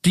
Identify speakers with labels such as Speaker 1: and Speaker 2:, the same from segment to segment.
Speaker 1: Do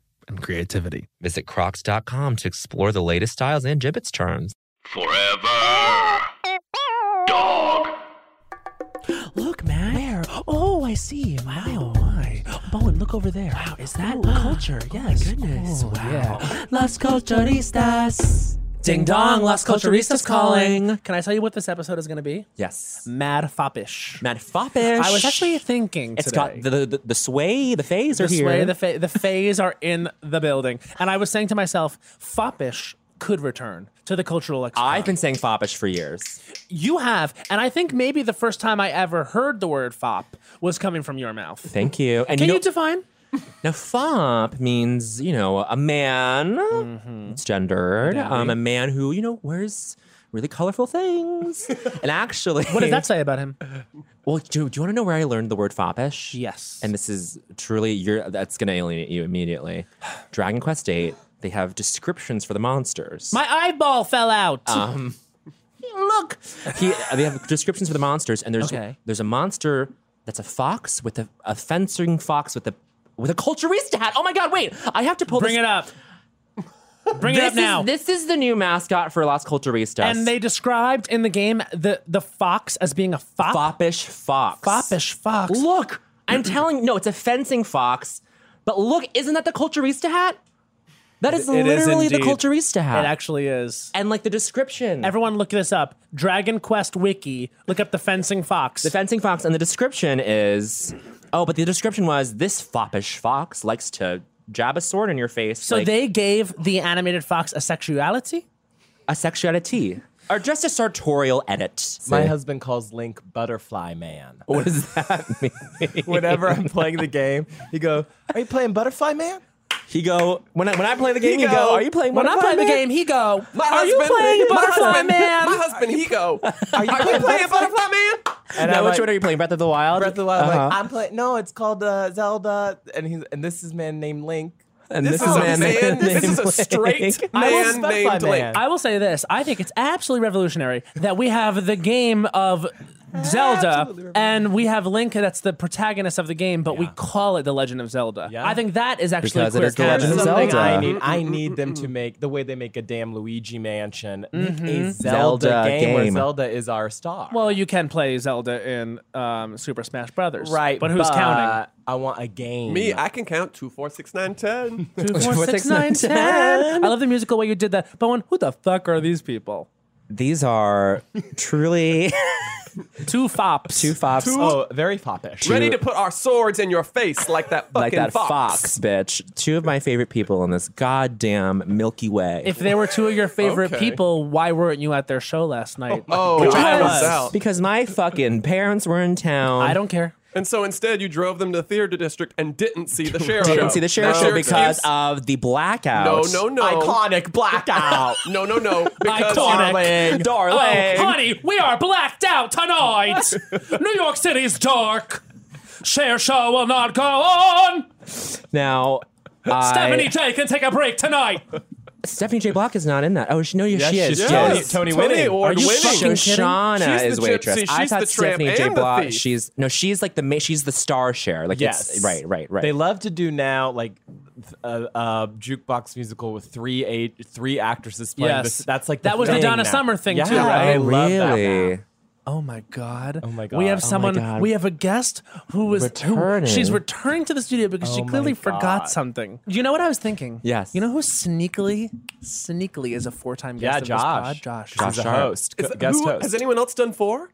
Speaker 1: and creativity.
Speaker 2: Visit crocs.com to explore the latest styles and gibbets charms.
Speaker 3: Forever. Dog.
Speaker 4: Look, Matt. Where? Oh, I see. Wow. Oh, my. Bowen, look over there. Wow, is that Ooh, culture?
Speaker 5: Oh,
Speaker 4: yes.
Speaker 5: goodness.
Speaker 4: Oh,
Speaker 5: wow.
Speaker 4: Yeah. Las Culturistas. Ding dong, Las Culturistas calling.
Speaker 5: Can I tell you what this episode is going to be?
Speaker 4: Yes.
Speaker 5: Mad foppish.
Speaker 4: Matt Foppish.
Speaker 5: I was actually thinking
Speaker 4: It's
Speaker 5: today.
Speaker 4: got the, the, the, the sway, the phase are
Speaker 5: the
Speaker 4: here.
Speaker 5: sway, the fa- the fays are in the building, and I was saying to myself, foppish could return to the cultural lexicon.
Speaker 4: I've been saying foppish for years.
Speaker 5: you have, and I think maybe the first time I ever heard the word fop was coming from your mouth.
Speaker 4: Thank you. And you,
Speaker 5: Can
Speaker 4: know,
Speaker 5: you define?
Speaker 4: now fop means you know a man.
Speaker 5: Mm-hmm.
Speaker 4: It's gendered. Um, a man who you know wears really colorful things. and actually,
Speaker 5: What does that say about him?
Speaker 4: Well, do, do you want to know where I learned the word foppish?
Speaker 5: Yes.
Speaker 4: And this is truly you're that's gonna alienate you immediately. Dragon Quest Eight. They have descriptions for the monsters.
Speaker 5: My eyeball fell out.
Speaker 4: Um, look. He, they have descriptions for the monsters, and there's
Speaker 5: Okay.
Speaker 4: there's a monster that's a fox with a, a fencing fox with a with a culturista hat. Oh my god! Wait, I have to pull.
Speaker 5: Bring
Speaker 4: this.
Speaker 5: it up. Bring
Speaker 4: This
Speaker 5: it up
Speaker 4: is,
Speaker 5: now.
Speaker 4: This is the new mascot for Las Culturistas.
Speaker 5: and they described in the game the the fox as being a fop.
Speaker 4: foppish fox.
Speaker 5: Foppish fox.
Speaker 4: Look, I'm telling. No, it's a fencing fox. But look, isn't that the culturista hat? That is
Speaker 5: it is
Speaker 4: literally the
Speaker 5: indeed.
Speaker 4: culturista
Speaker 5: It
Speaker 4: hat.
Speaker 5: actually is.
Speaker 4: and like the description,
Speaker 5: Everyone look this up. Dragon Quest Wiki. Look up the fencing fox.
Speaker 4: the fencing fox, and the description is. Oh, but the description was this foppish fox likes to jab a sword in your face.
Speaker 5: so
Speaker 4: like
Speaker 5: they gave the animated fox a sexuality?
Speaker 4: a sexuality or just a sartorial edit.
Speaker 6: My husband calls Link Butterfly Man.
Speaker 4: what does that mean?
Speaker 6: Whenever I'm playing the game, he go, "Are you playing Butterfly Man?"
Speaker 4: he go when I when I play the game, he, go, Are you playing?
Speaker 5: When I
Speaker 4: Butterfly
Speaker 5: play the
Speaker 4: Man?"
Speaker 5: game, he go,
Speaker 6: My
Speaker 5: Are you
Speaker 6: husband-
Speaker 5: playing
Speaker 6: my
Speaker 5: Butterfly
Speaker 6: husband-
Speaker 5: Man?
Speaker 6: My husband, he go, "Are you playing, Butterfly Man?" And
Speaker 4: Now,
Speaker 6: I'm
Speaker 4: which
Speaker 6: like,
Speaker 4: one are you playing? Breath of the Wild.
Speaker 6: Breath of the Wild. I'm like,
Speaker 4: Uh-huh.
Speaker 6: I'm playing. No, it's called uh, Zelda, and he's and this is a man named Link.
Speaker 4: And
Speaker 6: this, is a man.
Speaker 4: named
Speaker 6: this is a
Speaker 4: Link.
Speaker 6: straight
Speaker 5: I was
Speaker 6: man Butterfly named Link. Man.
Speaker 5: I will say this. I think it's absolutely revolutionary that we have the game of Zelda and we have Link that's the protagonist of the game, but we call it The Legend of Zelda.
Speaker 6: Yeah.
Speaker 5: I think that is actually
Speaker 4: Because it
Speaker 5: clear
Speaker 4: is The Legend of
Speaker 5: canon.
Speaker 6: something
Speaker 4: Zelda. Mm-hmm.
Speaker 6: I need. I need them to make the way they make a damn Luigi Mansion, make
Speaker 4: Mm-hmm.
Speaker 6: a Zelda,
Speaker 4: Zelda
Speaker 6: game, where
Speaker 4: game.
Speaker 6: Zelda is our star.
Speaker 5: Well, you can play Zelda in um, Super Smash Brothers.
Speaker 6: right,
Speaker 5: But who's counting?
Speaker 6: I want a game.
Speaker 7: Me, I can count two, four, six, nine, ten.
Speaker 5: Two, four, six, nine, ten. I love the musical way you did that. But when, who the fuck are these people?
Speaker 4: These are truly
Speaker 5: Two fops.
Speaker 4: Two fops.
Speaker 6: Oh, very foppish.
Speaker 7: Ready to put our swords in your face like that fucking
Speaker 4: like that
Speaker 7: fox.
Speaker 4: fox, bitch. Two of my favorite people in this goddamn Milky Way.
Speaker 5: If they were two of your favorite
Speaker 7: Okay.
Speaker 5: people, why weren't you at their show last night?
Speaker 7: Oh,
Speaker 5: Which
Speaker 7: I
Speaker 5: I
Speaker 7: was
Speaker 5: was.
Speaker 7: out.
Speaker 4: because my fucking parents were in town.
Speaker 5: I don't care.
Speaker 7: And so instead, you drove them to the theater district and didn't see the sheriff.
Speaker 4: didn't
Speaker 7: show.
Speaker 4: see the sheriff
Speaker 7: That's
Speaker 4: show
Speaker 7: your
Speaker 4: because
Speaker 7: excuse.
Speaker 4: of the
Speaker 7: no,
Speaker 4: blackout.
Speaker 7: no, no,
Speaker 6: Iconic blackout.
Speaker 7: no, no, no, because
Speaker 5: Iconic.
Speaker 4: Darling, darling.
Speaker 5: Oh, honey, we are blacked out tonight. New York City's dark. Share show will not go on.
Speaker 4: Now, I-
Speaker 5: Stephanie J can take a break tonight.
Speaker 4: Stephanie J. Block is not in that. Oh, she, no,
Speaker 6: Yes,
Speaker 4: she is.
Speaker 6: she's
Speaker 4: Yes.
Speaker 6: Tony-
Speaker 7: Yes.
Speaker 6: Tony,
Speaker 7: Tony
Speaker 6: winning.
Speaker 7: Award
Speaker 4: You
Speaker 7: winning.
Speaker 4: fucking Shauna
Speaker 7: She's
Speaker 4: is
Speaker 7: the
Speaker 4: waitress.
Speaker 7: gypsy,
Speaker 4: I
Speaker 7: she's
Speaker 4: thought
Speaker 7: the tramp
Speaker 4: Stephanie J.
Speaker 7: and the
Speaker 4: Block.
Speaker 7: thief.
Speaker 4: She's no, she's like the ma- she's the star share. Like it's right, right, right.
Speaker 6: They love to do now like th- uh, uh, jukebox musical with three eight three actresses playing.
Speaker 5: Yes.
Speaker 6: This, that's like
Speaker 5: That was the
Speaker 6: thing
Speaker 5: Donna
Speaker 6: now.
Speaker 5: Summer thing,
Speaker 6: yeah,
Speaker 5: too, right?
Speaker 6: I
Speaker 4: oh,
Speaker 6: love that
Speaker 4: really?
Speaker 6: now.
Speaker 5: Oh my god. Oh
Speaker 6: my
Speaker 5: We
Speaker 6: God.
Speaker 5: have
Speaker 6: Oh my
Speaker 5: someone
Speaker 4: God.
Speaker 5: we have a guest who was who-
Speaker 4: Returning.
Speaker 5: she's returning to the studio because she
Speaker 6: my
Speaker 5: clearly
Speaker 6: God.
Speaker 5: forgot something. You know what I was thinking?
Speaker 4: Yes.
Speaker 5: You know who sneakily sneakily is a four-time guest
Speaker 6: Yeah,
Speaker 5: of
Speaker 6: Josh.
Speaker 5: this pod? Josh.
Speaker 6: She's a
Speaker 4: Sharp.
Speaker 6: host,
Speaker 7: Is
Speaker 6: gu-
Speaker 7: that-
Speaker 6: guest
Speaker 7: who-
Speaker 6: host.
Speaker 7: Has anyone else done four?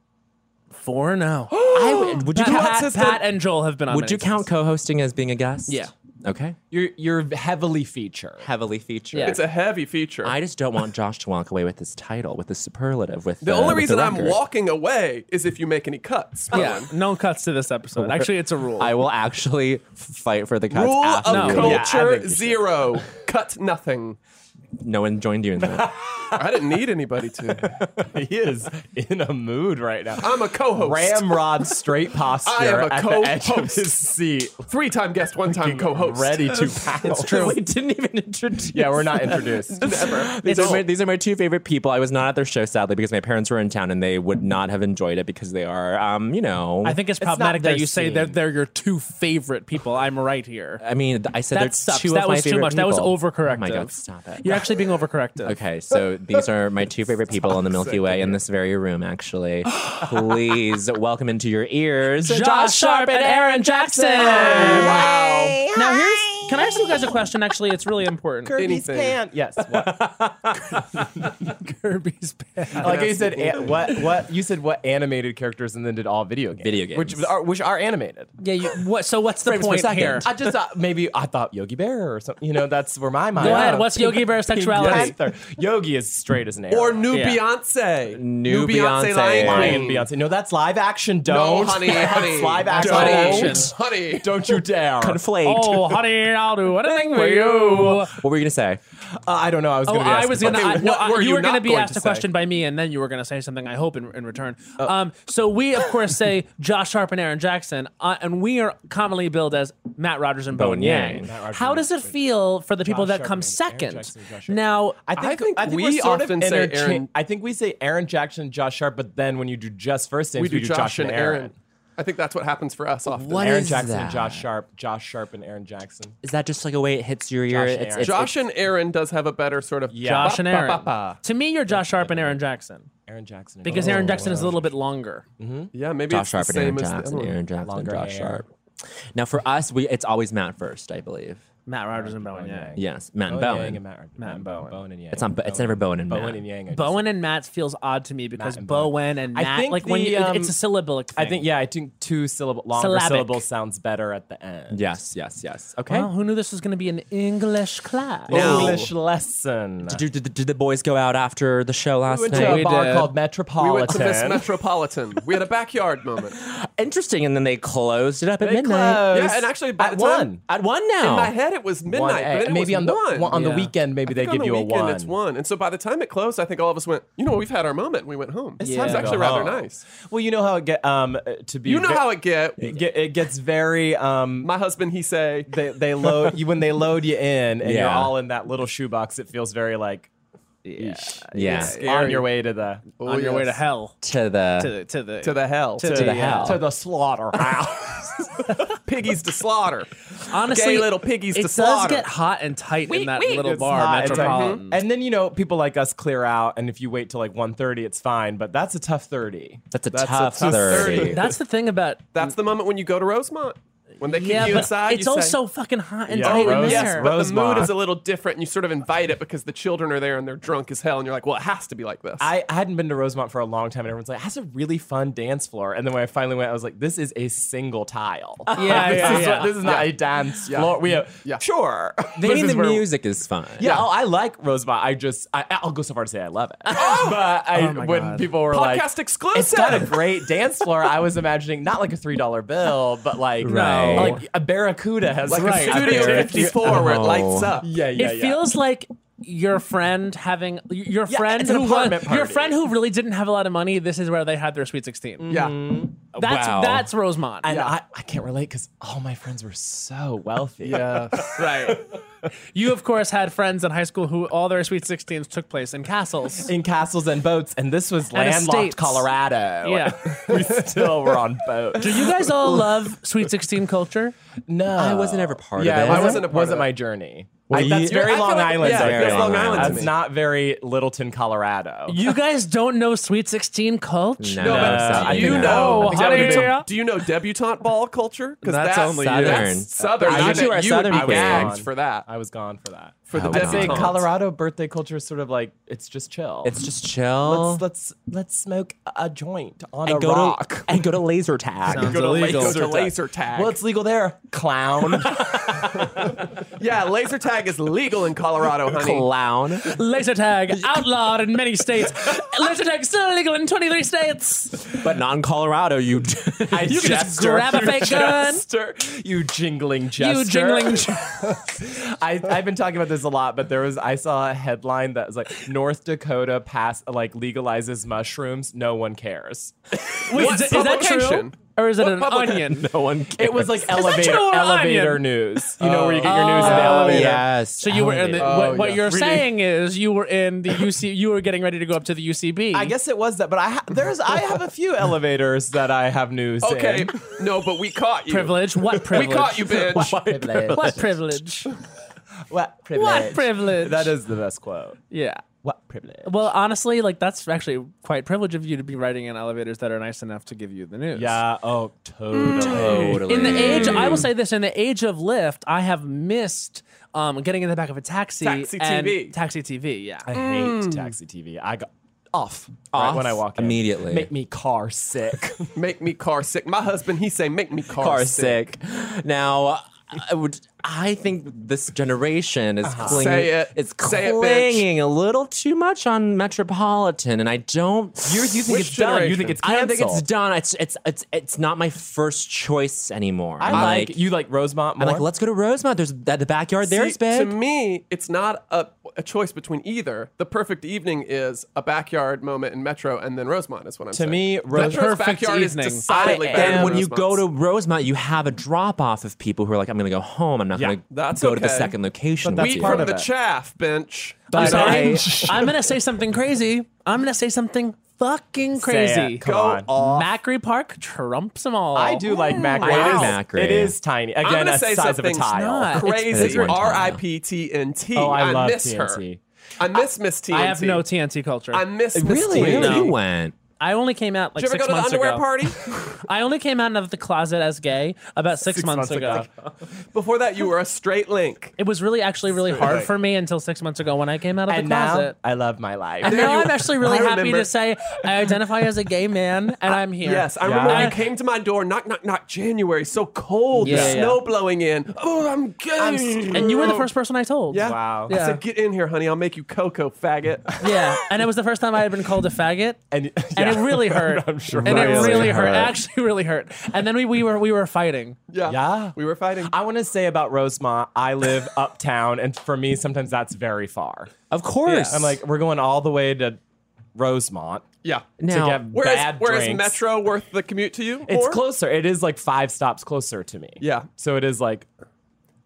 Speaker 5: Four now.
Speaker 4: I would, would you
Speaker 5: Pat,
Speaker 4: count,
Speaker 5: Pat, Pat and Joel have been on
Speaker 4: would you
Speaker 5: many
Speaker 4: count
Speaker 5: times.
Speaker 4: co-hosting as being a guest?
Speaker 5: Yeah.
Speaker 4: Okay.
Speaker 6: you're you're heavily featured.
Speaker 4: Heavily featured.
Speaker 5: Yeah.
Speaker 7: It's a heavy feature.
Speaker 4: I just don't want Josh to walk away with this title, with this superlative, with
Speaker 7: the only
Speaker 4: with
Speaker 7: reason I'm
Speaker 4: record.
Speaker 7: walking away is if you make any cuts.
Speaker 5: Yeah. No cuts to this episode. Actually, it's a rule.
Speaker 4: I will actually f- fight for the cuts.
Speaker 7: Rule
Speaker 4: after
Speaker 7: of
Speaker 4: you.
Speaker 5: No.
Speaker 4: Yeah, I
Speaker 7: culture
Speaker 4: think you should.
Speaker 7: zero. Cut nothing.
Speaker 4: No one joined you in that.
Speaker 7: I didn't need anybody to.
Speaker 6: he is in a mood right now.
Speaker 7: I'm a co-host.
Speaker 6: Ramrod's straight posture
Speaker 7: I am a
Speaker 6: at the edge of
Speaker 7: co-host.
Speaker 6: his seat,
Speaker 7: Three-time guest, one-time co-host.
Speaker 6: ready to pounce. It's true.
Speaker 4: we didn't even introduce.
Speaker 6: Yeah, we're not introduced.
Speaker 4: These are, my, these are my two favorite people. I was not at their show, sadly, because my parents were in town and they would not have enjoyed it because they are, um, you know.
Speaker 5: I think it's
Speaker 6: not
Speaker 5: problematic that
Speaker 6: their
Speaker 5: you say that
Speaker 6: scene.
Speaker 5: they're your two favorite people. I'm right here.
Speaker 4: I mean, th- I said
Speaker 5: That
Speaker 4: they're
Speaker 5: sucks.
Speaker 4: two
Speaker 5: That
Speaker 4: of my
Speaker 5: was too
Speaker 4: favorite
Speaker 5: much. That was
Speaker 4: people. Oh my
Speaker 5: overcorrective.
Speaker 4: god, stop it.
Speaker 5: You're actually being overcorrected.
Speaker 4: Okay, so these are my two favorite people in the Milky Way in this very room, actually. Please welcome into your ears
Speaker 5: Josh Sharp and Aaron Jackson.
Speaker 7: Wow.
Speaker 5: Now here's can I ask you guys a question? Actually, it's really important.
Speaker 7: Anything.
Speaker 6: Yes. What?
Speaker 5: Kirby's bad.
Speaker 6: Like you said, a- what what you said? What animated characters, and then did all video games.
Speaker 4: Video games.
Speaker 6: which are which are animated.
Speaker 5: Yeah. You, what? So what's the
Speaker 4: per
Speaker 5: point
Speaker 4: second.
Speaker 5: here?
Speaker 6: I just thought maybe I thought Yogi Bear or something. You know, that's where my mind.
Speaker 5: Go ahead. What's Yogi Bear's sexuality?
Speaker 6: Panther. Yogi is straight as an arrow.
Speaker 7: Or new
Speaker 5: Yeah.
Speaker 7: Beyonce.
Speaker 4: New Beyonce.
Speaker 7: Lion
Speaker 6: Lion
Speaker 7: Queen.
Speaker 6: Beyonce. No, that's live action.
Speaker 7: No,
Speaker 6: Don't.
Speaker 7: honey,
Speaker 6: That's
Speaker 7: honey.
Speaker 6: live action.
Speaker 7: honey,
Speaker 6: Don't.
Speaker 7: honey.
Speaker 6: Don't you dare.
Speaker 4: Conflate.
Speaker 5: Oh, honey, I'll do anything for you.
Speaker 4: What were you gonna say?
Speaker 6: Uh, I don't know. I was
Speaker 5: Oh,
Speaker 6: going to
Speaker 5: I was gonna.
Speaker 7: Okay,
Speaker 5: I, no,
Speaker 7: what
Speaker 5: I-
Speaker 7: were
Speaker 5: you
Speaker 7: you
Speaker 5: were gonna
Speaker 7: not
Speaker 5: be
Speaker 7: going
Speaker 5: asked
Speaker 7: to
Speaker 5: a question
Speaker 7: say?
Speaker 5: by me, and then you were gonna say something. I hope in, in return.
Speaker 6: Oh.
Speaker 5: Um, so we, of course, say Josh Sharp and Aaron Jackson, uh, and we are commonly billed as Matt Rogers and Bowen
Speaker 4: Yang.
Speaker 5: Yang.
Speaker 6: Matt Rogers
Speaker 5: How
Speaker 6: and
Speaker 5: does it feel for the people that
Speaker 6: Josh Sharp
Speaker 5: come
Speaker 6: and Aaron
Speaker 5: second?
Speaker 6: Jackson and Josh Sharp.
Speaker 5: Now,
Speaker 6: I think,
Speaker 7: I think
Speaker 6: I think
Speaker 7: we
Speaker 6: we're sort
Speaker 7: often
Speaker 6: of
Speaker 7: say
Speaker 6: intercha-
Speaker 7: Aaron-
Speaker 6: I think we say Aaron Jackson and Josh Sharp, but then when you do just first names,
Speaker 7: We do Josh and Aaron. I think that's what happens for us often.
Speaker 4: What
Speaker 6: Aaron
Speaker 4: is
Speaker 6: Jackson
Speaker 4: that?
Speaker 6: and Josh Sharp. Josh Sharp and Aaron Jackson.
Speaker 4: Is that just like a way it hits your ear?
Speaker 6: Josh
Speaker 4: It's-
Speaker 6: Aaron.
Speaker 4: it's-
Speaker 7: Josh and Aaron does have a better sort of
Speaker 6: Yeah.
Speaker 5: Josh and Aaron.
Speaker 7: Ba-ba-ba-ba.
Speaker 5: To me, you're Josh Sharp and Aaron Jackson
Speaker 6: Aaron Jackson. and
Speaker 5: because
Speaker 6: Josh
Speaker 5: Aaron
Speaker 6: Sharp.
Speaker 5: Jackson is a little bit longer.
Speaker 7: Yeah, maybe
Speaker 4: Josh
Speaker 7: it's
Speaker 4: Sharp
Speaker 7: the
Speaker 4: and
Speaker 7: same
Speaker 4: Aaron
Speaker 7: as the
Speaker 4: Jackson.
Speaker 7: other one.
Speaker 4: Aaron Jackson.
Speaker 6: Longer
Speaker 4: Josh
Speaker 6: hair.
Speaker 4: Sharp. Now for us, we it's always Matt first, I believe.
Speaker 5: Matt Rogers and Bowen Yang.
Speaker 4: Yes, Matt and
Speaker 6: Bowen, Yang and
Speaker 4: Bowen.
Speaker 6: Matt, Matt and Bowen. Bowen and Yang.
Speaker 4: It's on. It's never Bowen and
Speaker 6: Bowen
Speaker 4: Matt.
Speaker 6: and Yang. I just-
Speaker 5: Bowen and Matt feels odd to me because
Speaker 6: Matt and Bowen.
Speaker 5: Bowen and
Speaker 6: I
Speaker 5: Matt,
Speaker 6: think
Speaker 5: like when
Speaker 6: the,
Speaker 5: you,
Speaker 6: um,
Speaker 5: it's a syllabilic. Thing.
Speaker 6: I think yeah. I think two syllable longer
Speaker 5: Syllabic.
Speaker 6: syllable sounds better at the end.
Speaker 4: Yes, yes, yes. Okay.
Speaker 5: Well, who knew this was going to be an English class?
Speaker 4: Now-
Speaker 6: English lesson.
Speaker 4: Did, did, did the boys go out after the show last
Speaker 6: we went to
Speaker 4: night?
Speaker 6: a bar
Speaker 5: did.
Speaker 6: called
Speaker 7: We
Speaker 6: Metropolitan.
Speaker 7: went to this Metropolitan. We had a backyard moment.
Speaker 4: Interesting, and then they closed it up at
Speaker 6: They
Speaker 4: midnight.
Speaker 6: closed
Speaker 7: Yeah, and actually by
Speaker 6: at
Speaker 7: the time-
Speaker 6: one.
Speaker 4: At one now.
Speaker 7: In my head, it was midnight.
Speaker 6: One,
Speaker 7: but
Speaker 6: eh,
Speaker 7: then it
Speaker 6: maybe on
Speaker 7: was
Speaker 6: the
Speaker 7: one.
Speaker 6: on the
Speaker 5: Yeah.
Speaker 6: weekend. Maybe they
Speaker 7: I think
Speaker 6: give
Speaker 7: on
Speaker 6: you
Speaker 7: the
Speaker 6: a
Speaker 7: weekend,
Speaker 6: one.
Speaker 7: It's one. And so by the time it closed, I think all of us went, you know, we've had our moment. and We went home. It's
Speaker 5: time to
Speaker 7: actually
Speaker 6: go
Speaker 7: rather
Speaker 6: home.
Speaker 7: nice.
Speaker 6: Well, you know how it get um uh, to be.
Speaker 7: You know
Speaker 6: ve-
Speaker 7: how it get.
Speaker 6: it, get, it gets very um.
Speaker 7: My husband, he say,
Speaker 6: They they load you when they load you in and you're
Speaker 4: Yeah.
Speaker 6: all in that little shoebox. It feels very like
Speaker 5: Yeah.
Speaker 4: yeah.
Speaker 6: on your way to the
Speaker 7: oh,
Speaker 5: on your way to
Speaker 7: yes,
Speaker 5: hell.
Speaker 4: To the.
Speaker 5: To the to the
Speaker 7: To the uh, hell.
Speaker 6: to,
Speaker 5: the
Speaker 4: hell.
Speaker 6: to the slaughterhouse.
Speaker 7: piggies to slaughter.
Speaker 5: honestly
Speaker 7: gay little piggies
Speaker 5: It
Speaker 7: to
Speaker 5: does
Speaker 7: slaughter.
Speaker 5: get hot and tight in that little
Speaker 6: It's
Speaker 5: bar,
Speaker 6: hot, it's like- hmm.
Speaker 5: Metropolitan.
Speaker 6: and then you know people like us clear out, and if you wait till like 1.30, it's fine. But that's a tough thirty.
Speaker 4: that's a tough 30.
Speaker 5: That's the thing about
Speaker 7: That's the moment when you go to Rosemont. When they kick
Speaker 5: yeah,
Speaker 7: you
Speaker 5: but
Speaker 7: inside,
Speaker 5: it's
Speaker 7: you say,
Speaker 5: also fucking hot and
Speaker 6: Yeah,
Speaker 5: tight in
Speaker 6: Rose-
Speaker 7: Yes,
Speaker 5: there.
Speaker 7: but
Speaker 6: Oh, Rose
Speaker 7: the mood
Speaker 6: Mach.
Speaker 7: is a little different, and you sort of invite it because the children are there and they're drunk as hell, and you're like, well, it has to be like this.
Speaker 6: I hadn't been to Rosemont for a long time, and everyone's like, "That's a really fun dance floor." And then when I finally went, I was like, "This is a single tile.
Speaker 5: Yeah,
Speaker 6: this,
Speaker 5: yeah,
Speaker 6: is,
Speaker 5: yeah.
Speaker 6: this is not a dance floor. We have
Speaker 7: Yeah.
Speaker 6: sure.
Speaker 4: They
Speaker 6: This
Speaker 4: mean
Speaker 6: is
Speaker 4: the
Speaker 6: where-
Speaker 4: music is fun.
Speaker 6: Yeah, oh, I like Rosemont. I just, I, I'll go so far to say I love it. but I, when people were like,
Speaker 7: Oh! Podcast exclusive.
Speaker 6: It's got a great dance floor. I was imagining not like a three dollar bill, but like
Speaker 4: Right.
Speaker 6: like a barracuda has
Speaker 7: like
Speaker 6: right.
Speaker 7: a Studio
Speaker 6: barracuda.
Speaker 7: 54 where it lights up.
Speaker 6: Yeah, yeah,
Speaker 5: it
Speaker 6: yeah.
Speaker 5: feels like your friend having y- your
Speaker 6: Yeah,
Speaker 5: friend
Speaker 6: it's an
Speaker 5: who wa-
Speaker 6: apartment
Speaker 5: your
Speaker 6: party.
Speaker 5: friend who really didn't have a lot of money. This is where they had their sweet sixteen. Mm-hmm.
Speaker 7: Yeah.
Speaker 5: That's
Speaker 4: Wow.
Speaker 5: that's Rosemont.
Speaker 6: and I, I can't relate because all my friends were so wealthy.
Speaker 7: Right.
Speaker 5: you of course had friends in high school who all their sweet sixteens took place in castles.
Speaker 6: in castles and boats, and this was
Speaker 5: estates.
Speaker 6: landlocked Colorado.
Speaker 5: yeah.
Speaker 6: we still were on boats.
Speaker 5: Do you guys all love sweet sixteen culture?
Speaker 6: No,
Speaker 4: I wasn't ever part
Speaker 6: yeah,
Speaker 4: of it.
Speaker 6: I wasn't.
Speaker 7: a part
Speaker 6: wasn't
Speaker 7: of
Speaker 6: my
Speaker 7: it.
Speaker 6: journey.
Speaker 4: Well,
Speaker 6: I-
Speaker 4: you-
Speaker 6: that's very
Speaker 7: I feel
Speaker 6: Long
Speaker 7: like-
Speaker 6: Island.
Speaker 7: yeah,
Speaker 6: though.
Speaker 4: Very
Speaker 7: that's Long
Speaker 4: Long
Speaker 7: Island to
Speaker 6: That's
Speaker 7: me.
Speaker 6: not very Littleton, Colorado.
Speaker 5: You guys don't know sweet sixteen culture.
Speaker 4: No,
Speaker 7: No, but
Speaker 4: Southern.
Speaker 7: do you
Speaker 4: No.
Speaker 7: know?
Speaker 5: Oh, honey.
Speaker 7: do, do you know debutante ball culture? Because
Speaker 2: That's only you.
Speaker 4: Southern.
Speaker 7: That's southern.
Speaker 4: I thought you were a
Speaker 7: would
Speaker 4: Southern
Speaker 7: be
Speaker 4: queen.
Speaker 7: gagged for that.
Speaker 6: I was gone for that.
Speaker 7: For
Speaker 4: Oh,
Speaker 7: the
Speaker 6: I'd say
Speaker 4: God.
Speaker 7: debutante.
Speaker 6: Colorado birthday culture is sort of like it's just chill.
Speaker 4: It's just chill.
Speaker 6: let's let's let's smoke a joint on a
Speaker 4: and go
Speaker 6: rock.
Speaker 4: to and go to laser tag.
Speaker 7: Go to,
Speaker 5: illegal.
Speaker 7: go to laser tag.
Speaker 6: well, it's legal there, clown.
Speaker 7: yeah, laser tag is legal in Colorado, honey.
Speaker 4: Clown.
Speaker 6: Mm.
Speaker 5: Laser tag outlawed in many states. Laser tag still illegal in twenty three states.
Speaker 4: But not in Colorado, you
Speaker 6: I
Speaker 5: You can just grab a fake gun.
Speaker 6: jester, you jingling jester.
Speaker 5: You jingling.
Speaker 6: I, I've been talking about this a lot, but there was I saw a headline that was like North Dakota pass like legalizes mushrooms. No one cares.
Speaker 5: Wait, is, it- is that true?
Speaker 7: publication?
Speaker 5: Or is it an onion?
Speaker 4: no one cares.
Speaker 6: It was like elevator
Speaker 5: true or
Speaker 6: elevator
Speaker 5: onion?
Speaker 6: news. Um, You know where you get your news in the
Speaker 4: Oh,
Speaker 6: elevator.
Speaker 4: yes.
Speaker 5: So you were in the,
Speaker 7: Oh,
Speaker 5: what, what
Speaker 7: yeah.
Speaker 5: you're
Speaker 7: Really?
Speaker 5: saying is you were in the UC you were getting ready to go up to the UCB.
Speaker 6: I guess it was that, but I ha- there's I have a few elevators that I have news.
Speaker 7: Okay.
Speaker 6: in.
Speaker 7: No, but we caught you.
Speaker 5: privilege. What
Speaker 7: We
Speaker 5: privilege?
Speaker 7: caught you, bitch.
Speaker 6: privilege.
Speaker 5: What privilege?
Speaker 6: What privilege?
Speaker 5: What privilege?
Speaker 6: That is the best quote.
Speaker 5: yeah.
Speaker 6: What privilege?
Speaker 5: Well, honestly, like that's actually quite privilege of you to be riding in elevators that are nice enough to give you the news.
Speaker 6: yeah. Oh, totally.
Speaker 4: totally.
Speaker 5: Mm. In the age, I will say this: in the age of Lyft, I have missed um, getting in the back of a taxi.
Speaker 7: Taxi
Speaker 5: and
Speaker 7: TV.
Speaker 5: Taxi TV. Yeah.
Speaker 6: I hate
Speaker 5: Mm.
Speaker 6: taxi TV. I got off, right
Speaker 4: Off
Speaker 6: when I walk in.
Speaker 4: immediately.
Speaker 6: Make me car sick.
Speaker 7: Make me car sick. My husband, he say, make me car,
Speaker 4: car sick. Now, I would. I think this generation is clinging.
Speaker 7: Uh-huh. Say it.
Speaker 4: It's
Speaker 7: Say it, bitch.
Speaker 4: clinging a little too much on Metropolitan, and I don't.
Speaker 6: you you think
Speaker 7: Which
Speaker 6: it's done? You
Speaker 7: generation?
Speaker 6: think it's
Speaker 4: I
Speaker 6: canceled?
Speaker 4: don't think it's done. It's it's it's it's not my first choice anymore.
Speaker 6: I
Speaker 4: I'm
Speaker 6: like, you like Rosemont
Speaker 4: I'm
Speaker 6: more.
Speaker 4: like, let's go to Rosemont. There's that the backyard.
Speaker 7: See,
Speaker 4: There's big.
Speaker 7: To me, it's not a, a choice between either. The perfect evening is a backyard moment in Metro, and then Rosemont is what I'm
Speaker 6: to
Speaker 7: saying.
Speaker 6: me,
Speaker 7: Metro's
Speaker 6: Rosemont.
Speaker 5: perfect
Speaker 7: backyard
Speaker 5: evening.
Speaker 7: is decidedly
Speaker 6: I
Speaker 7: better.
Speaker 6: am-
Speaker 4: then
Speaker 7: than
Speaker 4: when you go to
Speaker 7: Rosemont's.
Speaker 4: Rosemont, you have a drop off of people who are like, I'm going to go home. I'm not
Speaker 6: Yeah,
Speaker 4: going to
Speaker 7: that's
Speaker 4: go to the
Speaker 7: okay.
Speaker 4: second location.
Speaker 6: But
Speaker 4: with
Speaker 6: that's
Speaker 7: Eat
Speaker 4: you.
Speaker 6: part
Speaker 7: from
Speaker 6: of
Speaker 7: the
Speaker 6: it.
Speaker 7: chaff, bench.
Speaker 5: I'm
Speaker 6: But
Speaker 5: sorry.
Speaker 6: I-
Speaker 5: I'm gonna say something crazy. I'm gonna say something fucking
Speaker 6: Say it.
Speaker 5: crazy.
Speaker 6: Come
Speaker 7: Go
Speaker 6: on.
Speaker 5: Macri Park trumps them all.
Speaker 6: I do like Macri.
Speaker 4: I
Speaker 6: It is-
Speaker 4: like Macri.
Speaker 6: It is tiny.
Speaker 7: I'm
Speaker 6: Again,
Speaker 7: gonna
Speaker 6: a
Speaker 7: say
Speaker 6: size of a
Speaker 7: something
Speaker 5: not.
Speaker 6: tile.
Speaker 4: It's
Speaker 7: crazy.
Speaker 4: one time.
Speaker 7: R I P T N T.
Speaker 6: Oh, I love
Speaker 7: miss
Speaker 6: TNT.
Speaker 7: her. I miss Miss TNT.
Speaker 5: I have no TNT culture.
Speaker 7: I miss Miss
Speaker 4: Really?
Speaker 7: TNT.
Speaker 4: You
Speaker 7: Did
Speaker 4: went.
Speaker 5: I only came out like
Speaker 7: you ever
Speaker 5: six
Speaker 7: go to the
Speaker 5: months
Speaker 7: underwear
Speaker 5: ago.
Speaker 7: party?
Speaker 5: I only came out of the closet as gay about six, months, ago.
Speaker 7: Before that, you were a straight link.
Speaker 5: It was really actually really hard for me until six months ago when I came out of
Speaker 6: And
Speaker 5: the closet.
Speaker 6: now I love my life.
Speaker 5: and now I'm actually really
Speaker 7: I
Speaker 5: happy
Speaker 7: remember-
Speaker 5: to say I identify as a gay man and I'm here.
Speaker 7: Yes,
Speaker 6: Yeah.
Speaker 7: I remember
Speaker 5: Yeah.
Speaker 7: you came to my door, knock, knock, knock, January, so cold,
Speaker 5: Yeah,
Speaker 7: the
Speaker 5: yeah.
Speaker 7: snow blowing in. Oh, I'm gay.
Speaker 5: and you were the first person I told.
Speaker 7: Yeah.
Speaker 6: Wow.
Speaker 7: I
Speaker 5: Yeah.
Speaker 7: said, get in here, honey. I'll make you cocoa, faggot.
Speaker 5: Yeah. And it was the first time I had been called a faggot.
Speaker 6: And,
Speaker 5: and
Speaker 6: yeah.
Speaker 5: it really hurt.
Speaker 6: I'm sure
Speaker 5: and it
Speaker 6: really
Speaker 5: really hurt.
Speaker 6: hurt.
Speaker 5: Actually, really hurt. And then we, we were we were fighting.
Speaker 7: Yeah.
Speaker 6: Yeah.
Speaker 7: We were fighting.
Speaker 6: I want to say about Rosemont, I live uptown, and for me, sometimes that's very far.
Speaker 4: Of course.
Speaker 6: I'm like, we're going all the way to Rosemont
Speaker 7: yeah.
Speaker 6: to
Speaker 4: Now-
Speaker 6: get
Speaker 7: Where is,
Speaker 6: bad
Speaker 7: where is
Speaker 6: drinks.
Speaker 7: Metro worth the commute to you?
Speaker 6: It's
Speaker 7: Or-
Speaker 6: closer. It is like five stops closer to me.
Speaker 7: Yeah.
Speaker 6: So it is like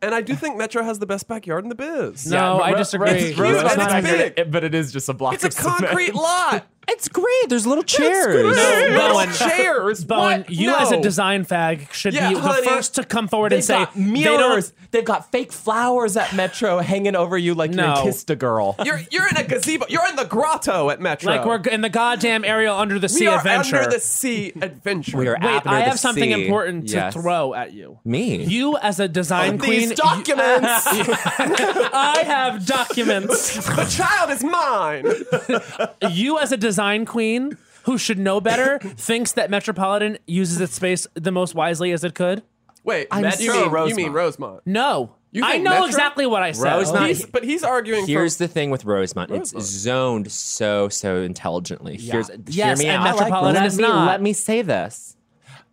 Speaker 7: And I do think Metro has the best backyard in the biz.
Speaker 5: No, I disagree.
Speaker 6: Rosemont's
Speaker 7: and it's
Speaker 6: not
Speaker 7: big.
Speaker 6: it- but it is just a block.
Speaker 7: It's a
Speaker 6: of cement.
Speaker 7: concrete lot.
Speaker 4: It's great. There's little chairs.
Speaker 5: No, Bowen.
Speaker 6: chairs.
Speaker 5: Bowen,
Speaker 6: What?
Speaker 5: you as a
Speaker 6: No.
Speaker 5: design fag should
Speaker 6: Yeah,
Speaker 5: be
Speaker 6: honey,
Speaker 5: the first to come forward and
Speaker 6: They've
Speaker 5: say
Speaker 6: got
Speaker 5: they don't.
Speaker 6: mirrors. They've got fake flowers at Metro hanging over you like
Speaker 5: No.
Speaker 6: you kissed a girl.
Speaker 7: You're you're in a gazebo. You're in the grotto at Metro.
Speaker 5: Like we're g- in the goddamn aerial under the sea
Speaker 7: we are
Speaker 5: adventure.
Speaker 7: under the sea adventure.
Speaker 4: We are
Speaker 5: Wait,
Speaker 4: up near
Speaker 5: I
Speaker 4: the
Speaker 5: have something
Speaker 4: sea.
Speaker 5: important to
Speaker 4: Yes.
Speaker 5: throw at you.
Speaker 4: Me.
Speaker 5: You as a design queen,
Speaker 7: These documents.
Speaker 5: I have documents.
Speaker 7: the child is mine.
Speaker 5: you as a design queen who should know better thinks that Metropolitan uses its space the most wisely as it could.
Speaker 7: Wait,
Speaker 6: I'm
Speaker 7: Metro
Speaker 6: sure
Speaker 7: you, mean, you
Speaker 6: Rosemont.
Speaker 7: mean Rosemont?
Speaker 5: No,
Speaker 7: You
Speaker 5: I
Speaker 7: think
Speaker 5: know
Speaker 7: Metro-
Speaker 5: exactly what I said.
Speaker 4: Rosemont-
Speaker 7: He's- but he's arguing.
Speaker 4: Here's
Speaker 7: for,
Speaker 4: the thing with Rosemont. It's zoned so so intelligently. Here's
Speaker 5: Yes,
Speaker 4: hear me
Speaker 5: and
Speaker 4: out.
Speaker 5: Metropolitan
Speaker 4: let
Speaker 5: is
Speaker 4: me,
Speaker 5: not.
Speaker 4: Let me say this.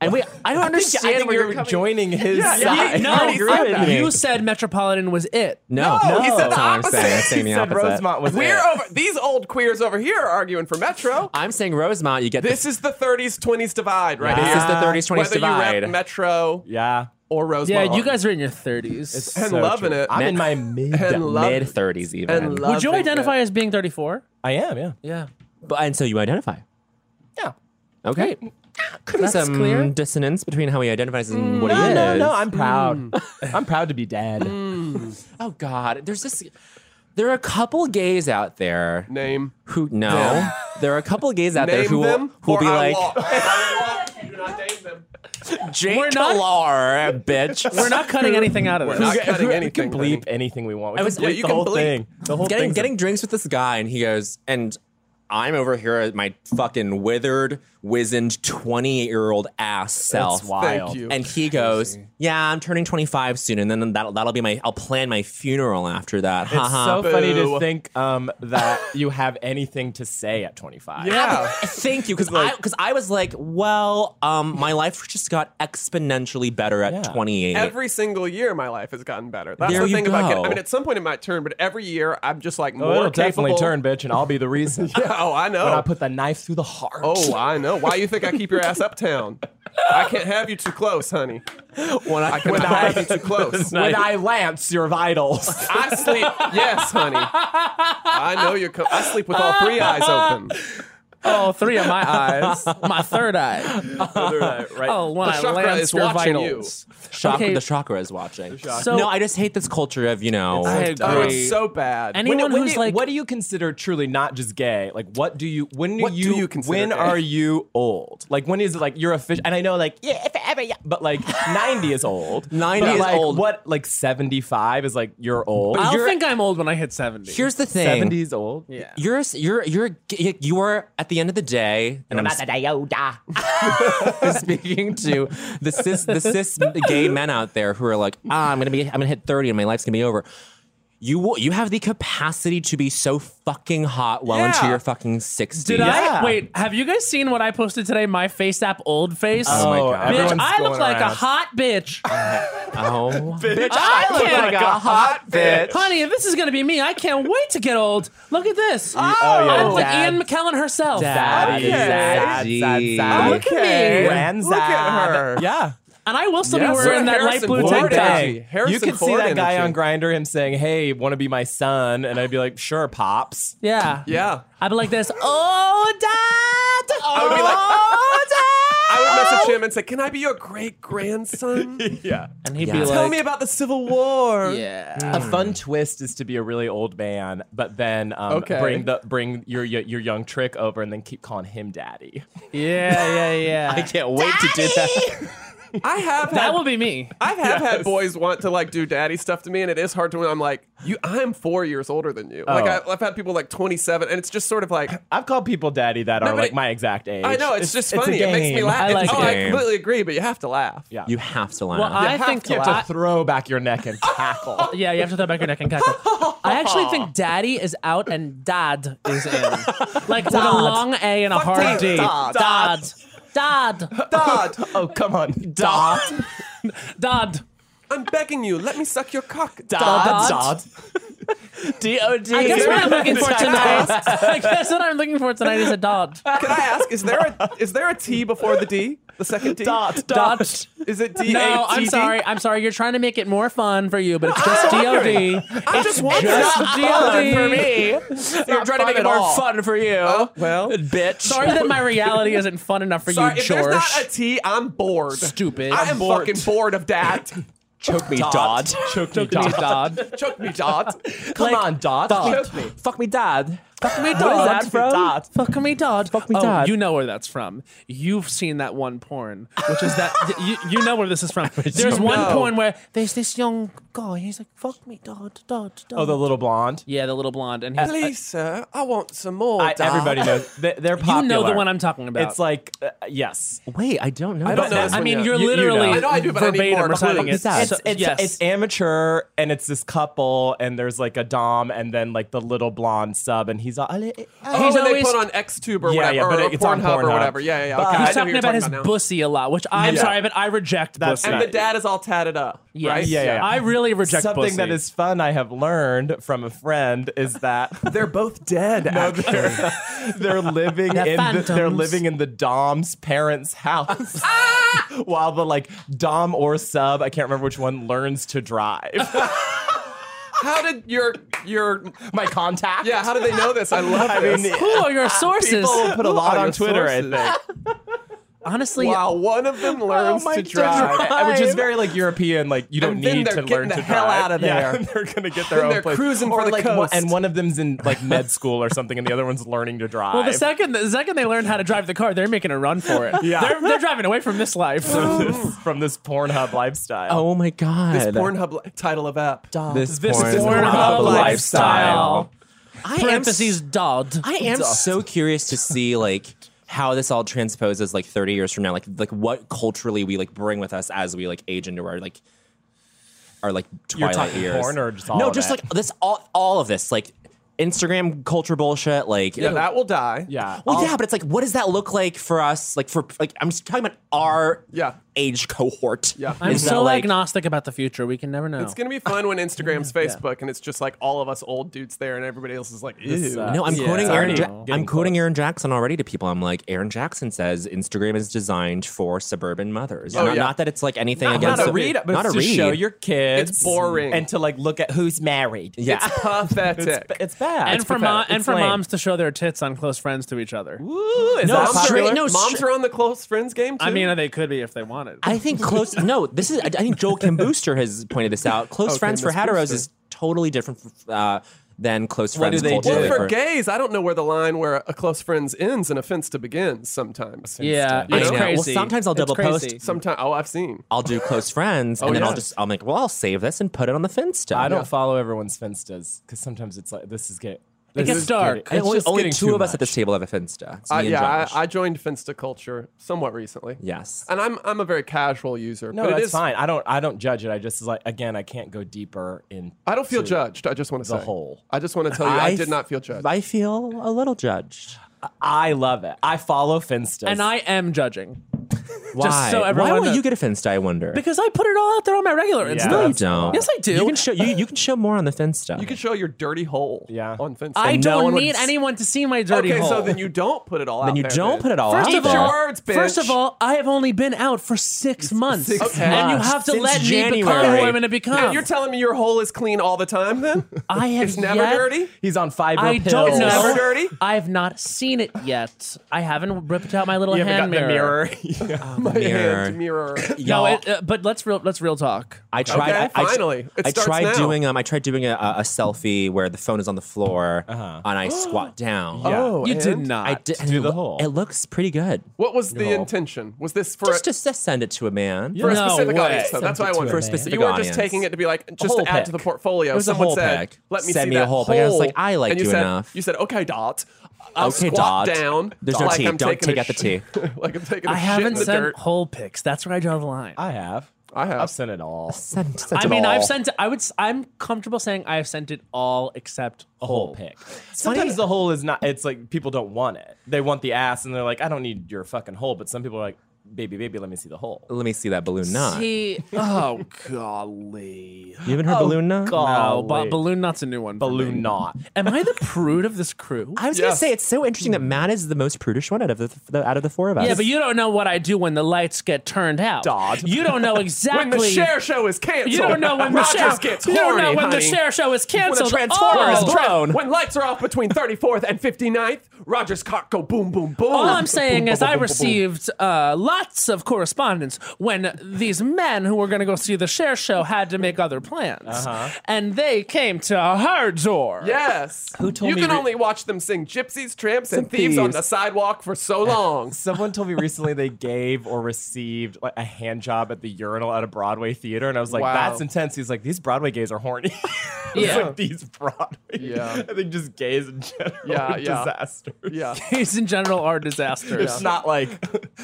Speaker 4: And we I don't understand
Speaker 6: I think
Speaker 4: where
Speaker 6: you're joining his
Speaker 7: Yeah, yeah,
Speaker 6: side.
Speaker 7: I
Speaker 5: no,
Speaker 7: already
Speaker 5: I-
Speaker 7: said that.
Speaker 5: you said Metropolitan was it.
Speaker 4: No,
Speaker 7: No, he
Speaker 4: that's
Speaker 7: said the
Speaker 4: not what I'm saying. I'm
Speaker 7: opposite.
Speaker 4: saying the
Speaker 6: He said
Speaker 4: opposite.
Speaker 6: Rosemont was
Speaker 7: we're
Speaker 6: it.
Speaker 7: over. These old queers over here are arguing for Metro.
Speaker 4: I'm saying Rosemont. You get
Speaker 7: This is the 30s 20s divide right
Speaker 4: This
Speaker 7: here.
Speaker 4: is the 30s, 20s
Speaker 7: Whether you
Speaker 4: divide.
Speaker 7: rep Metro
Speaker 6: Yeah.
Speaker 7: or Rosemont.
Speaker 5: Yeah,
Speaker 4: um,
Speaker 5: you guys are in your thirties.
Speaker 7: and
Speaker 6: So
Speaker 7: loving
Speaker 6: true.
Speaker 7: it.
Speaker 6: I'm in my mid.
Speaker 7: And love-
Speaker 4: mid thirties even.
Speaker 7: and
Speaker 5: Would you
Speaker 7: loving
Speaker 5: identify
Speaker 7: it.
Speaker 5: as being thirty-four?
Speaker 6: I am. Yeah.
Speaker 5: Yeah.
Speaker 4: But- and so you identify.
Speaker 6: Yeah.
Speaker 4: Okay. Could be
Speaker 5: That's
Speaker 4: some
Speaker 5: clear.
Speaker 4: dissonance between how he identifies and what he
Speaker 6: No,
Speaker 4: is.
Speaker 6: no, no. I'm proud. I'm proud to be dad.
Speaker 4: Oh God, there's this. There are a couple gays out there
Speaker 7: name?
Speaker 4: who no. There are a couple gays out there
Speaker 7: Name
Speaker 4: who will,
Speaker 7: them
Speaker 4: who will
Speaker 7: or
Speaker 4: be
Speaker 7: I
Speaker 4: like
Speaker 7: walk. I walk. You do not name them.
Speaker 4: Jake
Speaker 5: We're not-
Speaker 4: Talar, bitch.
Speaker 5: We're not cutting anything out of
Speaker 7: We're
Speaker 5: this.
Speaker 7: not
Speaker 6: We
Speaker 7: cutting
Speaker 6: we
Speaker 7: anything,
Speaker 6: can bleep
Speaker 7: Brittany.
Speaker 6: anything we want. We
Speaker 4: I
Speaker 6: can
Speaker 4: was-
Speaker 6: bleep
Speaker 4: yeah,
Speaker 7: you
Speaker 6: the
Speaker 7: can
Speaker 6: whole
Speaker 7: bleep.
Speaker 6: thing. The whole
Speaker 4: getting
Speaker 6: thing's
Speaker 4: getting drinks with this guy, and he goes, and I'm over here at my fucking withered, wizened 28 year old ass self.
Speaker 6: That's wild.
Speaker 7: you.
Speaker 4: And he goes, "Yeah, I'm turning 25 soon, and then that'll that'll be my. I'll plan my funeral after that."
Speaker 6: It's so funny
Speaker 7: Boo.
Speaker 6: to think um, that you have anything to say at 25.
Speaker 7: Yeah.
Speaker 4: Thank you, because I, was like, well, um, my life just got exponentially better at
Speaker 6: Yeah.
Speaker 4: 28.
Speaker 7: Every single year, my life has gotten better. That's
Speaker 4: There
Speaker 7: the
Speaker 4: you
Speaker 7: thing about getting.
Speaker 4: go.
Speaker 7: I mean, at some point it might turn, but every year I'm just like
Speaker 6: Oh,
Speaker 7: more
Speaker 6: it'll
Speaker 7: capable.
Speaker 6: definitely turn, bitch, and I'll be the reason.
Speaker 7: Yeah, oh, I know.
Speaker 6: When I put the knife through the heart.
Speaker 7: oh, I know. Why you think I keep your ass uptown? I can't have you too close, honey.
Speaker 4: when I,
Speaker 7: I cannot have you too close.
Speaker 6: when I lance your vitals.
Speaker 7: I sleep. Yes, honey. I know you're. Co- I sleep with all three eyes open.
Speaker 5: Oh, three of my eyes. My third eye.
Speaker 6: right.
Speaker 5: Oh, when
Speaker 7: The
Speaker 5: I
Speaker 7: chakra
Speaker 5: lance
Speaker 7: is
Speaker 5: your
Speaker 7: watching you.
Speaker 5: vitals.
Speaker 4: Chakra-
Speaker 5: Okay.
Speaker 4: the chakra is watching.
Speaker 5: So-
Speaker 4: no, I just hate this culture of you know.
Speaker 5: I
Speaker 7: Oh,
Speaker 5: agree.
Speaker 7: it's so bad.
Speaker 5: Any- Anyone
Speaker 6: when
Speaker 5: who's
Speaker 6: do-
Speaker 5: like-
Speaker 6: what do you consider truly not just gay? Like, what do you? When do
Speaker 7: What do
Speaker 6: you?
Speaker 7: you consider
Speaker 6: when
Speaker 7: gay?
Speaker 6: are you old? Like, when is it like you're official? And I know, like, yeah, forever, yeah. But like, ninety is old.
Speaker 4: 90
Speaker 6: But,
Speaker 4: is
Speaker 6: like,
Speaker 4: old.
Speaker 6: What like seventy five is like you're old.
Speaker 5: I don't think I'm old when I hit seventy.
Speaker 4: Here's the thing.
Speaker 6: seventy is old. Yeah.
Speaker 4: You're you're you're you are at the end of the day, and I'm speaking to the cis the cis gay men out there who are like, ah, I'm gonna be I'm gonna hit 30 and my life's gonna be over. You will- you have the capacity to be so fucking hot well into
Speaker 7: Yeah.
Speaker 4: your fucking 60s.
Speaker 5: Did
Speaker 6: Yeah.
Speaker 5: I wait? Have you guys seen what I posted today? My face app, old face.
Speaker 6: Oh, my God.
Speaker 5: bitch!
Speaker 6: everyone's
Speaker 5: I look
Speaker 6: going
Speaker 5: like a
Speaker 6: around.
Speaker 5: hot bitch,
Speaker 4: Oh,
Speaker 6: Bitch,
Speaker 5: I look like a
Speaker 6: hot bitch.
Speaker 5: honey. If this is gonna be me, I can't wait to get old. Look at this. Oh,
Speaker 6: yeah.
Speaker 5: I look like
Speaker 6: Dad.
Speaker 5: Ian McKellen herself.
Speaker 6: Sad,
Speaker 7: Okay.
Speaker 6: sad, sad, sad.
Speaker 5: Look at me.
Speaker 6: Look at her. Yeah.
Speaker 5: And I will still
Speaker 7: Yes,
Speaker 5: be
Speaker 7: sir.
Speaker 5: wearing that
Speaker 7: Harrison
Speaker 5: light blue
Speaker 7: Ford
Speaker 5: tank
Speaker 7: energy.
Speaker 5: top.
Speaker 6: Dang.
Speaker 7: Harrison
Speaker 6: you could see
Speaker 7: Ford
Speaker 6: that guy
Speaker 7: energy.
Speaker 6: on Grinder him saying, "Hey, want to be my son?" And I'd be like, "Sure, pops."
Speaker 5: Yeah.
Speaker 7: yeah.
Speaker 5: I'd be like this. Oh, dad. Oh,
Speaker 7: would be like-
Speaker 5: dad.
Speaker 7: I would message him and say, "Can I be your great grandson?
Speaker 6: Yeah.
Speaker 5: and he'd
Speaker 4: Yeah.
Speaker 5: be like,
Speaker 7: Tell me about the Civil War."
Speaker 5: yeah.
Speaker 7: Hmm.
Speaker 6: A fun twist is to be a really old man, but then um,
Speaker 7: Okay.
Speaker 6: bring the bring your, your your young trick over, and then keep calling him daddy.
Speaker 5: Yeah, yeah, yeah.
Speaker 4: I can't wait to do that.
Speaker 7: I have
Speaker 5: that
Speaker 7: had,
Speaker 5: will be me.
Speaker 7: I have had boys want to like do daddy stuff to me, and it is hard to when I'm like, "You, I'm four years older than you." Like
Speaker 6: Oh.
Speaker 7: I, I've had people like 27, and it's just sort of like.
Speaker 6: I've called people daddy that are
Speaker 7: but
Speaker 6: like
Speaker 7: it-
Speaker 6: my exact age.
Speaker 7: I know it's, just
Speaker 6: a
Speaker 7: funny. It makes me
Speaker 6: game.
Speaker 7: laugh.
Speaker 5: I
Speaker 7: It's-
Speaker 5: like
Speaker 7: oh,
Speaker 4: it.
Speaker 7: I completely agree, but you have to laugh.
Speaker 6: Yeah.
Speaker 4: You have to laugh.
Speaker 5: Well, I
Speaker 7: have
Speaker 5: think
Speaker 7: to
Speaker 6: You
Speaker 5: I-
Speaker 6: have to throw back your neck and
Speaker 7: Oh,
Speaker 6: cackle.
Speaker 5: Yeah, you have to throw back your neck and cackle. I actually think daddy is out and dad is in. Like with a long A and a hard
Speaker 7: Fuck
Speaker 5: D.
Speaker 7: dad.
Speaker 5: Dad. Dad.
Speaker 7: Dad,
Speaker 6: oh come on,
Speaker 5: Dad. Dad.
Speaker 7: I'm begging you, let me suck your cock. Dad.
Speaker 5: Dad.
Speaker 6: D O D.
Speaker 5: I guess what I'm looking for tonight. I guess what I'm looking for tonight is a dad.
Speaker 7: Can I ask, is there a is there a T before the D? The second D?
Speaker 6: Dot.
Speaker 5: Dot.
Speaker 7: Is it D?
Speaker 5: No,
Speaker 7: A T
Speaker 5: Oh, I'm
Speaker 7: D?
Speaker 5: sorry. I'm sorry. You're trying to make it more fun for you, but it's just DOD.
Speaker 7: I
Speaker 5: It's
Speaker 7: just want
Speaker 5: just
Speaker 7: that.
Speaker 5: DOD.
Speaker 4: for me. You're trying to make it more fun for you,
Speaker 7: Well,
Speaker 4: bitch.
Speaker 5: Sorry that my reality isn't fun enough for
Speaker 7: sorry.
Speaker 5: you,
Speaker 7: If there's
Speaker 5: George.
Speaker 7: not a T, I'm bored.
Speaker 5: Stupid.
Speaker 7: I am fucking bored of that.
Speaker 4: choke me, Dodd.
Speaker 6: Choke me, Dot.
Speaker 5: Dodd.
Speaker 7: Choke me, Dot.
Speaker 6: Come on, Dot.
Speaker 4: Dot.
Speaker 7: Choke me.
Speaker 4: Fuck me, Dad.
Speaker 5: Fuck me, Dodd.
Speaker 4: that from?
Speaker 5: Dodd. Fuck me, Dodd. Fuck
Speaker 4: me,
Speaker 5: oh,
Speaker 4: Dodd.
Speaker 5: You know where that's from. You've seen that one porn, which is that you, you know where this is from. There's one porn where there's this young guy. He's like, "Fuck me, Dodd, Dodd, Dodd."
Speaker 6: Oh, the little blonde.
Speaker 5: yeah, the little blonde, and he's,
Speaker 7: Please, sir, I want some more.
Speaker 6: I,
Speaker 7: Dot.
Speaker 6: everybody knows. They, they're
Speaker 5: you
Speaker 6: popular.
Speaker 5: know the one I'm talking about.
Speaker 6: It's like, uh, yes.
Speaker 4: Wait, I don't know.
Speaker 7: I don't know this
Speaker 5: I
Speaker 7: one
Speaker 5: mean,
Speaker 7: yet.
Speaker 5: you're
Speaker 6: You- you
Speaker 5: literally
Speaker 6: know.
Speaker 7: I know I do, but I need
Speaker 5: verbatim
Speaker 7: more
Speaker 5: reciting
Speaker 7: clues.
Speaker 5: it.
Speaker 4: It's-
Speaker 5: So-
Speaker 6: it's, it's,
Speaker 5: yes.
Speaker 6: it's amateur and it's this couple and there's like a dom and then like the little blonde sub and he's all
Speaker 7: Oh,
Speaker 5: He's
Speaker 7: and
Speaker 5: always-
Speaker 7: they put on XTube or
Speaker 6: Yeah,
Speaker 7: whatever,
Speaker 6: yeah, but
Speaker 7: or
Speaker 6: it's on
Speaker 7: Pornhub or
Speaker 6: Pornhub.
Speaker 7: whatever. Yeah, yeah, yeah.
Speaker 6: But
Speaker 7: okay,
Speaker 5: He's
Speaker 7: I know who
Speaker 5: talking
Speaker 7: you're
Speaker 5: about his
Speaker 7: now.
Speaker 5: bussy a lot, which I'm
Speaker 6: Yeah.
Speaker 5: sorry, but I reject
Speaker 6: That's
Speaker 5: bussy.
Speaker 7: And
Speaker 6: right.
Speaker 7: the dad is all tatted up.
Speaker 5: Yes.
Speaker 7: Right?
Speaker 6: Yeah, yeah, yeah.
Speaker 5: I really reject
Speaker 6: something
Speaker 5: bussy.
Speaker 6: that is fun I have learned from a friend is that
Speaker 7: They're both dead.
Speaker 6: no,
Speaker 7: actually.
Speaker 6: they're, they're living
Speaker 5: They're
Speaker 6: in the, they're
Speaker 5: phantoms.
Speaker 6: living in the dom's parents' house while the like dom or sub I can't remember which one learns to drive.
Speaker 7: How did your your
Speaker 6: My contact.
Speaker 7: yeah? How did they know this? I love
Speaker 6: I
Speaker 7: this.
Speaker 6: mean,
Speaker 5: Who are your sources?
Speaker 6: people put a
Speaker 7: Who
Speaker 6: lot
Speaker 7: are
Speaker 6: on
Speaker 7: your
Speaker 6: Twitter.
Speaker 7: sources?
Speaker 6: I think.
Speaker 5: Honestly,
Speaker 7: wow, one of them learns
Speaker 6: Oh my
Speaker 7: to drive.
Speaker 6: God. I- Which is very like European. Like you don't
Speaker 7: And then
Speaker 6: need
Speaker 7: they're
Speaker 6: to
Speaker 7: getting
Speaker 6: learn
Speaker 7: the
Speaker 6: to
Speaker 7: hell
Speaker 6: drive.
Speaker 7: out of
Speaker 6: Yeah,
Speaker 7: there.
Speaker 6: and they're gonna get their
Speaker 7: Then
Speaker 6: own
Speaker 7: they're
Speaker 6: place.
Speaker 7: cruising
Speaker 6: Or
Speaker 7: for the
Speaker 6: like one-
Speaker 7: coast.
Speaker 6: and one of them's in like med school or something, and the other one's learning to drive.
Speaker 5: Well, the second the second they learn how to drive the car, they're making a run for it.
Speaker 6: Yeah.
Speaker 5: they're, they're driving away from this life.
Speaker 6: from this, from this Pornhub lifestyle.
Speaker 4: Oh my god.
Speaker 7: This Pornhub li- title of app.
Speaker 4: This,
Speaker 5: This
Speaker 4: porn.
Speaker 5: Pornhub lifestyle.
Speaker 4: I am
Speaker 5: Parentheses Dodd.
Speaker 4: I am so curious to see like how this all transposes like 30 years from now like like what culturally we like bring with us as we like age into our like our like
Speaker 6: You're
Speaker 4: twilight
Speaker 6: talking
Speaker 4: years
Speaker 6: porn or just all
Speaker 4: no
Speaker 6: of
Speaker 4: just
Speaker 6: it?
Speaker 4: like this all all of this like instagram culture bullshit like
Speaker 7: Yeah, that will die.
Speaker 6: yeah.
Speaker 4: well yeah but it's like what does that look like for us like for like i'm just talking about our
Speaker 7: Yeah.
Speaker 4: age cohort
Speaker 7: Yeah.
Speaker 5: I'm
Speaker 4: Is that,
Speaker 5: so
Speaker 4: like-
Speaker 5: agnostic about the future. We can never know.
Speaker 7: It's gonna be fun when Instagram's Facebook and it's just like all of us old dudes there and everybody else is like, ew.
Speaker 6: sucks.
Speaker 4: No, I'm
Speaker 6: Yeah.
Speaker 4: quoting
Speaker 6: It's
Speaker 4: Aaron.
Speaker 6: already
Speaker 4: Ja- I'm
Speaker 6: getting
Speaker 4: quoting
Speaker 6: close.
Speaker 4: Aaron Jackson already to people. I'm like, Aaron Jackson says Instagram is designed for suburban mothers.
Speaker 7: Oh,
Speaker 4: not,
Speaker 7: yeah.
Speaker 4: not that it's like anything
Speaker 6: Not,
Speaker 4: against
Speaker 6: not a
Speaker 4: the-
Speaker 6: read, but
Speaker 4: not
Speaker 6: it's
Speaker 4: a
Speaker 6: to
Speaker 4: read.
Speaker 6: show your kids.
Speaker 7: It's boring.
Speaker 6: and to like look at who's married.
Speaker 4: yeah.
Speaker 7: It's pathetic.
Speaker 6: It's, it's bad.
Speaker 5: and
Speaker 6: It's
Speaker 5: for mom
Speaker 6: pathetic.
Speaker 5: and
Speaker 6: It's
Speaker 5: for
Speaker 6: lame.
Speaker 5: moms to show their tits on close friends to each other.
Speaker 6: Ooh, is that
Speaker 4: it's
Speaker 7: moms,
Speaker 6: popular?
Speaker 7: are,
Speaker 4: straight- no,
Speaker 7: moms
Speaker 4: sh-
Speaker 7: are on the close friends game too.
Speaker 5: I mean, they could be if they wanted.
Speaker 4: I think close. no, this is. I I think Joel Kim Booster has pointed this out. Close friends for
Speaker 7: Miss
Speaker 4: heteros
Speaker 7: Booster.
Speaker 4: is totally different uh, than close
Speaker 6: What
Speaker 4: friends.
Speaker 6: do they do?
Speaker 4: culturally
Speaker 7: well, for
Speaker 4: for-
Speaker 7: gays, I don't know where the line where a close friends ends and a fence to begins sometimes.
Speaker 5: yeah,
Speaker 7: You
Speaker 5: it's
Speaker 7: know?
Speaker 5: crazy.
Speaker 4: Well, sometimes I'll
Speaker 5: It's
Speaker 4: double post.
Speaker 5: crazy.
Speaker 7: Sometimes oh I've seen.
Speaker 4: I'll do close friends, and then
Speaker 7: Oh, yeah.
Speaker 4: I'll just. I'm like, well, I'll save this and put it on the Finsta.
Speaker 6: I don't follow everyone's finstas because sometimes it's like this is get.
Speaker 5: It
Speaker 6: this
Speaker 5: gets
Speaker 6: is
Speaker 5: dark.
Speaker 4: And
Speaker 6: getting- it's
Speaker 4: only
Speaker 6: just
Speaker 4: only
Speaker 6: getting
Speaker 4: two
Speaker 6: too
Speaker 4: of us at
Speaker 6: much.
Speaker 4: this table have a Finsta. It's
Speaker 7: I,
Speaker 4: me and
Speaker 7: Uh, yeah,
Speaker 4: Josh.
Speaker 7: I, I joined Finsta culture somewhat recently.
Speaker 4: yes.
Speaker 7: And I'm I'm a very casual user.
Speaker 6: No,
Speaker 7: but
Speaker 6: that's
Speaker 7: it is,
Speaker 6: fine. I don't. I don't judge it. I just like again. I can't go deeper in.
Speaker 7: I don't feel judged. I just want to
Speaker 6: the
Speaker 7: say
Speaker 6: whole.
Speaker 7: I just want to tell you, I,
Speaker 4: I
Speaker 7: did
Speaker 4: f-
Speaker 7: not feel judged.
Speaker 4: I feel a little judged.
Speaker 6: I love it. I follow Finsta.
Speaker 5: and I am judging
Speaker 4: Why?
Speaker 5: so everyone
Speaker 4: Why won't
Speaker 5: knows-
Speaker 4: you get a Finsta? I wonder.
Speaker 5: because I put it all out there on my regular
Speaker 6: Yeah.
Speaker 5: Insta.
Speaker 4: no, you
Speaker 6: that's a
Speaker 4: don't.
Speaker 5: Yes, I do.
Speaker 4: You can show you, you can show more on the Finsta.
Speaker 7: you can show your dirty hole
Speaker 6: Yeah.
Speaker 7: on Finsta.
Speaker 5: I
Speaker 7: And
Speaker 5: don't
Speaker 7: one would
Speaker 5: need
Speaker 7: s-
Speaker 5: anyone to see my dirty
Speaker 7: Okay,
Speaker 5: hole.
Speaker 7: so then you don't put it all out
Speaker 4: then you
Speaker 7: there,
Speaker 4: don't
Speaker 7: then.
Speaker 4: put it all
Speaker 5: First
Speaker 4: out
Speaker 5: of
Speaker 4: there.
Speaker 5: all,
Speaker 7: Words, bitch.
Speaker 5: first of all, I have only been out for six months,
Speaker 7: Okay.
Speaker 5: and you
Speaker 4: months.
Speaker 5: have to
Speaker 4: Since
Speaker 5: let me become
Speaker 4: January.
Speaker 5: who I'm going to become.
Speaker 7: And you're telling me your hole is clean all the time then?
Speaker 5: I have
Speaker 7: it's never
Speaker 5: yet-
Speaker 7: dirty?
Speaker 6: He's on fiber
Speaker 5: I
Speaker 6: pills.
Speaker 5: don't know.
Speaker 7: never dirty?
Speaker 5: I have not seen it yet. I haven't ripped out my little
Speaker 6: You
Speaker 5: hand
Speaker 6: haven't gotten the
Speaker 5: mirror.
Speaker 6: mirror.
Speaker 7: My
Speaker 4: Mirror.
Speaker 7: hand mirror.
Speaker 5: No,
Speaker 4: Y'all,
Speaker 5: it, uh, but let's real let's real talk.
Speaker 4: I tried.
Speaker 7: Okay,
Speaker 4: I- I,
Speaker 7: finally. It
Speaker 4: I
Speaker 7: starts
Speaker 4: tried
Speaker 7: now.
Speaker 4: doing um. I tried doing a, a, a selfie where the phone is on the floor and I squat down.
Speaker 6: Yeah.
Speaker 7: Oh,
Speaker 5: you did
Speaker 7: and?
Speaker 5: not.
Speaker 4: I did.
Speaker 6: do
Speaker 4: it
Speaker 6: the
Speaker 4: lo-
Speaker 6: whole.
Speaker 4: It looks pretty good.
Speaker 7: What was the intention? Was this for
Speaker 4: Just
Speaker 7: a,
Speaker 4: to s- send it to a man.
Speaker 7: for a
Speaker 5: No
Speaker 7: specific
Speaker 5: way.
Speaker 7: audience? Though. That's why I wanted
Speaker 4: For a specific
Speaker 7: You weren't
Speaker 4: audience.
Speaker 7: just taking it to be like just
Speaker 4: whole
Speaker 7: to add
Speaker 4: pic.
Speaker 7: to the portfolio.
Speaker 4: It was a
Speaker 7: Someone
Speaker 4: whole
Speaker 7: said,
Speaker 4: pic.
Speaker 7: "Let me
Speaker 4: Send
Speaker 7: see
Speaker 4: me a
Speaker 7: that
Speaker 4: whole pic." I was like, I liked
Speaker 7: and you
Speaker 4: you
Speaker 7: said,
Speaker 4: enough.
Speaker 7: You said, "Okay, dot." I'll
Speaker 4: Okay, dot.
Speaker 7: squat down.
Speaker 4: There's no
Speaker 7: like
Speaker 4: tea.
Speaker 7: I'm
Speaker 4: Don't
Speaker 7: taking
Speaker 4: take
Speaker 7: a
Speaker 4: out the
Speaker 7: sh-
Speaker 4: tea.
Speaker 7: like I'm taking a
Speaker 5: I
Speaker 7: shit in
Speaker 5: haven't
Speaker 7: the
Speaker 5: sent
Speaker 7: dirt.
Speaker 5: whole pics. That's where I draw the line. I,
Speaker 6: I have.
Speaker 7: I have.
Speaker 6: I've sent it all.
Speaker 4: Send, send it
Speaker 5: mean,
Speaker 4: all.
Speaker 5: I've sent. I would. s- I'm comfortable saying I have sent it all except
Speaker 6: a
Speaker 5: whole.
Speaker 6: whole pick. Sometimes the hole is not. It's like people don't want it. They want the ass, and they're like, I don't need your fucking hole. But some people are like, baby, baby, let me see the hole.
Speaker 4: Let me see that balloon knot.
Speaker 5: See,
Speaker 6: oh golly,
Speaker 4: you haven't heard balloon knot?
Speaker 5: oh,
Speaker 6: golly.
Speaker 5: but balloon knot's a new one. for me.
Speaker 6: balloon knot.
Speaker 5: Am I the prude of this crew?
Speaker 4: I was gonna
Speaker 7: Yes.
Speaker 4: say it's so interesting that Matt is the most prudish one out of the, the out of the four of us.
Speaker 5: Yeah, but you don't know what I do when the lights get turned out.
Speaker 6: Dodd.
Speaker 5: You don't know exactly.
Speaker 7: When the share show is canceled,
Speaker 5: you don't know when the
Speaker 7: Rogers
Speaker 5: share
Speaker 7: gets
Speaker 5: You
Speaker 7: horny.
Speaker 5: don't know when the
Speaker 7: honey.
Speaker 5: share show is
Speaker 7: When the
Speaker 5: canceled.
Speaker 7: transformer is
Speaker 5: Oh!
Speaker 7: blown. When lights are off between 34th and 59th, Roger's cock go boom, boom, boom.
Speaker 5: All I'm saying
Speaker 7: Boom,
Speaker 5: is,
Speaker 7: boom,
Speaker 5: I
Speaker 7: boom, boom, boom.
Speaker 5: received uh, lots of correspondence when these men who were going to go see the share show had to make other plans, and they came to our door.
Speaker 7: Yes. Who
Speaker 6: told
Speaker 7: you
Speaker 6: me
Speaker 7: can
Speaker 6: re-
Speaker 7: only watch them sing gypsies, tramps, and thieves, on
Speaker 6: thieves.
Speaker 7: the sidewalk for so long.
Speaker 6: Someone told me recently they gave or received like a hand job at the urinal at a Broadway theater, and I was like,
Speaker 7: Wow.
Speaker 6: "That's intense." He's like, "These Broadway gays are horny." I was
Speaker 5: Yeah.
Speaker 6: like, these Broadway.
Speaker 7: Yeah.
Speaker 6: I think just gays in general.
Speaker 7: Yeah,
Speaker 6: are
Speaker 7: yeah.
Speaker 6: disasters.
Speaker 7: yeah.
Speaker 5: These in general are disasters.
Speaker 6: It's not like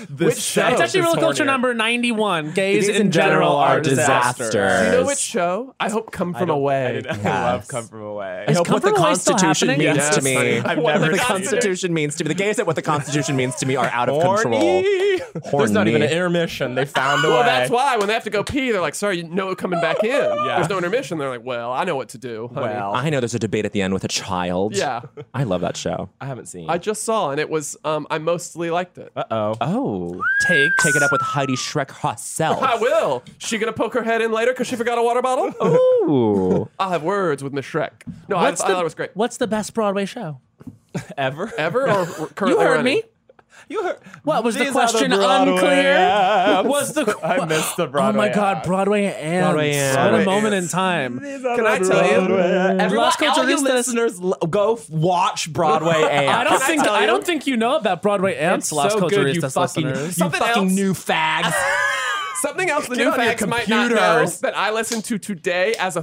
Speaker 6: this
Speaker 7: Which show?
Speaker 6: sex
Speaker 5: It's actually
Speaker 6: is
Speaker 5: real culture
Speaker 6: hornier.
Speaker 5: number 91. Gays
Speaker 6: Gays
Speaker 5: in general are disasters.
Speaker 7: You know which show? I hope Come From
Speaker 6: I don't-
Speaker 7: Away.
Speaker 6: I, didn't- I love Come From Away.
Speaker 4: I hope
Speaker 5: Come
Speaker 4: what the
Speaker 5: From Away still
Speaker 4: Constitution means
Speaker 5: happening?
Speaker 7: Yes.
Speaker 4: to me.
Speaker 6: I've
Speaker 4: what
Speaker 6: never
Speaker 4: the
Speaker 6: seen it.
Speaker 4: Constitution means to me. The gays at what the Constitution means to me are out of control.
Speaker 6: Horny. There's not
Speaker 4: Horny.
Speaker 6: even an intermission. They found a way.
Speaker 7: Well, that's why when they have to go pee, they're like, sorry, you- no coming back in.
Speaker 6: Yeah.
Speaker 7: There's no intermission. They're like, well, I know what to do. honey."
Speaker 6: Well,
Speaker 4: I know there's a debate at the end with a child.
Speaker 7: Yeah.
Speaker 4: I love that show.
Speaker 6: I haven't seen.
Speaker 7: I just saw, and it was, um, I mostly liked it.
Speaker 6: Uh oh.
Speaker 4: Oh,
Speaker 5: Takes.
Speaker 4: take it up with Heidi Shrek herself.
Speaker 7: I will. She gonna poke her head in later because she forgot a water bottle?
Speaker 4: Ooh.
Speaker 7: I'll have words with Miss Shrek. No, I, I
Speaker 5: What's the,
Speaker 7: thought it was great.
Speaker 5: What's the best Broadway show?
Speaker 6: Ever?
Speaker 7: Ever or currently
Speaker 5: You heard
Speaker 7: running?
Speaker 5: me.
Speaker 6: You heard?
Speaker 5: What was the
Speaker 6: These are
Speaker 5: question
Speaker 6: Broadway
Speaker 5: unclear?
Speaker 6: ads.
Speaker 5: Was the
Speaker 6: I missed the
Speaker 5: Oh
Speaker 6: Broadway.
Speaker 5: my God,
Speaker 6: ads.
Speaker 5: Broadway ants!
Speaker 4: Broadway ants.
Speaker 5: What
Speaker 7: Broadway
Speaker 5: a moment
Speaker 7: ants.
Speaker 5: in time.
Speaker 7: Can I tell you?
Speaker 6: Everyone,
Speaker 5: Las
Speaker 6: all you
Speaker 5: Culturistas.
Speaker 6: listeners, l- go f- watch Broadway ads.
Speaker 5: I don't think
Speaker 7: tell
Speaker 5: I,
Speaker 7: you?
Speaker 5: don't think you know about Broadway ants,
Speaker 6: it's
Speaker 5: Las
Speaker 6: so good. You
Speaker 5: Culturistas
Speaker 6: fucking, you
Speaker 5: listeners.
Speaker 7: Something
Speaker 6: fucking
Speaker 7: else.
Speaker 6: new fags.
Speaker 7: Something else the
Speaker 6: Get
Speaker 7: new
Speaker 6: on your
Speaker 7: fags might not know
Speaker 6: computers.
Speaker 7: that I listened to today as a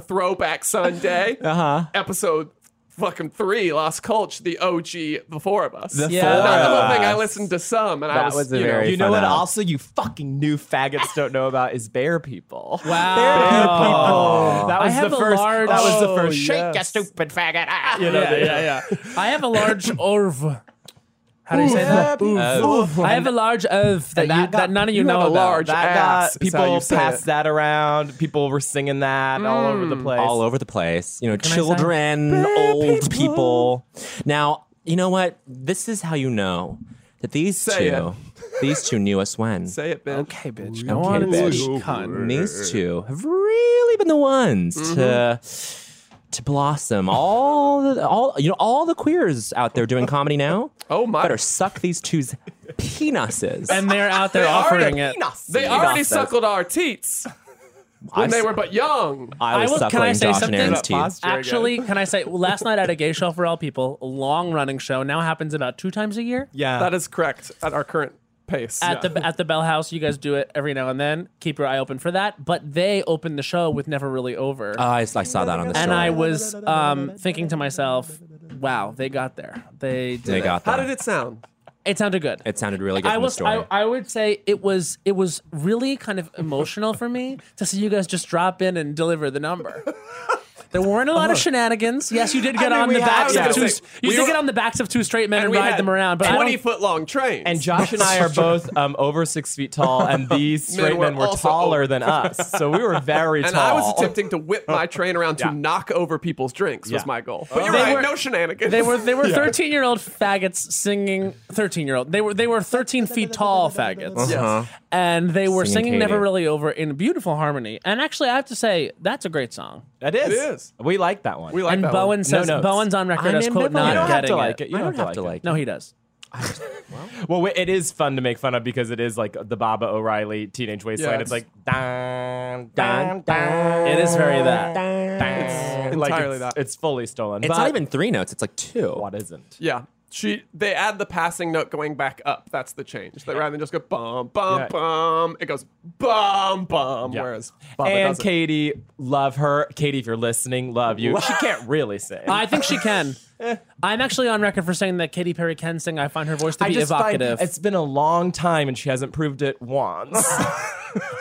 Speaker 7: throwback Sunday
Speaker 6: Uh-huh.
Speaker 7: episode fucking three, Lost Culch, the OG, the four of us.
Speaker 6: The
Speaker 5: Yeah.
Speaker 6: four
Speaker 7: Not the whole
Speaker 6: of
Speaker 7: thing. I
Speaker 6: us.
Speaker 7: listened to some, and I
Speaker 4: That
Speaker 7: was,
Speaker 4: was a
Speaker 7: you know,
Speaker 4: very-
Speaker 6: You know
Speaker 4: fun
Speaker 6: what?
Speaker 4: out.
Speaker 6: Also, you fucking new faggots don't know about is bear people.
Speaker 5: Wow.
Speaker 6: bear
Speaker 5: Oh.
Speaker 6: people. That
Speaker 5: I
Speaker 6: was
Speaker 5: have
Speaker 6: the
Speaker 5: a
Speaker 6: first.
Speaker 5: large-
Speaker 6: that was the
Speaker 5: Oh,
Speaker 6: first.
Speaker 5: yes.
Speaker 6: Shake you stupid faggot. Ah, you know,
Speaker 5: yeah,
Speaker 6: they-
Speaker 5: yeah, yeah. I have a large orv. How do you say that? Oof. I have a large of that,
Speaker 6: that
Speaker 5: you,
Speaker 6: got-
Speaker 5: that none of you,
Speaker 7: you
Speaker 5: know
Speaker 7: have a
Speaker 5: about.
Speaker 7: large-
Speaker 6: That
Speaker 7: ass
Speaker 6: got
Speaker 7: is how
Speaker 6: people
Speaker 7: you say
Speaker 6: passed
Speaker 7: it. Mm.
Speaker 6: that around. People were singing that all over the place.
Speaker 4: all over the place. You know,
Speaker 5: I
Speaker 4: children, old people. Now, you know what? This is how you know that these
Speaker 7: Say
Speaker 4: two, these two knew us when.
Speaker 7: Say it, Ben.
Speaker 5: Okay, bitch.
Speaker 4: Okay,
Speaker 5: Go on and
Speaker 4: bitch.
Speaker 5: speak, cunt.
Speaker 4: These two have really been the ones to
Speaker 2: Mm-hmm.
Speaker 4: to blossom. All the all you know, all the queers out there doing comedy now.
Speaker 7: Oh my.
Speaker 4: better suck these two's penises.
Speaker 5: And they're out there
Speaker 7: They already-
Speaker 5: offering it.
Speaker 7: They already
Speaker 4: Gossip.
Speaker 7: suckled our teats when they were but young.
Speaker 4: I was
Speaker 5: I will- can I
Speaker 4: suckling Josh
Speaker 5: say
Speaker 4: and
Speaker 5: something?
Speaker 4: Aaron's
Speaker 5: About
Speaker 4: teeth.
Speaker 6: Jerry
Speaker 5: Actually, can I say, last night at a gay show for all people, a long running show, now happens about two times a year.
Speaker 6: Yeah.
Speaker 7: That is correct at our current pace.
Speaker 5: at the at the Bell House. You guys do it every now and then. Keep your eye open for that. But they opened the show with "Never Really Over,"
Speaker 4: Oh, I, I saw that on the
Speaker 5: and
Speaker 4: story.
Speaker 5: I was um, thinking to myself, "Wow, they got there. They did.
Speaker 4: they
Speaker 5: it.
Speaker 4: got
Speaker 7: How
Speaker 4: that.
Speaker 7: did it sound?
Speaker 5: It sounded good.
Speaker 4: It sounded really good.
Speaker 5: I
Speaker 4: in the
Speaker 5: was.
Speaker 4: story.
Speaker 5: I, I would say it was. It was really kind of emotional for me to see you guys just drop in and deliver the number. There weren't a lot of shenanigans. Yes, you did get
Speaker 7: mean,
Speaker 5: on
Speaker 7: we
Speaker 5: the
Speaker 7: had-
Speaker 5: backs
Speaker 7: Oh. I
Speaker 5: of
Speaker 7: was
Speaker 5: two.
Speaker 7: gonna
Speaker 5: s-
Speaker 7: say,
Speaker 5: You
Speaker 7: we
Speaker 5: did
Speaker 7: were-
Speaker 5: get on the backs of two straight men and, ride
Speaker 7: had
Speaker 5: them around. But I
Speaker 7: twenty
Speaker 5: don't-
Speaker 7: foot long trains.
Speaker 6: And Josh and I are both um, over six feet tall, and these
Speaker 7: Men
Speaker 6: straight
Speaker 7: were
Speaker 6: men were
Speaker 7: also
Speaker 6: taller
Speaker 7: old.
Speaker 6: than us. So we were very
Speaker 7: And
Speaker 6: tall.
Speaker 7: I was attempting to whip my train around to
Speaker 6: Yeah.
Speaker 7: knock over people's drinks was
Speaker 6: Yeah.
Speaker 7: my goal. But you're
Speaker 5: They
Speaker 7: right,
Speaker 5: were-
Speaker 7: no shenanigans.
Speaker 5: They were they were thirteen year old faggots singing thirteen year old. They were they were thirteen feet tall faggots,
Speaker 7: Yes.
Speaker 5: and they were
Speaker 4: Singing
Speaker 5: singing "Never
Speaker 4: Katie.
Speaker 5: Really Over" in beautiful harmony. And actually, I have to say that's a great song.
Speaker 6: That is.
Speaker 7: It is.
Speaker 6: We like that one.
Speaker 7: We like
Speaker 5: and
Speaker 7: that
Speaker 5: Bowen
Speaker 7: one.
Speaker 5: says
Speaker 6: notes.
Speaker 5: Bowen's on record
Speaker 4: I'm
Speaker 5: as
Speaker 4: ambivalent.
Speaker 5: quote not
Speaker 6: You don't have
Speaker 5: getting
Speaker 6: to like it.
Speaker 4: I
Speaker 6: You
Speaker 4: don't have
Speaker 6: like
Speaker 4: to
Speaker 6: it.
Speaker 4: like it.
Speaker 5: No, he does.
Speaker 6: Well, it is fun to make fun of because it is like the Baba O'Reilly Teenage Wasteland.
Speaker 7: Yes.
Speaker 6: It's like dun
Speaker 4: Dun,
Speaker 6: dun
Speaker 4: dun,
Speaker 6: dun.
Speaker 5: It is very that.
Speaker 6: Dun,
Speaker 7: It's
Speaker 6: like
Speaker 7: entirely
Speaker 6: it's,
Speaker 7: that.
Speaker 6: It's fully stolen.
Speaker 4: It's
Speaker 6: but
Speaker 4: not even three notes. It's like two.
Speaker 6: what isn't.
Speaker 7: Yeah. She they add the passing note going back up. That's the change. That rather than just go bum bum
Speaker 6: Yeah.
Speaker 7: bum, it goes bum bum.
Speaker 6: Yeah.
Speaker 7: Whereas Baba
Speaker 6: and
Speaker 7: doesn't.
Speaker 6: Katie, love her. Katie, if you're listening, love you. she can't really sing.
Speaker 5: I think she can. I'm actually on record for saying that Katy Perry can sing. I find her voice to
Speaker 6: I
Speaker 5: be
Speaker 6: just find
Speaker 5: evocative.
Speaker 6: it's been a long time and she hasn't proved it once.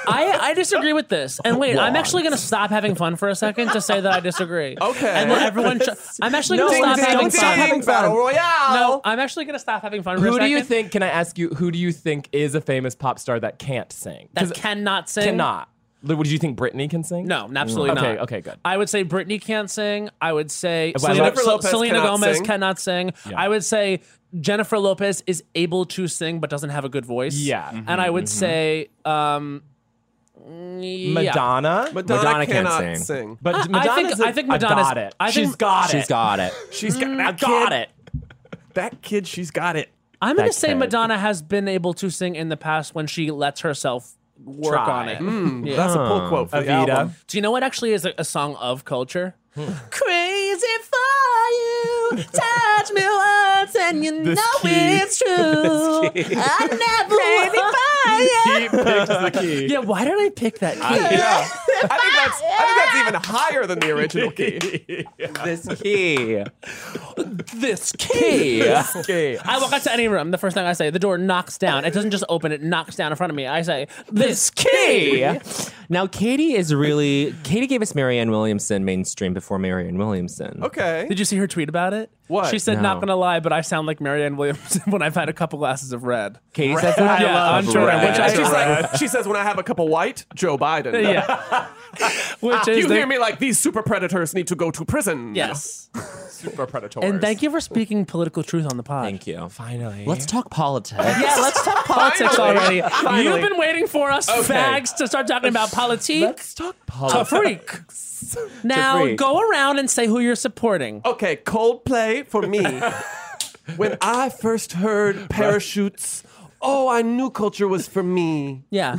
Speaker 5: I, I disagree with this. And wait, I'm actually going to stop having fun for a second to say that I disagree.
Speaker 7: Okay.
Speaker 5: And let everyone. tr- I'm actually
Speaker 6: No,
Speaker 5: going to
Speaker 6: ding,
Speaker 5: stop
Speaker 6: ding,
Speaker 5: having
Speaker 6: ding,
Speaker 5: fun.
Speaker 6: having fun.
Speaker 7: Battle Royale.
Speaker 5: No, I'm actually going to stop having fun. For a
Speaker 6: who do you
Speaker 5: second
Speaker 6: think? Can I ask you? Who do you think is a famous pop star that can't sing?
Speaker 5: that cannot sing?
Speaker 6: cannot. Li- Would you think Britney can sing? Mm.
Speaker 5: No, absolutely
Speaker 6: Okay,
Speaker 5: not.
Speaker 6: okay, good.
Speaker 5: I would say Britney can't sing. I would say
Speaker 6: Well,
Speaker 5: Selena,
Speaker 6: Jennifer
Speaker 5: Sel-
Speaker 7: Lopez
Speaker 5: Selena
Speaker 7: cannot
Speaker 5: Gomez
Speaker 7: sing.
Speaker 5: cannot sing. I would say Jennifer Lopez is able to sing but doesn't have a good voice.
Speaker 6: Yeah. Mhm,
Speaker 5: and I would say um, yeah.
Speaker 6: Madonna.
Speaker 7: Madonna,
Speaker 4: Madonna can't
Speaker 7: cannot
Speaker 4: sing.
Speaker 7: sing.
Speaker 6: But
Speaker 5: I- I
Speaker 6: Madonna's
Speaker 5: think-
Speaker 6: a-
Speaker 5: I think Madonna's-
Speaker 6: got it.
Speaker 5: I think-
Speaker 6: she's got it. Mm,
Speaker 4: She's got it.
Speaker 7: She's got, that
Speaker 4: got
Speaker 7: kid-
Speaker 4: it.
Speaker 7: That kid, she's got it.
Speaker 5: I'm going to
Speaker 4: That
Speaker 5: say
Speaker 4: kid.
Speaker 5: Madonna has been able to sing in the past when she lets herself work
Speaker 6: Try.
Speaker 5: on it.
Speaker 7: That's a pull quote for the
Speaker 6: Evita.
Speaker 7: album.
Speaker 5: Do you know what actually is a, a song of culture? Crazy for you, touch me once and you know it's true. I never
Speaker 6: He picked the key.
Speaker 5: Yeah, why did I pick that key?
Speaker 7: Yeah. I think that's I think that's even higher than the original key.
Speaker 4: This key.
Speaker 5: This key.
Speaker 6: Okay.
Speaker 5: I walk into any room. The first thing I say, the door knocks down. It doesn't just open; it knocks down in front of me. I say, "This key."
Speaker 4: now, Katie is really. Katie gave us Marianne Williamson mainstream before Marianne Williamson.
Speaker 7: Okay.
Speaker 5: Did you see her tweet about it?
Speaker 7: What?
Speaker 5: She said,
Speaker 4: No.
Speaker 5: "Not gonna lie, but I sound like Marianne Williamson when I've had a couple glasses of red."
Speaker 4: Katie says that.
Speaker 5: Yeah, on Twitter,
Speaker 4: Red.
Speaker 5: which I
Speaker 7: She's
Speaker 5: just
Speaker 7: like, she says, when I have a cup of white, Joe Biden.
Speaker 5: yeah. Which is
Speaker 7: You
Speaker 5: the-
Speaker 7: hear me like these super predators need to go to prison.
Speaker 5: Yes.
Speaker 7: Super predators.
Speaker 5: And thank you for speaking political truth on the pod.
Speaker 4: Thank you.
Speaker 6: Finally.
Speaker 4: Let's talk politics.
Speaker 5: Yeah, let's talk politics
Speaker 7: Finally.
Speaker 5: already. You've been waiting for us fags to start talking about politics.
Speaker 6: Let's talk
Speaker 5: To
Speaker 6: politics.
Speaker 5: freak. Now
Speaker 4: freak.
Speaker 5: go around and say who you're supporting.
Speaker 7: Okay, Coldplay for me. when I first heard parachutes, oh, I knew culture was for me.
Speaker 5: Yeah.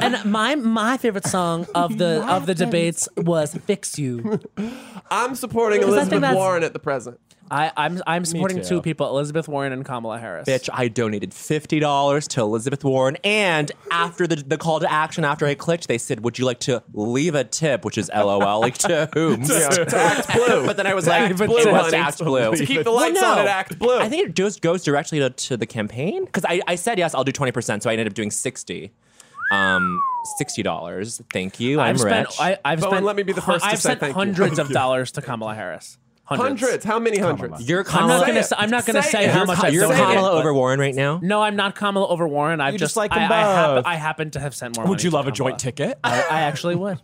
Speaker 5: And my my favorite song of the of the debates was Fix You.
Speaker 7: I'm supporting
Speaker 5: Because I think
Speaker 7: Elizabeth
Speaker 5: that's-
Speaker 7: Warren at the present.
Speaker 5: I, I'm I'm supporting
Speaker 6: too.
Speaker 5: two people, Elizabeth Warren and Kamala Harris.
Speaker 4: Bitch, I donated $50 to Elizabeth Warren. And after the, the call to action, after I clicked, they said, Would you like to leave a tip? Which is LOL. Like, to whom?
Speaker 7: Blue.
Speaker 4: But then I was like,
Speaker 7: Act Blue,
Speaker 4: it was
Speaker 7: honey.
Speaker 4: Act Blue.
Speaker 7: To keep the lights
Speaker 4: Well,
Speaker 7: on
Speaker 4: no.
Speaker 7: at Act Blue.
Speaker 4: I think it just goes directly to, to the campaign because I, I said yes, I'll do twenty percent, so I ended up doing sixty. Um, sixty dollars. Thank you. I'm
Speaker 5: I've spent
Speaker 4: rich.
Speaker 5: I, I've
Speaker 7: Bowen,
Speaker 5: spent
Speaker 7: let me be the
Speaker 5: hun-
Speaker 7: first to
Speaker 5: I've
Speaker 7: say
Speaker 5: spent
Speaker 7: thank you.
Speaker 5: hundreds of dollars to Kamala Harris. Hundreds.
Speaker 7: Hundreds. How many hundreds?
Speaker 4: you're
Speaker 5: I'm
Speaker 4: Kamala.
Speaker 5: not gonna say, I'm not gonna say,
Speaker 7: it.
Speaker 5: how
Speaker 4: you're
Speaker 5: much
Speaker 4: Ka-
Speaker 5: I've
Speaker 4: you're
Speaker 5: donated,
Speaker 4: Kamala
Speaker 5: but-
Speaker 4: over Warren right now.
Speaker 5: No, I'm not Kamala over Warren. I've
Speaker 6: You
Speaker 5: just,
Speaker 6: just like them
Speaker 5: I, I, hap-
Speaker 6: both.
Speaker 5: I happen to have sent more.
Speaker 6: Would
Speaker 5: money
Speaker 6: you
Speaker 5: to
Speaker 6: love a
Speaker 5: Kamala.
Speaker 6: joint ticket?
Speaker 5: I, I actually would.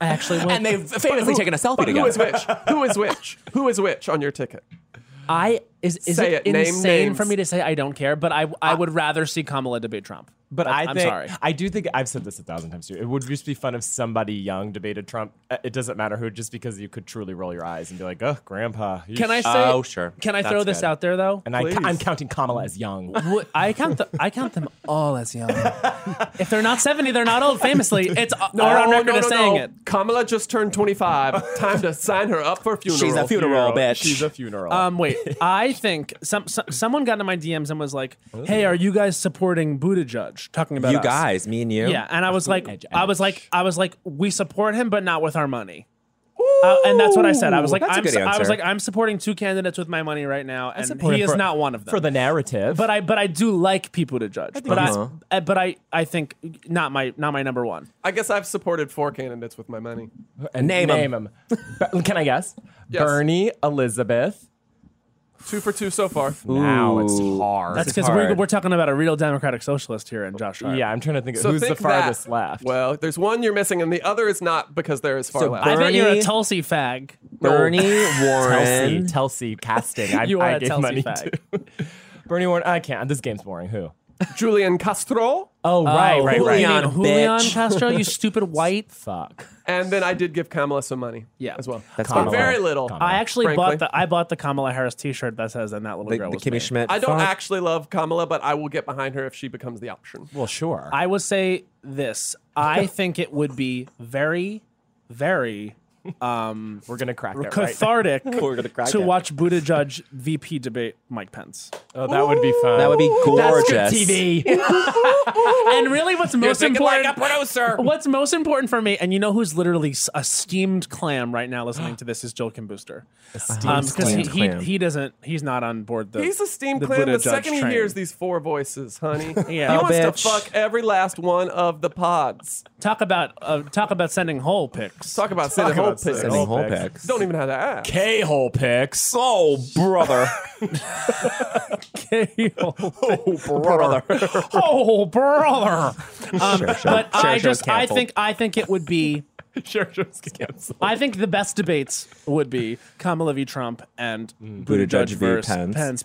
Speaker 5: I actually would.
Speaker 4: And they've famously taken a selfie
Speaker 7: Who is
Speaker 4: together.
Speaker 7: which? Who is which? Who is which on your ticket?
Speaker 5: I is is
Speaker 7: Say
Speaker 5: it,
Speaker 7: it. Name
Speaker 5: insane
Speaker 7: names.
Speaker 5: for me to say I don't care, but I I would rather see Kamala debate Trump.
Speaker 6: But I
Speaker 5: I'm
Speaker 6: think
Speaker 5: sorry.
Speaker 6: I do think I've said this a thousand times too. It would just be fun if somebody young debated Trump. Uh, It doesn't matter who, just because you could truly roll your eyes and be like, "Oh, Grandpa." you
Speaker 5: Can I
Speaker 6: sh-"
Speaker 5: say?
Speaker 4: Oh, sure.
Speaker 5: Can I throw this
Speaker 6: That's good.
Speaker 5: out there though?
Speaker 6: And I, I'm counting Kamala as young.
Speaker 5: Would- I count the, I count them all as young. if they're not seventy, they're not old. Famously, it's no, on
Speaker 7: Oh,
Speaker 5: record as saying it.
Speaker 7: Kamala just turned 25. Time to sign her up for a funeral.
Speaker 4: She's a funeral bitch.
Speaker 6: She's a funeral.
Speaker 4: Oh.
Speaker 5: Um, wait, I think some, some someone got into my DMs and was like, "Hey, are you guys supporting Buttigieg?" Talking about
Speaker 4: Oh. you
Speaker 5: us.
Speaker 4: guys, me and you.
Speaker 5: Yeah, and I was like,
Speaker 6: edge,
Speaker 5: I was like, I was like, we support him, but not with our money. Uh, and that's what I said. I was like,
Speaker 4: That's a
Speaker 5: I'm,
Speaker 4: good
Speaker 5: I was
Speaker 4: answer.
Speaker 5: like, I'm supporting two candidates with my money right now, and
Speaker 6: support
Speaker 5: he
Speaker 6: him
Speaker 5: is
Speaker 6: for-
Speaker 5: not one of them.
Speaker 6: for the narrative,
Speaker 5: but I, but I do like people to judge. but
Speaker 4: Uh-huh.
Speaker 5: I, uh, but I, I think not my, not my number one.
Speaker 7: I guess I've supported four candidates with my money.
Speaker 6: and
Speaker 4: Name 'em.
Speaker 6: B- Can I guess?
Speaker 7: Yes.
Speaker 6: Bernie, Elizabeth.
Speaker 7: Two for two so far.
Speaker 6: Now it's
Speaker 4: Ooh.
Speaker 6: hard.
Speaker 5: That's
Speaker 4: is
Speaker 5: because we're,
Speaker 4: hard.
Speaker 5: we're talking about a real democratic socialist here, and Josh Hart.
Speaker 6: yeah, I'm trying to think of
Speaker 7: So
Speaker 6: who's the
Speaker 7: think
Speaker 6: farthest
Speaker 7: that.
Speaker 6: left.
Speaker 7: Well, there's one you're missing, and the other is not because there is far
Speaker 4: So
Speaker 7: left.
Speaker 5: I bet you're a
Speaker 4: Bernie-
Speaker 5: Tulsi fag.
Speaker 4: Bernie
Speaker 6: Telsey,
Speaker 4: Warren.
Speaker 6: Telsey casting. I,
Speaker 5: You are
Speaker 6: I
Speaker 5: a
Speaker 6: gave
Speaker 5: Telsey
Speaker 6: money
Speaker 5: fag.
Speaker 6: to. Bernie Warren. I can't. This game's boring. Who?
Speaker 7: Julian Castro,
Speaker 6: Oh, right,
Speaker 5: Oh,
Speaker 6: right, right.
Speaker 5: Julian,
Speaker 4: Julian,
Speaker 5: Julian
Speaker 4: bitch.
Speaker 5: Castro, you stupid white.
Speaker 6: Fuck.
Speaker 7: and then I did give Kamala some money.
Speaker 5: Yeah.
Speaker 7: as well.
Speaker 4: That's
Speaker 7: but
Speaker 4: Kamala.
Speaker 7: very little.
Speaker 5: I actually
Speaker 7: Frankly.
Speaker 5: bought the I bought the Kamala Harris T-shirt that says "And that little
Speaker 4: the,
Speaker 5: girl
Speaker 4: the
Speaker 5: was
Speaker 4: Kimmy
Speaker 5: me."
Speaker 4: Schmidt.
Speaker 7: I don't
Speaker 4: fuck.
Speaker 7: actually love Kamala, but I will get behind her if she becomes the option.
Speaker 6: Well, sure.
Speaker 5: I will say this. I think it would be very, very
Speaker 8: Um,
Speaker 6: We're gonna crack that right.
Speaker 5: cathartic
Speaker 8: We're gonna crack
Speaker 5: to
Speaker 8: it.
Speaker 5: watch Buttigieg VP debate Mike Pence.
Speaker 6: Oh, that would be fun.
Speaker 4: That would be gorgeous.
Speaker 5: TV. and really, what's most
Speaker 4: thinking like
Speaker 5: important?
Speaker 4: a producer.
Speaker 5: What's most important for me, and you know who's literally s- a steamed clam right now listening to this is Joel Kim Booster. Because he, he,
Speaker 4: clam.
Speaker 5: he doesn't, he's not on board the.
Speaker 7: He's a steam
Speaker 5: the
Speaker 7: clam the
Speaker 5: Buttigieg
Speaker 7: second he
Speaker 5: train.
Speaker 7: hears these four voices, honey.
Speaker 5: Yeah.
Speaker 7: He wants
Speaker 5: Oh,
Speaker 7: to
Speaker 5: bitch.
Speaker 7: fuck every last one of the pods.
Speaker 5: Talk about uh, talk about sending whole pics.
Speaker 7: Talk about sending whole
Speaker 6: about
Speaker 7: pics.
Speaker 6: sending
Speaker 4: Sending whole
Speaker 6: Whole pics.
Speaker 4: pics.
Speaker 7: Don't even have to ask.
Speaker 6: K-hole picks.
Speaker 4: Oh, brother. oh, brother.
Speaker 5: oh brother! Um,
Speaker 4: Sure, sure. Sure,
Speaker 5: But I
Speaker 4: sure,
Speaker 5: just I
Speaker 4: canceled.
Speaker 5: think I think it would be
Speaker 6: Sure, sure, it's canceled.
Speaker 5: I think the best debates would be Kamala v. Trump and
Speaker 4: Buttigieg
Speaker 5: Buttigieg
Speaker 4: v.
Speaker 5: versus
Speaker 4: Pence.
Speaker 5: Pence.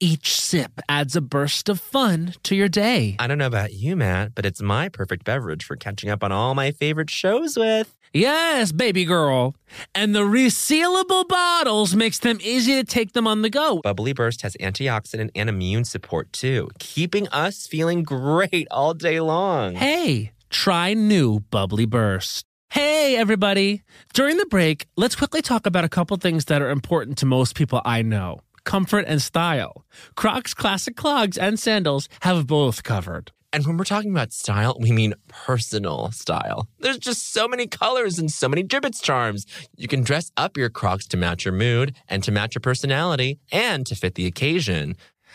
Speaker 1: Each sip adds a burst of fun to your day.
Speaker 2: I don't know about you, Matt, but it's my perfect beverage for catching up on all my favorite shows with.
Speaker 1: Yes, baby girl. And the resealable bottles makes them easy to take them on the go.
Speaker 2: Bubbly Burst has antioxidant and immune support too, keeping us feeling great all day long.
Speaker 1: Hey, try new Bubbly Burst. Hey, everybody. During the break, let's quickly talk about a couple things that are important to most people I know comfort and style. Crocs classic clogs and sandals have both covered.
Speaker 2: And when we're talking about style, we mean personal style. There's just so many colors and so many gibbets charms. You can dress up your crocs to match your mood and to match your personality and to fit the occasion.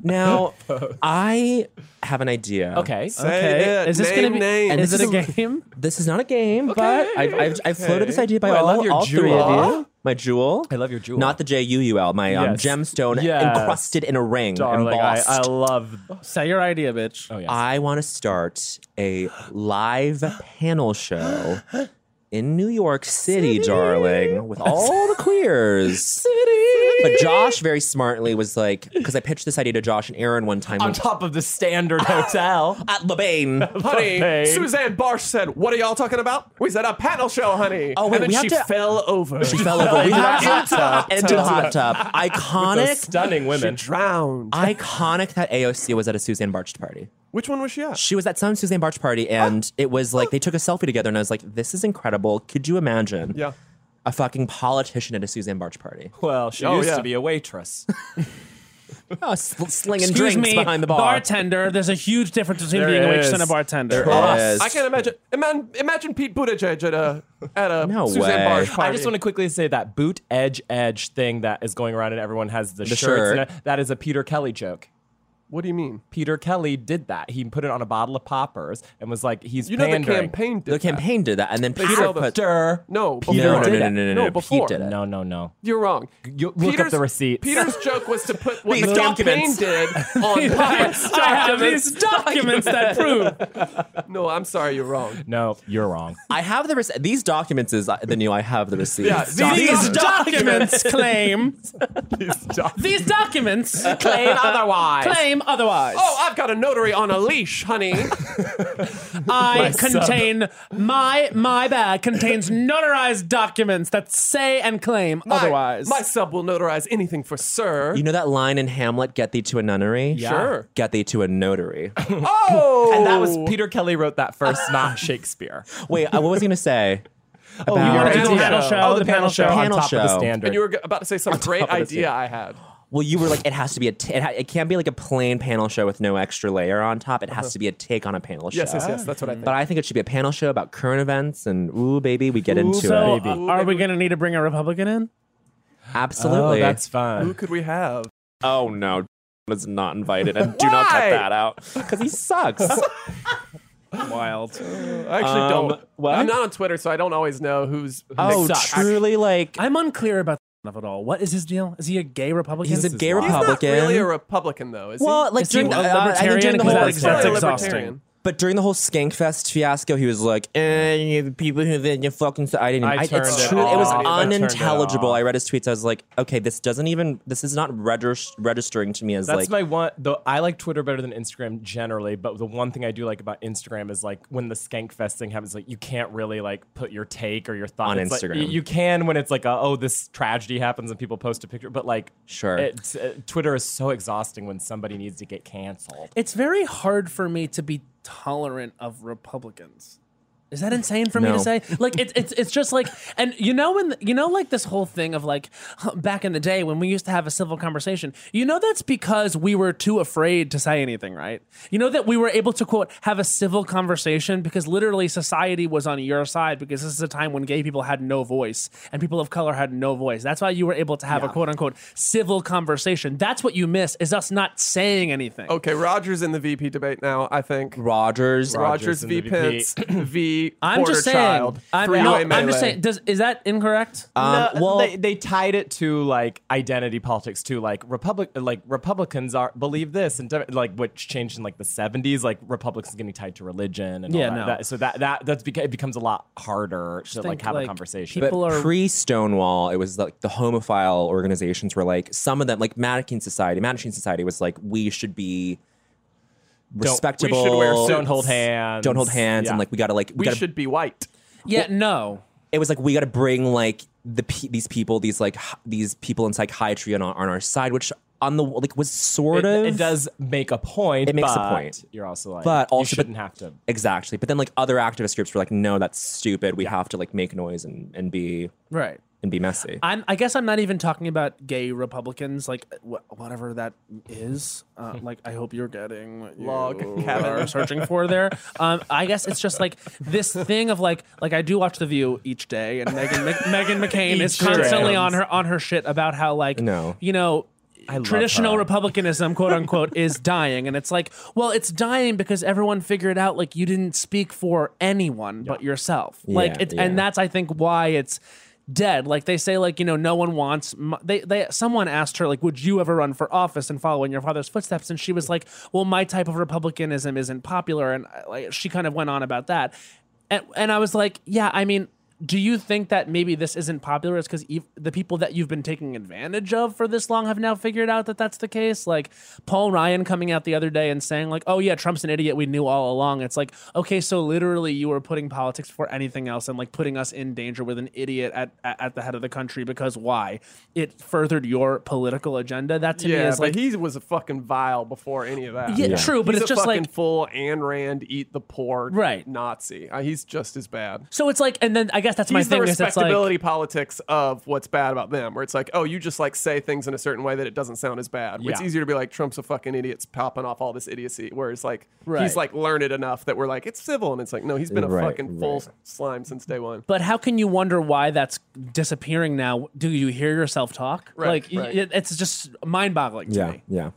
Speaker 4: Now, I have an idea.
Speaker 5: Okay.
Speaker 7: Say
Speaker 5: okay.
Speaker 7: it.
Speaker 5: Is this
Speaker 7: Name
Speaker 5: gonna be?
Speaker 7: names.
Speaker 5: Is it a game?
Speaker 4: This is not a game, but I've, I've, I've floated this idea by
Speaker 6: Ooh, I
Speaker 4: all,
Speaker 6: love your
Speaker 4: all three of
Speaker 6: jewel.
Speaker 4: you. My jewel.
Speaker 6: I love your jewel.
Speaker 4: Not the J U U L, my um,
Speaker 6: Yes.
Speaker 4: gemstone
Speaker 6: Yes.
Speaker 4: encrusted in a ring,
Speaker 6: Darling, I,
Speaker 4: embossed.
Speaker 6: I love.
Speaker 5: Say your idea, bitch.
Speaker 6: Oh yes.
Speaker 4: I want to start a live panel show in New York City, darling, with all the queers. City. But Josh very smartly was like, because I pitched this idea to Josh and Aaron one time.
Speaker 6: on
Speaker 4: when-
Speaker 6: top of the standard hotel
Speaker 4: at La Bain.
Speaker 7: Honey, Suzanne Barsh said, "What are y'all talking about?" We said, "A panel show, honey."
Speaker 4: Oh, wait,
Speaker 7: and then
Speaker 4: we have
Speaker 7: she
Speaker 4: to-
Speaker 7: fell over.
Speaker 4: She fell over. We
Speaker 6: Into
Speaker 4: have
Speaker 6: the hot tub.
Speaker 4: Into the hot tub. Iconic.
Speaker 6: stunning women.
Speaker 7: drowned.
Speaker 4: Iconic that AOC was at a Suzanne Barch party.
Speaker 7: Which one was she at?
Speaker 4: She was at some Suzanne Barch party, and it was like they took a selfie together, and I was like, "This is incredible. Could you imagine
Speaker 7: Yeah.
Speaker 4: a fucking politician at a Suzanne Barch party?
Speaker 6: Well, she
Speaker 7: Oh,
Speaker 6: used
Speaker 7: yeah.
Speaker 6: to be a waitress.
Speaker 4: Oh, sl- slinging
Speaker 5: Excuse
Speaker 4: drinks
Speaker 5: me,
Speaker 4: behind the bar."
Speaker 5: bartender. There's a huge difference between
Speaker 6: There
Speaker 5: being a waitress
Speaker 6: is.
Speaker 5: and a bartender.
Speaker 4: Yes.
Speaker 7: I can't imagine. Imagine, imagine Pete Buttigieg at a at a
Speaker 4: No
Speaker 7: Suzanne
Speaker 4: way.
Speaker 7: Barsh party.
Speaker 6: I just want to quickly say that boot edge edge thing that is going around and everyone has the,
Speaker 4: The
Speaker 6: shirts.
Speaker 4: shirt.
Speaker 6: and That is a Peter Kelly joke.
Speaker 7: What do you mean?
Speaker 6: Peter Kelly did that. He put it on a bottle of poppers and was like, "He's
Speaker 7: You know the
Speaker 6: pandering.
Speaker 7: campaign did
Speaker 4: the
Speaker 7: that.
Speaker 4: campaign did that, and then Peter
Speaker 7: sell the-
Speaker 4: put.
Speaker 6: Stir.
Speaker 7: No,
Speaker 6: Peter
Speaker 4: no,
Speaker 7: before.
Speaker 4: no,
Speaker 6: did
Speaker 4: no, no,
Speaker 6: it.
Speaker 4: no, no,
Speaker 7: No,
Speaker 4: no.
Speaker 7: before.
Speaker 4: Pete did it.
Speaker 6: No, no, no.
Speaker 7: You're wrong.
Speaker 6: You- look up the receipts.
Speaker 7: Peter's joke was to put what
Speaker 4: These
Speaker 7: the campaign
Speaker 4: documents.
Speaker 7: did on pirates.
Speaker 5: I have these documents that prove.
Speaker 7: No, I'm sorry, you're wrong.
Speaker 6: No, you're wrong.
Speaker 4: I have the rece- these documents is uh, the new. I have the receipts.
Speaker 7: Yeah,
Speaker 5: These documents claim. These documents
Speaker 6: Plain otherwise.
Speaker 5: claim otherwise.
Speaker 7: Oh, I've got a notary on a leash, honey.
Speaker 5: I
Speaker 6: sub.
Speaker 5: contain my my bag contains notarized documents that say and claim
Speaker 7: My-
Speaker 5: otherwise.
Speaker 7: my sub will notarize anything for sir.
Speaker 4: You know that line in Hamlet, "Get thee to a nunnery."
Speaker 7: Sure.
Speaker 4: Get thee to a notary.
Speaker 7: Oh,
Speaker 6: And that was Peter Kelly wrote that first, not Shakespeare.
Speaker 4: Wait, uh, what was I gonna say? About
Speaker 5: you were
Speaker 6: Our
Speaker 5: gonna do
Speaker 6: idea.
Speaker 5: panel show,
Speaker 6: Oh,
Speaker 5: the
Speaker 6: the panel
Speaker 5: panel
Speaker 6: show
Speaker 5: show.
Speaker 6: on
Speaker 4: Panel
Speaker 6: top of the
Speaker 4: show.
Speaker 6: standard.
Speaker 7: And you were g- about to say some great
Speaker 6: top of the
Speaker 7: idea I had.
Speaker 4: well, you were like, it has to be a. T- it, ha- it can't be like a plain panel show with no extra layer on top. It
Speaker 6: Uh-huh.
Speaker 4: has to be a take on a panel show.
Speaker 7: Yes, yes, yes. That's what I think.
Speaker 4: But I think it should be a panel show about current events and ooh, baby, we get into
Speaker 5: so,
Speaker 4: it.
Speaker 5: uh, are we going to need to bring a Republican in?
Speaker 6: Oh,
Speaker 4: Absolutely.
Speaker 6: that's
Speaker 7: Who
Speaker 6: fun.
Speaker 7: could we have?
Speaker 4: Oh no, is not invited, and do not
Speaker 7: Why?
Speaker 4: cut that out because he sucks.
Speaker 5: Wild.
Speaker 7: I actually
Speaker 4: Um,
Speaker 7: don't.
Speaker 4: what?
Speaker 7: I'm not on Twitter, so I don't always know who's. who
Speaker 4: oh,
Speaker 7: sucks.
Speaker 4: truly, like
Speaker 5: I'm unclear about of it all. What is his deal? Is he a gay Republican?
Speaker 4: He's a gay
Speaker 7: He's
Speaker 4: Republican.
Speaker 7: not really a Republican, though, is
Speaker 4: well, like
Speaker 5: Is he
Speaker 4: during the,
Speaker 5: a
Speaker 4: uh, I think
Speaker 5: libertarian?
Speaker 4: during the
Speaker 5: 'Cause
Speaker 4: whole
Speaker 5: that
Speaker 7: he?
Speaker 5: ex- that's
Speaker 7: Probably a
Speaker 5: exhausting.
Speaker 7: libertarian.
Speaker 4: But during the whole Skankfest fiasco, he was like, eh, you- the people who think you fucking. s-" I didn't.
Speaker 6: I turned
Speaker 4: it's
Speaker 6: it
Speaker 4: true. It was
Speaker 6: off. I turned it
Speaker 4: unintelligible.
Speaker 6: off.
Speaker 4: I read his tweets. I was like, okay, this doesn't even. This is not regis- registering to me as
Speaker 6: That's
Speaker 4: like.
Speaker 6: my one. Though I like Twitter better than Instagram generally, but the one thing I do like about Instagram is like when the skank fest thing happens, like you can't really like put your take or your thought
Speaker 4: On
Speaker 6: It's like-
Speaker 4: Instagram.
Speaker 6: y- you can when it's like, a, oh, this tragedy happens and people post a picture, but like,
Speaker 4: Sure.
Speaker 6: it's, uh, Twitter is so exhausting when somebody needs to get canceled.
Speaker 5: It's very hard for me to be tolerant of Republicans. Is that insane for me
Speaker 4: No.
Speaker 5: to say? Like it's it's it's just like and you know when you know like this whole thing of like back in the day when we used to have a civil conversation. You know that's because we were too afraid to say anything, right? You know that we were able to quote have a civil conversation because literally society was on your side because this is a time when gay people had no voice and people of color had no voice. That's why you were able to have a quote unquote civil conversation. That's what you miss is us not saying anything.
Speaker 7: Okay, Rogers in the VP debate now. I think
Speaker 4: Rogers.
Speaker 7: Rogers
Speaker 6: in
Speaker 7: v.
Speaker 6: the VP.
Speaker 7: Pence v.
Speaker 5: I'm just saying.
Speaker 7: Porterchild,
Speaker 5: I'm,
Speaker 7: three-way
Speaker 5: no, I'm
Speaker 7: melee.
Speaker 5: just saying. Does is that incorrect?
Speaker 4: Um,
Speaker 6: No,
Speaker 4: well,
Speaker 6: they, they tied it to like identity politics too, like Republic, like Republicans are believe this and Dem- like which changed in like the seventies, like Republicans getting tied to religion and all
Speaker 5: Yeah,
Speaker 6: that.
Speaker 5: no.
Speaker 6: That- so that that that's beca- it becomes a lot harder to like
Speaker 5: think,
Speaker 6: have
Speaker 5: like,
Speaker 6: a conversation.
Speaker 5: people
Speaker 4: but
Speaker 5: are-
Speaker 4: pre Stonewall, it was like the homophile organizations were like some of them, like Mannequin Society. Mannequin Society was like we should be
Speaker 6: we
Speaker 4: respectable.
Speaker 7: should wear suits.
Speaker 6: don't hold hands.
Speaker 4: Don't hold hands,
Speaker 6: Yeah.
Speaker 4: and like we gotta like
Speaker 7: we
Speaker 4: gotta,
Speaker 7: should be white.
Speaker 5: yeah, no.
Speaker 4: it was like we got to bring like the pe- these people these like h- these people in psychiatry on our, on our side which on the like was sort
Speaker 6: it,
Speaker 4: of
Speaker 6: it does make a point.
Speaker 4: It makes a
Speaker 6: but
Speaker 4: point.
Speaker 6: You're also like,
Speaker 4: But also-
Speaker 6: you shouldn't have to.
Speaker 4: exactly but then like other activist groups were like no that's stupid we have to like make noise and and be
Speaker 5: Right.
Speaker 4: and be messy
Speaker 5: I'm. I guess I'm not even talking about gay Republicans, like wh- whatever that is. Uh, like, I hope you're getting what you
Speaker 7: Log
Speaker 5: are
Speaker 7: cabin.
Speaker 5: searching for there. Um, I guess it's just like this thing of like, like I do watch The View each day, and Megan Mc- Megan McCain is
Speaker 6: Each
Speaker 5: constantly
Speaker 6: day.
Speaker 5: on her on her shit about how like,
Speaker 4: No.
Speaker 5: you know.
Speaker 6: love
Speaker 5: traditional
Speaker 6: her.
Speaker 5: republicanism quote unquote is dying and it's like well it's dying because everyone figured out like you didn't speak for anyone but yourself like
Speaker 4: Yeah,
Speaker 5: it's
Speaker 4: yeah.
Speaker 5: and that's i think why it's dead like they say like you know no one wants m- they they someone asked her like would you ever run for office and follow in your father's footsteps and she was like well my type of republicanism isn't popular and uh, like she kind of went on about that and, and i was like yeah i mean do you think that maybe this isn't popular? Is because the people that you've been taking advantage of for this long have now figured out that that's the case? Like Paul Ryan coming out the other day and saying like, "Oh yeah, Trump's an idiot. We knew all along." It's like, okay, so literally you were putting politics before anything else and like putting us in danger with an idiot at at, at the head of the country because why? It furthered your political agenda. That to me
Speaker 7: yeah,
Speaker 5: is
Speaker 7: but
Speaker 5: like
Speaker 7: he was a fucking vile before any of that.
Speaker 5: Yeah, Yeah. true, but
Speaker 7: He's
Speaker 5: it's
Speaker 7: a
Speaker 5: just
Speaker 7: fucking
Speaker 5: like-
Speaker 7: full Ayn Rand eat the poor
Speaker 5: Right.
Speaker 7: Nazi. Uh, he's just as bad.
Speaker 5: So it's like, and then I guess that's
Speaker 7: he's
Speaker 5: my
Speaker 7: the
Speaker 5: thing is it's like,
Speaker 7: respectability politics of what's bad about them, where it's like, oh, you just like say things in a certain way that it doesn't sound as bad. It's
Speaker 5: Yeah.
Speaker 7: easier to be like Trump's a fucking idiot, it's popping off all this idiocy, whereas like
Speaker 5: Right.
Speaker 7: he's like learned enough that we're like it's civil, and it's like no, he's been a
Speaker 5: Right,
Speaker 7: fucking full slime since day one.
Speaker 5: but how can you wonder why that's disappearing now? Do you hear yourself talk?
Speaker 7: Right,
Speaker 5: like y-
Speaker 7: right. Hmm.
Speaker 5: It, it's just mind boggling to
Speaker 4: Yeah,
Speaker 5: me.
Speaker 4: yeah.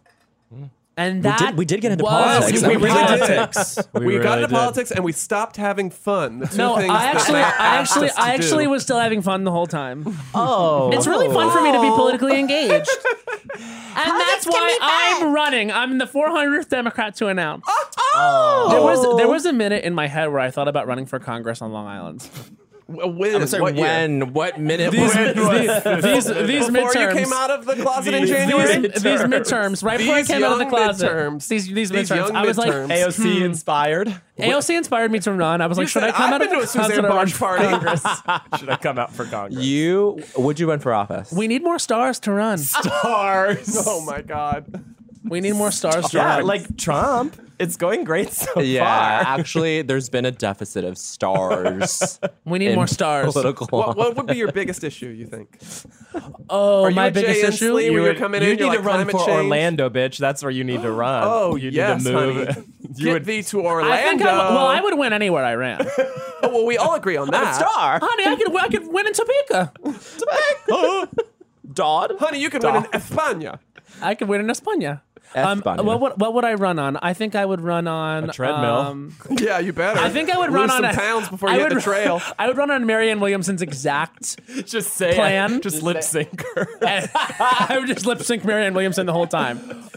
Speaker 4: We
Speaker 5: And that
Speaker 4: did- we did get into
Speaker 5: was-
Speaker 4: politics.
Speaker 7: We really
Speaker 5: Politics.
Speaker 7: did. We,
Speaker 4: We
Speaker 7: got
Speaker 4: really
Speaker 7: into
Speaker 4: did.
Speaker 7: politics and we stopped having fun. The two
Speaker 5: No,
Speaker 7: things
Speaker 5: I
Speaker 7: that
Speaker 5: actually,
Speaker 7: Matt
Speaker 5: I
Speaker 7: asked
Speaker 5: actually,
Speaker 7: us to
Speaker 5: I actually
Speaker 7: do.
Speaker 5: was still having fun the whole time.
Speaker 4: Oh,
Speaker 5: It's really fun for me to be politically engaged, and that's
Speaker 8: Politics can
Speaker 5: why
Speaker 8: be fun.
Speaker 5: I'm running. I'm the 400th Democrat to announce.
Speaker 8: Oh,
Speaker 5: There was there was a minute in my head where I thought about running for Congress on Long Island.
Speaker 7: When?
Speaker 4: I'm sorry,
Speaker 7: What year?
Speaker 4: when? What minute?
Speaker 5: These-
Speaker 4: was
Speaker 5: these-
Speaker 4: this?
Speaker 5: these- these
Speaker 7: Before you
Speaker 5: midterms-
Speaker 7: came out of the closet in
Speaker 5: These-
Speaker 7: January.
Speaker 5: These, these midterms, right before I
Speaker 7: These
Speaker 5: came out of the
Speaker 7: young
Speaker 5: closet.
Speaker 7: midterms.
Speaker 5: These these,
Speaker 7: These
Speaker 5: midterms.
Speaker 7: young
Speaker 5: I was like,
Speaker 7: midterms.
Speaker 6: AOC
Speaker 5: hmm.
Speaker 6: inspired.
Speaker 5: AOC inspired me to run. I was like, should
Speaker 7: said,
Speaker 5: I come
Speaker 7: "I've
Speaker 5: out of
Speaker 7: been
Speaker 5: the
Speaker 7: to a Suzanne
Speaker 5: closet or run
Speaker 7: Barge
Speaker 5: for
Speaker 7: party."
Speaker 5: Congress?
Speaker 6: Should I come out for Congress?
Speaker 4: You would you run for office?
Speaker 5: we need more stars to run.
Speaker 6: Stars.
Speaker 7: Oh my god.
Speaker 5: We need more stars to
Speaker 6: Yeah,
Speaker 5: run.
Speaker 6: like Trump. It's going great so
Speaker 4: yeah,
Speaker 6: far.
Speaker 4: actually, there's been a deficit of stars.
Speaker 5: we need
Speaker 4: in
Speaker 5: more stars.
Speaker 4: Political.
Speaker 7: What, what would be your biggest issue? You think?
Speaker 5: Oh,
Speaker 7: you
Speaker 5: my
Speaker 7: a
Speaker 5: biggest
Speaker 7: JN
Speaker 5: issue.
Speaker 7: Slee?
Speaker 5: You
Speaker 7: Were
Speaker 5: would-
Speaker 7: you coming in?
Speaker 6: you
Speaker 7: you're
Speaker 6: need
Speaker 7: like,
Speaker 6: to run
Speaker 7: climate
Speaker 6: for
Speaker 7: change?
Speaker 6: Orlando, bitch. That's where you need to run.
Speaker 7: Oh,
Speaker 6: you
Speaker 7: yes,
Speaker 6: need to move.
Speaker 7: honey.
Speaker 6: You
Speaker 7: Get
Speaker 6: would-
Speaker 7: thee to Orlando.
Speaker 5: I think I'm, well, I would win anywhere I ran.
Speaker 7: Oh, well, we all agree on that.
Speaker 4: star.
Speaker 5: Honey, I could I could win in Topeka.
Speaker 4: Dodd.
Speaker 7: Honey, you could win in España.
Speaker 5: I could win in España.
Speaker 4: España.
Speaker 5: Um, what, would what would I run on? I think I would run on
Speaker 6: A treadmill.
Speaker 5: um,
Speaker 7: Yeah, you better.
Speaker 5: I think I would
Speaker 7: Lose
Speaker 5: run
Speaker 7: some
Speaker 5: on a,
Speaker 7: pounds before
Speaker 5: I
Speaker 7: you hit
Speaker 5: would
Speaker 7: the trail.
Speaker 5: I would run on Marianne Williamson's exact.
Speaker 6: Just say it.
Speaker 5: Plan.
Speaker 6: Just lip sync her.
Speaker 5: I would just lip sync Marianne Williamson the whole time,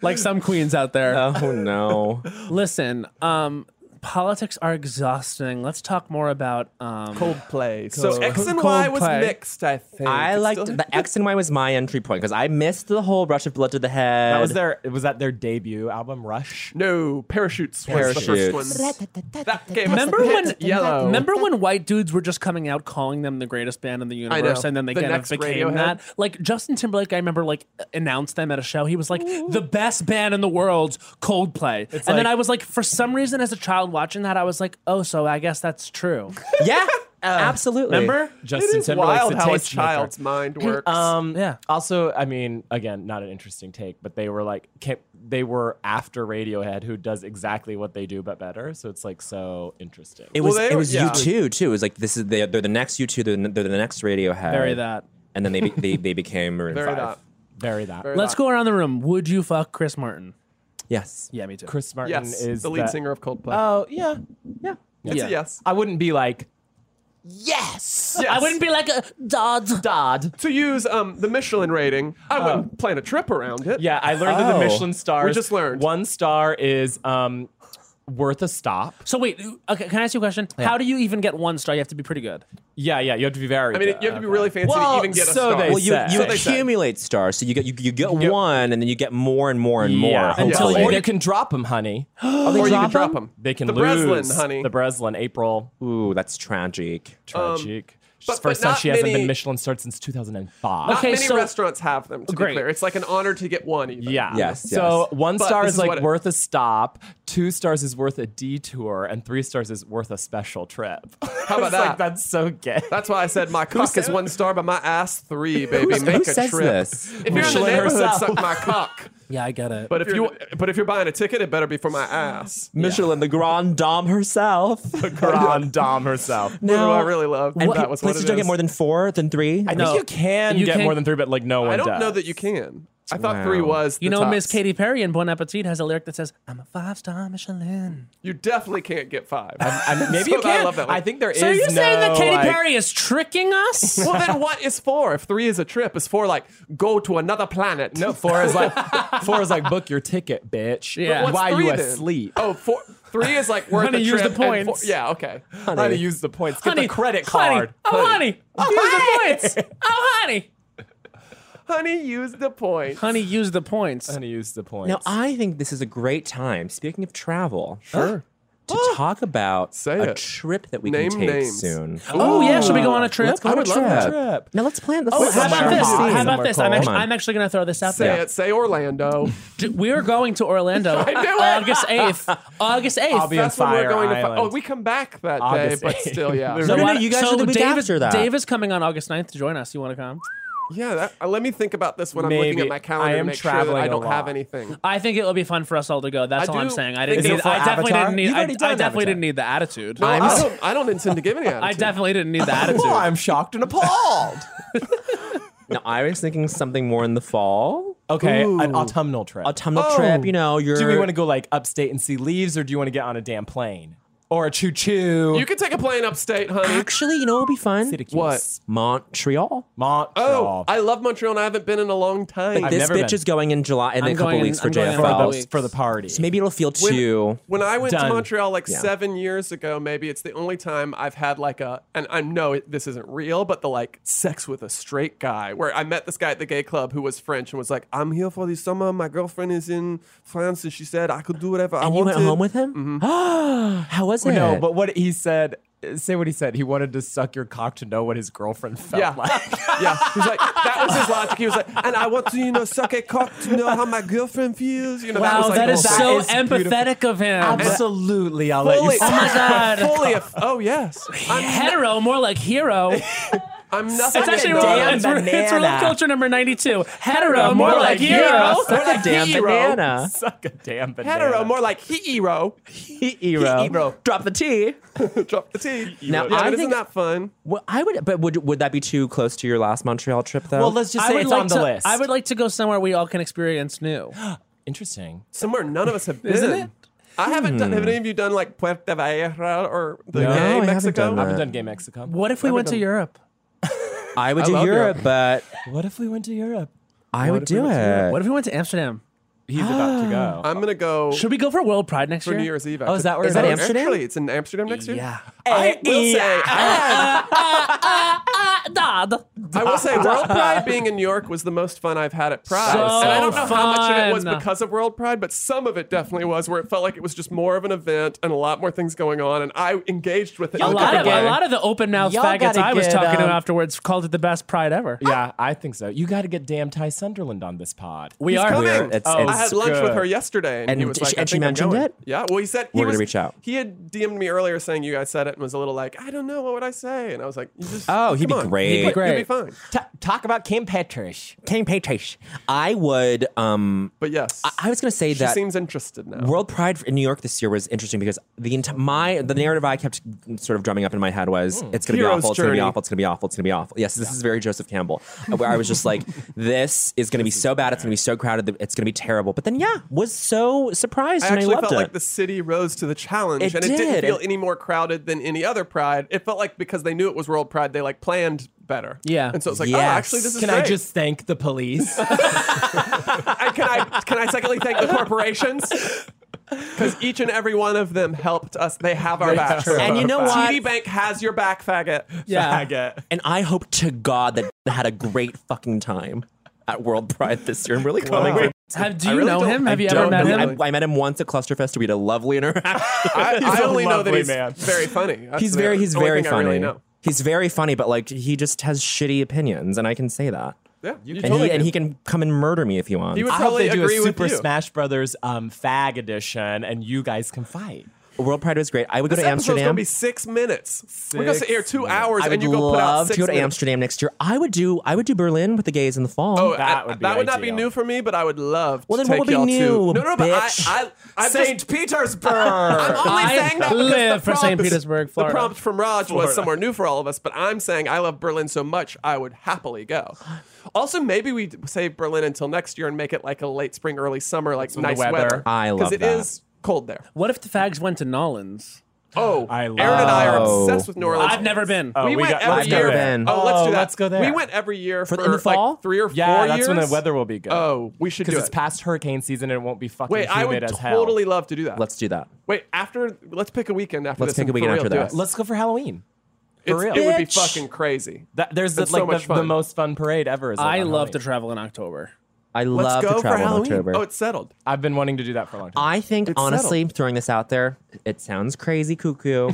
Speaker 5: like some queens out there.
Speaker 4: Oh no.
Speaker 5: Listen, um, politics are exhausting. Let's talk more about um,
Speaker 7: Coldplay. So
Speaker 5: Cold-
Speaker 7: X and Y was
Speaker 5: Coldplay.
Speaker 7: mixed. I think.
Speaker 4: I
Speaker 7: It's
Speaker 4: liked
Speaker 7: still-
Speaker 4: the X and Y was my entry point because I missed the whole rush of blood to the head.
Speaker 6: That was their was that their debut album, Rush?
Speaker 7: No parachutes. was the first
Speaker 4: Parachutes.
Speaker 7: one. That game.
Speaker 5: Remember when
Speaker 7: yellow?
Speaker 5: Remember when white dudes were just coming out calling them the greatest band in the
Speaker 7: know.
Speaker 5: universe, and then they
Speaker 7: The
Speaker 5: kind of
Speaker 7: next
Speaker 5: became
Speaker 7: Radiohead.
Speaker 5: that? Like Justin Timberlake, I remember like announced them at a show. He was like the best band in the world, Coldplay. and then
Speaker 6: like-
Speaker 5: I was like, for some reason, as a child watching that, I was like, oh, so I guess that's true.
Speaker 4: yeah, absolutely.
Speaker 5: Remember?
Speaker 7: It
Speaker 6: Justin
Speaker 7: is
Speaker 6: Timberlake's
Speaker 7: wild
Speaker 6: a
Speaker 7: how a
Speaker 6: tastemaker.
Speaker 7: child's mind works.
Speaker 5: uh,
Speaker 6: Um,
Speaker 5: Yeah.
Speaker 6: Also, I mean, again, not an interesting take, but they were like, ca- they were after Radiohead, who does exactly what they do but better. So it's like so interesting.
Speaker 4: It
Speaker 7: Well,
Speaker 4: was
Speaker 7: they
Speaker 4: it
Speaker 7: were-
Speaker 4: was
Speaker 7: yeah.
Speaker 4: U two too. It was like this is they're, they're the next U two. They're, the- they're the next Radiohead.
Speaker 5: Bury that.
Speaker 4: And then they be, they, they became Maroon
Speaker 7: Very
Speaker 4: Five.
Speaker 7: not.
Speaker 6: Very that.
Speaker 7: Very
Speaker 5: Let's
Speaker 7: not.
Speaker 5: go around the room. Would you fuck Chris Martin?
Speaker 4: Yes.
Speaker 5: Yeah, me too.
Speaker 6: Chris Martin
Speaker 7: Yes,
Speaker 6: is
Speaker 7: the lead
Speaker 6: that-
Speaker 7: singer of Coldplay.
Speaker 6: Oh yeah, yeah.
Speaker 7: it's
Speaker 5: yeah.
Speaker 7: a yes.
Speaker 6: I wouldn't be like
Speaker 5: Yes! I
Speaker 7: Yes.
Speaker 5: wouldn't be like a dod.
Speaker 6: Dodd.
Speaker 7: To use um, the Michelin rating, I wouldn't plan a trip around it.
Speaker 6: Uh, Yeah, I learned that
Speaker 4: Oh.
Speaker 6: the Michelin stars.
Speaker 7: We just learned.
Speaker 6: one star is um worth a stop.
Speaker 5: So wait, okay, can I ask you a question? How do you even get one star? You have to be pretty good.
Speaker 6: Yeah, yeah. You have to be very.
Speaker 7: I mean, you
Speaker 6: good.
Speaker 7: have to be really fancy to
Speaker 6: Well,
Speaker 7: even get
Speaker 6: so
Speaker 7: a star.
Speaker 6: they
Speaker 4: Well, you,
Speaker 6: said.
Speaker 4: you
Speaker 6: So
Speaker 7: they said.
Speaker 4: accumulate stars, so you get you, you get one, and then you get more and more and more.
Speaker 6: Yeah,
Speaker 4: hopefully.
Speaker 7: Until you
Speaker 6: or
Speaker 7: get-
Speaker 6: you can drop them, honey.
Speaker 7: or you can drop them.
Speaker 6: They can
Speaker 7: the
Speaker 6: lose.
Speaker 7: Breslin, honey.
Speaker 6: The Breslin, April.
Speaker 4: Ooh, that's tragic.
Speaker 6: Tragic.
Speaker 7: but-
Speaker 6: First
Speaker 7: Um, but
Speaker 6: time
Speaker 7: not
Speaker 6: she hasn't
Speaker 7: many-
Speaker 6: been Michelin starred since 2005.
Speaker 7: Not
Speaker 5: Okay,
Speaker 7: many
Speaker 5: so-
Speaker 7: restaurants have them. To
Speaker 5: Great.
Speaker 7: be clear, it's like an honor to get one. Even.
Speaker 6: Yeah.
Speaker 4: Yes,
Speaker 6: So
Speaker 4: yes.
Speaker 6: one
Speaker 7: But
Speaker 6: star
Speaker 7: this
Speaker 6: is
Speaker 7: is
Speaker 6: like
Speaker 7: what it-
Speaker 6: worth a stop. Two stars is worth a detour, and three stars is worth a special trip. How Like,
Speaker 7: about that?
Speaker 6: that's so gay.
Speaker 7: That's why I said my cock is one star, but my ass three, baby. Make
Speaker 4: Who
Speaker 7: a
Speaker 4: says
Speaker 7: trip.
Speaker 4: this?
Speaker 7: If you're in the
Speaker 6: Michelin
Speaker 7: neighborhood,
Speaker 6: herself.
Speaker 7: suck my cock.
Speaker 5: Yeah, I get it.
Speaker 7: But if you, but if you're buying a ticket, it better be for my ass.
Speaker 4: Michelin, the Grand Dame herself.
Speaker 6: Grand Dame herself.
Speaker 7: What do
Speaker 4: No.
Speaker 7: I really love?
Speaker 4: And
Speaker 7: that was what
Speaker 4: places
Speaker 7: it
Speaker 4: don't
Speaker 7: is.
Speaker 4: get more than four, than three. I
Speaker 6: I think
Speaker 5: No.
Speaker 6: you can
Speaker 5: You
Speaker 6: get
Speaker 5: can-
Speaker 6: more than three, but like no one
Speaker 7: I don't
Speaker 6: does.
Speaker 7: know that you can. I thought three
Speaker 4: Wow.
Speaker 7: was.
Speaker 5: you
Speaker 7: the
Speaker 5: know, Miss
Speaker 7: tops.
Speaker 5: Katy Perry in Bon Appetit has a lyric that says, "I'm a five star Michelin."
Speaker 7: You definitely can't get five.
Speaker 6: I mean, maybe you
Speaker 7: So I
Speaker 6: can. I,
Speaker 7: love that one.
Speaker 6: think there is.
Speaker 5: So are you
Speaker 6: no,
Speaker 5: saying that Katy
Speaker 6: like-
Speaker 5: Perry is tricking us?
Speaker 7: well, then what is four? If three is a trip, is four like go to another planet?
Speaker 6: No, four is like Four is like, book your ticket, bitch.
Speaker 7: But what's
Speaker 6: Why
Speaker 7: three
Speaker 6: you
Speaker 7: then?
Speaker 6: asleep?
Speaker 7: Oh, four, three is like worth
Speaker 6: Honey,
Speaker 7: a
Speaker 6: use
Speaker 7: trip
Speaker 6: the
Speaker 7: and four-
Speaker 6: points.
Speaker 7: yeah, okay.
Speaker 6: Honey. use the points. Get
Speaker 5: Honey,
Speaker 6: the credit
Speaker 5: honey,
Speaker 6: card.
Speaker 5: oh, honey. Use the points. Oh, honey.
Speaker 7: Honey, use the points.
Speaker 5: Honey, use the points.
Speaker 6: Honey, use the points.
Speaker 4: Now, I think this is a great time, speaking of travel, sure. to talk about a
Speaker 6: it.
Speaker 4: trip that we
Speaker 6: Name
Speaker 4: can take
Speaker 6: names.
Speaker 4: soon.
Speaker 5: Oh, yeah, should we go on a trip?
Speaker 4: Let's go on
Speaker 5: I
Speaker 4: a
Speaker 5: would love that.
Speaker 4: trip. Now, let's plan this.
Speaker 5: Oh, how about this? How about this? I'm
Speaker 4: Come
Speaker 5: actually,
Speaker 4: on.
Speaker 5: I'm actually going to throw this out
Speaker 7: Say
Speaker 5: there.
Speaker 7: it. Say Orlando.
Speaker 5: D- We're going to Orlando August 8th. August 8th.
Speaker 7: That's when we're going to. Fi- oh, we come back that
Speaker 5: August
Speaker 7: day, but
Speaker 5: 8th.
Speaker 7: still, yeah.
Speaker 5: So why- so Dave,
Speaker 7: Davis
Speaker 5: is- Dave is coming on August 9th to join us. You want to come?
Speaker 7: Yeah, that, uh, let me think about this when I'm looking
Speaker 5: Maybe.
Speaker 7: at my calendar
Speaker 5: I
Speaker 7: to
Speaker 5: am
Speaker 7: make sure that I
Speaker 5: traveling a
Speaker 7: don't have
Speaker 5: lot.
Speaker 7: anything.
Speaker 5: I think it will be fun for us all to go. That's
Speaker 7: I
Speaker 5: all I'm
Speaker 7: do
Speaker 5: saying. I
Speaker 7: think
Speaker 5: didn't.
Speaker 7: so.
Speaker 5: Need,
Speaker 7: For
Speaker 5: I definitely
Speaker 7: Avatar?
Speaker 5: didn't need.
Speaker 7: You've
Speaker 5: I,
Speaker 7: already done
Speaker 5: I definitely
Speaker 7: Avatar.
Speaker 5: didn't need the attitude.
Speaker 7: No, I don't, I don't intend to give any attitude.
Speaker 5: I definitely didn't need the attitude.
Speaker 4: Well, I'm
Speaker 6: shocked and appalled.
Speaker 4: Now, I was thinking something more in the fall. Oh,
Speaker 6: Okay, an autumnal trip.
Speaker 4: Autumnal trip, you know, you're.
Speaker 6: Oh. Do we want to go like upstate and see leaves, or do you want to get on a damn plane or a choo choo?
Speaker 7: You could take a plane upstate, honey.
Speaker 4: Actually, you know, it'll be fun.
Speaker 7: What?
Speaker 4: Montreal.
Speaker 7: Oh,
Speaker 4: Montreal.
Speaker 7: I love Montreal, and I haven't been in a long time.
Speaker 4: But this bitch is going in July in
Speaker 6: I'm
Speaker 4: a couple
Speaker 6: going-
Speaker 4: weeks for
Speaker 6: I'm going in a couple
Speaker 4: JFL
Speaker 6: weeks. For the party.
Speaker 4: So maybe it'll feel
Speaker 7: When-
Speaker 4: too.
Speaker 7: When, I went
Speaker 4: Done.
Speaker 7: to Montreal like
Speaker 4: Yeah.
Speaker 7: seven years ago, maybe it's the only time I've had like a, and I know it- this isn't real, but the like sex with a straight guy, where I met this guy at the gay club who was French and was like, I'm here for the summer. My girlfriend is in France and she said I could do whatever I
Speaker 4: And
Speaker 7: wanted.
Speaker 4: you went home with him? How was it?
Speaker 6: No, but what he said. Say what he said. He wanted to suck your cock to know what his girlfriend felt
Speaker 7: Yeah.
Speaker 6: like.
Speaker 7: yeah. He was like, that was his logic. He was like, and I want to, you know, suck a cock to know how my girlfriend feels. You know, that
Speaker 5: wow,
Speaker 7: was like
Speaker 5: that
Speaker 7: the
Speaker 5: is so
Speaker 7: whole thing.
Speaker 5: empathetic of him.
Speaker 6: Absolutely, I'll
Speaker 7: Fully,
Speaker 5: Oh my god.
Speaker 7: Fully, a- oh yes. I'm
Speaker 5: Hetero, more like hero.
Speaker 7: I'm
Speaker 5: It's
Speaker 7: nothing.
Speaker 5: actually
Speaker 7: but-
Speaker 5: world, it's, it's world
Speaker 6: banana.
Speaker 5: culture number 92. Hetero, more like hero.
Speaker 4: Suck a damn
Speaker 7: Hero.
Speaker 4: banana.
Speaker 6: Suck a damn banana.
Speaker 7: Hetero, more like hero.
Speaker 4: Hero. Drop the T.
Speaker 7: Drop the T.
Speaker 4: Now,
Speaker 7: yeah,
Speaker 4: I
Speaker 7: but isn't
Speaker 4: think-
Speaker 7: that fun?
Speaker 4: Well, I would, but would would that be too close to your last Montreal trip though?
Speaker 6: Well, let's just say
Speaker 5: would
Speaker 6: it's
Speaker 5: like
Speaker 6: on the
Speaker 5: to-
Speaker 6: list.
Speaker 5: I would like to go somewhere we all can experience new.
Speaker 6: Interesting.
Speaker 7: Somewhere none of us have been.
Speaker 5: Isn't it?
Speaker 7: I haven't done. Have any of you done like Puerto Vallarta or the
Speaker 4: Hmm. No, I
Speaker 7: gay
Speaker 4: haven't
Speaker 7: Mexico?
Speaker 4: done
Speaker 6: I haven't
Speaker 4: that.
Speaker 6: done Gay Mexico.
Speaker 5: What if we went to Europe?
Speaker 4: I would
Speaker 7: I
Speaker 4: do
Speaker 7: love
Speaker 4: Europe, but
Speaker 6: What if we went to Europe?
Speaker 4: I
Speaker 6: What
Speaker 4: would
Speaker 6: if we
Speaker 4: do
Speaker 6: went to Europe?
Speaker 4: it.
Speaker 5: What if we went to Amsterdam?
Speaker 6: He's about to go.
Speaker 7: I'm gonna go
Speaker 5: Should we go for World Pride next
Speaker 7: for
Speaker 5: year?
Speaker 7: New Year's Eve.
Speaker 6: Oh, is
Speaker 7: actually.
Speaker 6: that where it
Speaker 4: that
Speaker 6: is?
Speaker 4: Amsterdam?
Speaker 7: Actually, it's in Amsterdam next year.
Speaker 5: Yeah.
Speaker 7: I will say.
Speaker 5: Ah, dad.
Speaker 7: I will say, World Pride being in New York was the most fun I've had at Pride.
Speaker 5: So
Speaker 7: and I don't know how much of it was
Speaker 5: fun.
Speaker 7: because of World Pride, but some of it definitely was, where it felt like it was just more of an event and a lot more things going on, and I engaged with it. in
Speaker 5: A lot,
Speaker 7: different
Speaker 5: of, a
Speaker 7: way.
Speaker 5: lot of the open mouth
Speaker 4: Y'all
Speaker 5: faggots
Speaker 4: gotta
Speaker 5: I was
Speaker 4: get,
Speaker 5: talking
Speaker 4: um,
Speaker 5: to afterwards called it the best pride ever.
Speaker 6: Yeah, I think so. You got to get damn Ty Sunderland on this pod.
Speaker 5: We
Speaker 7: He's
Speaker 5: are.
Speaker 7: coming.
Speaker 4: We're- it's-
Speaker 7: I
Speaker 4: it's
Speaker 7: had lunch with
Speaker 6: good.
Speaker 7: her yesterday, and, he
Speaker 4: And
Speaker 7: was
Speaker 4: did
Speaker 7: like,
Speaker 4: she-
Speaker 7: I
Speaker 4: and she
Speaker 7: think I'm
Speaker 4: mentioned
Speaker 7: going.
Speaker 4: it?
Speaker 7: Yeah. Well, he said he
Speaker 4: We're
Speaker 7: was,
Speaker 4: gonna reach out.
Speaker 7: He had DM'd me earlier saying you guys said it, and was a little like, I don't know, what would I say? And I was like, you just,
Speaker 4: Oh, he'd
Speaker 7: come
Speaker 4: be
Speaker 7: on.
Speaker 4: great. He'd be
Speaker 7: He'd be
Speaker 5: great.
Speaker 7: fine.
Speaker 6: Ta- talk about Kim Petrish.
Speaker 4: King Patrish. I would. Um,
Speaker 7: But yes,
Speaker 4: I, I was gonna say
Speaker 7: she
Speaker 4: that
Speaker 7: seems interested now.
Speaker 4: World Pride in New York this year was interesting because the enti- my the narrative I kept sort of drumming up in my head was it's going to be
Speaker 7: Hmm, Hero's
Speaker 4: awful, it's going to be
Speaker 7: journey.
Speaker 4: awful, it's going to be awful, it's going to be awful. Yes, this is very Joseph Campbell, Uh, where I was just like, this is going to be so bad, it's going to be so crowded, that it's going to be terrible. But then yeah, was so surprised
Speaker 7: I
Speaker 4: and I
Speaker 7: actually
Speaker 4: loved
Speaker 7: felt
Speaker 4: it.
Speaker 7: like the city rose to the challenge,
Speaker 4: It
Speaker 7: and it didn't
Speaker 4: did.
Speaker 7: feel any more crowded than any other Pride. It felt like because they knew it was World Pride, they like planned better.
Speaker 5: Yeah.
Speaker 7: and so it's like, oh,
Speaker 4: Yes.
Speaker 7: actually, this is
Speaker 6: Can I
Speaker 7: great.
Speaker 6: just thank the police?
Speaker 7: I- can I can I secondly thank the corporations because each and every one of them helped us. They have our backs.
Speaker 6: true.
Speaker 4: And you know what?
Speaker 7: TD Bank has your back, faggot.
Speaker 5: Yeah.
Speaker 6: Faggot.
Speaker 4: and I hope to God that I had a great fucking time at World Pride this year. I'm really coming. Wow.
Speaker 5: Have, do
Speaker 7: I
Speaker 5: you
Speaker 7: really
Speaker 5: know
Speaker 7: don't-
Speaker 5: him? Have
Speaker 7: I
Speaker 5: you ever
Speaker 7: don't
Speaker 5: met
Speaker 7: know
Speaker 5: him?
Speaker 7: him.
Speaker 4: I, I met him once at Clusterfest. We had a lovely interaction.
Speaker 7: I, I
Speaker 6: a
Speaker 7: only know that
Speaker 6: lovely
Speaker 7: he's
Speaker 6: man.
Speaker 7: very funny. That's
Speaker 4: he's
Speaker 7: the
Speaker 4: very he's
Speaker 7: only
Speaker 4: very
Speaker 7: thing I
Speaker 4: funny.
Speaker 7: really know.
Speaker 4: He's very funny, but like he just has shitty opinions, and I can say that.
Speaker 7: Yeah, you
Speaker 4: and
Speaker 7: totally
Speaker 4: he and
Speaker 7: do.
Speaker 4: he can come and murder me if he wants.
Speaker 7: He would
Speaker 6: I hope
Speaker 7: probably
Speaker 6: they do a
Speaker 7: agree with
Speaker 6: Super
Speaker 7: you.
Speaker 6: Smash Brothers um, fag edition, and you guys can fight.
Speaker 4: World Pride was great. I would
Speaker 7: This
Speaker 4: go to
Speaker 7: episode's gonna
Speaker 4: Amsterdam.
Speaker 7: be six minutes. we We're gonna sit
Speaker 6: Six
Speaker 7: here two hours,
Speaker 4: I would
Speaker 7: and you go put out
Speaker 4: love
Speaker 7: six
Speaker 4: to go to
Speaker 7: minutes.
Speaker 4: Amsterdam next year. I would do I would do Berlin with the gays in the fall.
Speaker 7: Oh,
Speaker 6: That
Speaker 7: I-
Speaker 6: would be
Speaker 7: that would not be
Speaker 6: ideal.
Speaker 7: new for me, but I would love.
Speaker 4: Well,
Speaker 7: to
Speaker 4: then what
Speaker 7: take
Speaker 4: would be
Speaker 7: y'all to-
Speaker 4: new,
Speaker 7: No, no, but I,
Speaker 4: bitch?
Speaker 7: I, I
Speaker 6: Saint
Speaker 7: Petersburg. I'm only
Speaker 5: I
Speaker 7: saying that because
Speaker 5: live
Speaker 7: the
Speaker 5: for Saint
Speaker 7: prompt-
Speaker 5: Petersburg, Florida.
Speaker 7: The prompt from Raj was somewhere new for all of us, but I'm saying I love Berlin so much I would happily go. Also, maybe we d- save Berlin until next year and make it like a late spring, early summer, like
Speaker 6: the
Speaker 7: nice
Speaker 6: weather.
Speaker 7: weather.
Speaker 4: I love
Speaker 7: it
Speaker 4: that.
Speaker 7: is cold there.
Speaker 5: What if the fags went to Nolans?
Speaker 7: Oh,
Speaker 6: I
Speaker 7: Aaron and I are obsessed with New Orleans.
Speaker 5: I've never been.
Speaker 7: we, went every year. Oh, let's do that.
Speaker 6: Let's go there.
Speaker 7: We went every year for,
Speaker 6: in the fall?
Speaker 7: like three or
Speaker 6: yeah,
Speaker 7: four
Speaker 6: that's when the
Speaker 7: years?
Speaker 6: weather will be good.
Speaker 7: Oh, we should do
Speaker 6: because it's
Speaker 7: it.
Speaker 6: past hurricane season and it won't be fucking
Speaker 7: Wait,
Speaker 6: humid
Speaker 7: I would
Speaker 6: as hell.
Speaker 7: totally love to do that.
Speaker 4: Let's do that.
Speaker 7: Wait, after let's pick a weekend after
Speaker 4: Let's
Speaker 7: this.
Speaker 4: pick
Speaker 7: and
Speaker 4: a
Speaker 7: for
Speaker 4: weekend
Speaker 7: real
Speaker 4: after
Speaker 7: do
Speaker 4: that.
Speaker 7: it.
Speaker 6: Let's go for Halloween.
Speaker 7: It's-
Speaker 6: for real.
Speaker 7: It would be fucking crazy.
Speaker 6: That, there's the,
Speaker 7: It's
Speaker 6: like
Speaker 7: so
Speaker 6: the,
Speaker 7: much
Speaker 6: the
Speaker 7: fun.
Speaker 6: most fun parade ever. Is
Speaker 5: I
Speaker 6: on
Speaker 5: love
Speaker 6: Halloween.
Speaker 5: to travel in October.
Speaker 4: I
Speaker 6: Let's
Speaker 4: love
Speaker 6: go
Speaker 4: to
Speaker 6: for
Speaker 4: travel in
Speaker 6: Halloween.
Speaker 4: October.
Speaker 7: it's settled.
Speaker 6: I've been wanting to do that for a long time.
Speaker 4: I think
Speaker 6: It's
Speaker 4: honestly,
Speaker 6: settled.
Speaker 4: throwing this out there, it sounds crazy cuckoo.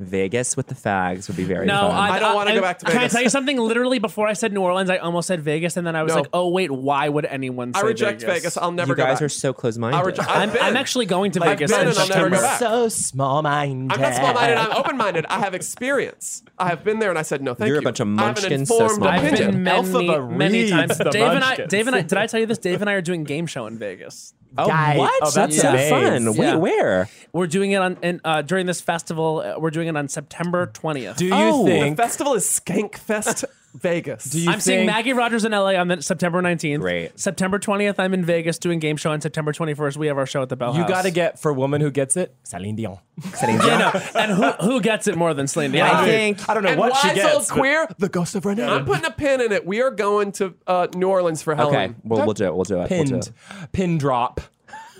Speaker 4: Vegas with the fags would be very
Speaker 5: No,
Speaker 4: fun.
Speaker 5: I,
Speaker 7: I don't wanna go
Speaker 5: and
Speaker 7: back to
Speaker 5: Can I
Speaker 7: Vegas.
Speaker 5: tell you something? Literally, before I said New Orleans, I almost said Vegas, and then I was
Speaker 7: No.
Speaker 5: like, "Oh wait, why would anyone?" Say
Speaker 7: I reject Vegas. I'll never
Speaker 4: you guys
Speaker 7: go
Speaker 4: are
Speaker 7: back.
Speaker 4: so close-minded.
Speaker 7: I reject-
Speaker 5: I'm,
Speaker 7: I've been.
Speaker 5: I'm actually going to
Speaker 7: I've
Speaker 5: Vegas.
Speaker 7: been
Speaker 5: in
Speaker 7: and I'll never
Speaker 5: September.
Speaker 7: go back.
Speaker 6: so small minded.
Speaker 7: I'm not small-minded. I'm open-minded. I have experience. I have been there and I said no. Thank you.
Speaker 4: You're a bunch of
Speaker 7: I have an
Speaker 4: munchkins, so
Speaker 7: informed
Speaker 4: small-minded.
Speaker 5: I've
Speaker 7: opinion.
Speaker 5: been many,
Speaker 6: Elphaba
Speaker 5: many
Speaker 6: reads
Speaker 5: times.
Speaker 6: the
Speaker 5: Dave and I,
Speaker 6: munchkins.
Speaker 5: Dave and I, did I tell you this? Dave and I are doing a game show in Vegas.
Speaker 4: Oh,
Speaker 6: Guys,
Speaker 4: what?
Speaker 6: oh,
Speaker 4: that's
Speaker 6: that's
Speaker 4: so
Speaker 6: amazing.
Speaker 4: fun.
Speaker 5: Yeah.
Speaker 4: Wait, where?
Speaker 5: We're doing it on and uh, during this festival. Uh, we're doing it on September twentieth.
Speaker 6: Do you
Speaker 4: Oh.
Speaker 7: The
Speaker 6: think?
Speaker 7: festival is Skankfest Vegas. Do
Speaker 6: you
Speaker 5: I'm seeing
Speaker 6: think-
Speaker 5: Maggie Rogers in LA on the, September 19th.
Speaker 4: Great.
Speaker 5: September 20th, I'm in Vegas doing game show. On September 21st, we have our show at the Bell
Speaker 6: You
Speaker 5: House.
Speaker 6: got to get for woman who gets it, Celine Dion.
Speaker 4: Celine Dion.
Speaker 5: Yeah, no, and who, who gets it more than Celine Dion?
Speaker 4: I think
Speaker 6: I don't know
Speaker 7: and
Speaker 6: what she
Speaker 7: wise
Speaker 6: gets.
Speaker 7: old
Speaker 6: but-
Speaker 7: queer, the ghost of Renee. I'm putting a pin in it. We are going to uh, New Orleans for Halloween.
Speaker 4: Okay, well, we'll do it. We'll do it. We'll do
Speaker 6: pinned,
Speaker 4: it.
Speaker 6: pin drop,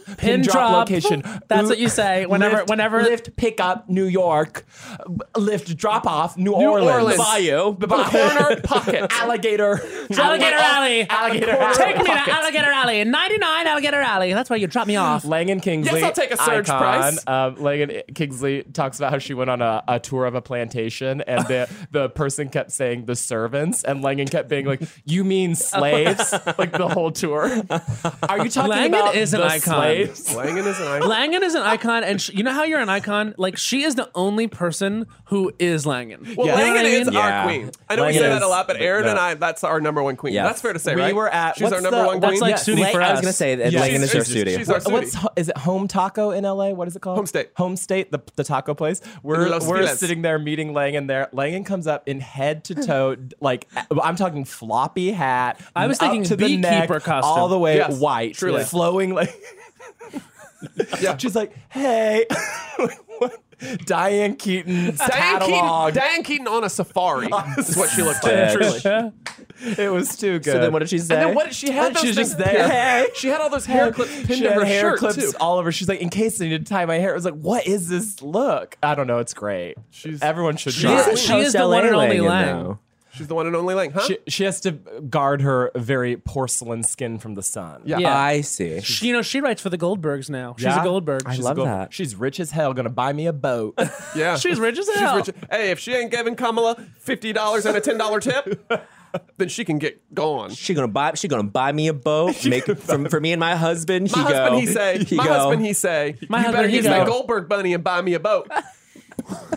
Speaker 6: pin,
Speaker 5: Pin drop.
Speaker 6: location.
Speaker 5: That's
Speaker 6: Ooh,
Speaker 5: what you say whenever-
Speaker 6: Lyft-
Speaker 5: whenever-
Speaker 6: Lyft pickup New York, Lyft drop off New,
Speaker 7: New
Speaker 6: Orleans,
Speaker 7: Orleans,
Speaker 6: Bayou,
Speaker 7: the corner pocket.
Speaker 6: alligator,
Speaker 5: Alligator Alley.
Speaker 6: alligator
Speaker 5: Take
Speaker 6: alley.
Speaker 5: me to Alligator Alley. 99 Alligator Alley. That's why you drop me off.
Speaker 6: Langan Kingsley.
Speaker 7: Yes, I'll take a surge
Speaker 6: icon.
Speaker 7: price.
Speaker 6: Um, Langan Kingsley talks about how she went on a, a tour of a plantation and the, the person kept saying the servants, and Langan kept being like, You mean slaves? like the whole tour. Are you talking
Speaker 5: Langan
Speaker 6: about
Speaker 5: is an
Speaker 6: the
Speaker 5: icon.
Speaker 6: slaves?
Speaker 7: Langan is an icon.
Speaker 5: Langan is an icon, and she, you know how you're an icon? Like, she is the only person who is Langan.
Speaker 7: Well,
Speaker 5: You know what
Speaker 7: Langan
Speaker 5: I mean?
Speaker 7: is
Speaker 4: Yeah.
Speaker 7: our queen. I know
Speaker 6: Langan
Speaker 7: we say that
Speaker 6: is
Speaker 7: a lot, but
Speaker 6: the-
Speaker 7: Aaron and
Speaker 6: the-
Speaker 7: I, that's our number one queen.
Speaker 4: Yeah.
Speaker 7: That's fair to say,
Speaker 6: We
Speaker 7: right?
Speaker 6: were at-
Speaker 7: She's our
Speaker 6: what's
Speaker 7: number
Speaker 6: the-
Speaker 7: one
Speaker 5: that's
Speaker 7: queen.
Speaker 5: like
Speaker 6: Yes.
Speaker 5: Sudi
Speaker 4: Like,
Speaker 5: for
Speaker 4: I was
Speaker 5: us.
Speaker 4: gonna say that
Speaker 6: Yeah.
Speaker 4: Langan is
Speaker 7: She's-
Speaker 4: your
Speaker 7: she's-
Speaker 4: studio.
Speaker 7: she's our
Speaker 6: Wha- What's
Speaker 7: City.
Speaker 6: ho- is it Home Taco in LA? What is it called?
Speaker 7: Home State.
Speaker 6: Home State, the, the taco place. We're
Speaker 7: Los
Speaker 6: we're
Speaker 7: Feliz.
Speaker 6: sitting there meeting Langan there. Langan comes up in head to toe, d- like I'm talking floppy hat.
Speaker 5: I was
Speaker 6: up
Speaker 5: thinking
Speaker 6: to the neck,
Speaker 5: beekeeper costume.
Speaker 6: all the way
Speaker 7: Yes,
Speaker 6: white,
Speaker 7: truly.
Speaker 6: flowing like.
Speaker 7: Yeah.
Speaker 6: She's like, hey, What? Diane Keaton's
Speaker 7: Diane Keaton,
Speaker 6: catalog.
Speaker 7: Diane Keaton on a safari is what she looked
Speaker 4: Yeah.
Speaker 7: like. Truly.
Speaker 6: It was too good.
Speaker 4: So then, what did she say?
Speaker 7: And then what did she had?
Speaker 6: She
Speaker 7: those
Speaker 6: was just
Speaker 7: things
Speaker 6: there.
Speaker 7: pinned- She had all those hair clips pinned
Speaker 6: she
Speaker 7: to
Speaker 6: had
Speaker 7: her
Speaker 6: hair
Speaker 7: shirt
Speaker 6: clips
Speaker 7: too.
Speaker 6: all over. She's like, in case I need to tie my hair. It was like, what is this look? I don't know. It's great.
Speaker 7: She's-
Speaker 6: everyone should
Speaker 5: she
Speaker 6: try.
Speaker 5: is- she is the one and only Lang.
Speaker 7: She's the one and only Lang, huh?
Speaker 6: She, she has to guard her very porcelain skin from the sun.
Speaker 7: Yeah.
Speaker 5: Yeah.
Speaker 4: I see.
Speaker 5: She, you know, she writes for the Goldbergs now. She's
Speaker 6: Yeah?
Speaker 5: a Goldberg.
Speaker 4: I
Speaker 6: She's
Speaker 4: love
Speaker 6: go-
Speaker 4: that.
Speaker 6: She's rich as hell. Gonna buy me a boat.
Speaker 7: yeah.
Speaker 5: She's rich as
Speaker 7: She's
Speaker 5: hell.
Speaker 7: rich. Hey, if she ain't giving Kamala fifty dollars and a ten dollar tip, then she can get gone.
Speaker 4: She gonna buy. She gonna buy me a boat. Make for, for me and my husband.
Speaker 7: My
Speaker 4: he
Speaker 7: husband,
Speaker 4: go,
Speaker 7: he say. my
Speaker 4: go.
Speaker 7: husband, he say.
Speaker 5: My
Speaker 7: you
Speaker 5: husband,
Speaker 7: better
Speaker 5: he
Speaker 7: use that
Speaker 5: go.
Speaker 7: Goldberg bunny and buy me a boat.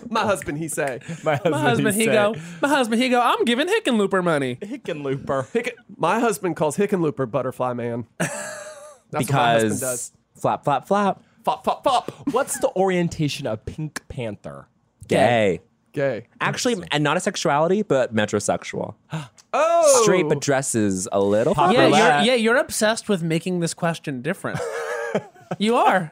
Speaker 7: my husband, he say.
Speaker 6: My husband,
Speaker 5: My husband, he go. My husband, he go. I'm giving Hickenlooper money.
Speaker 6: Hickenlooper.
Speaker 7: Hick- my husband calls Hickenlooper Butterfly Man. That's what my
Speaker 4: because
Speaker 7: husband does.
Speaker 4: flap, flap, flap.
Speaker 7: Fop, fop, fop.
Speaker 6: What's the orientation of Pink Panther?
Speaker 4: Gay.
Speaker 7: Gay.
Speaker 4: Actually, and not a sexuality, but metrosexual.
Speaker 7: Oh,
Speaker 4: Straight, but dresses a little.
Speaker 5: Yeah,
Speaker 4: proper.
Speaker 5: you're,
Speaker 6: Burlap.
Speaker 5: yeah, you're obsessed with making this question different. you are.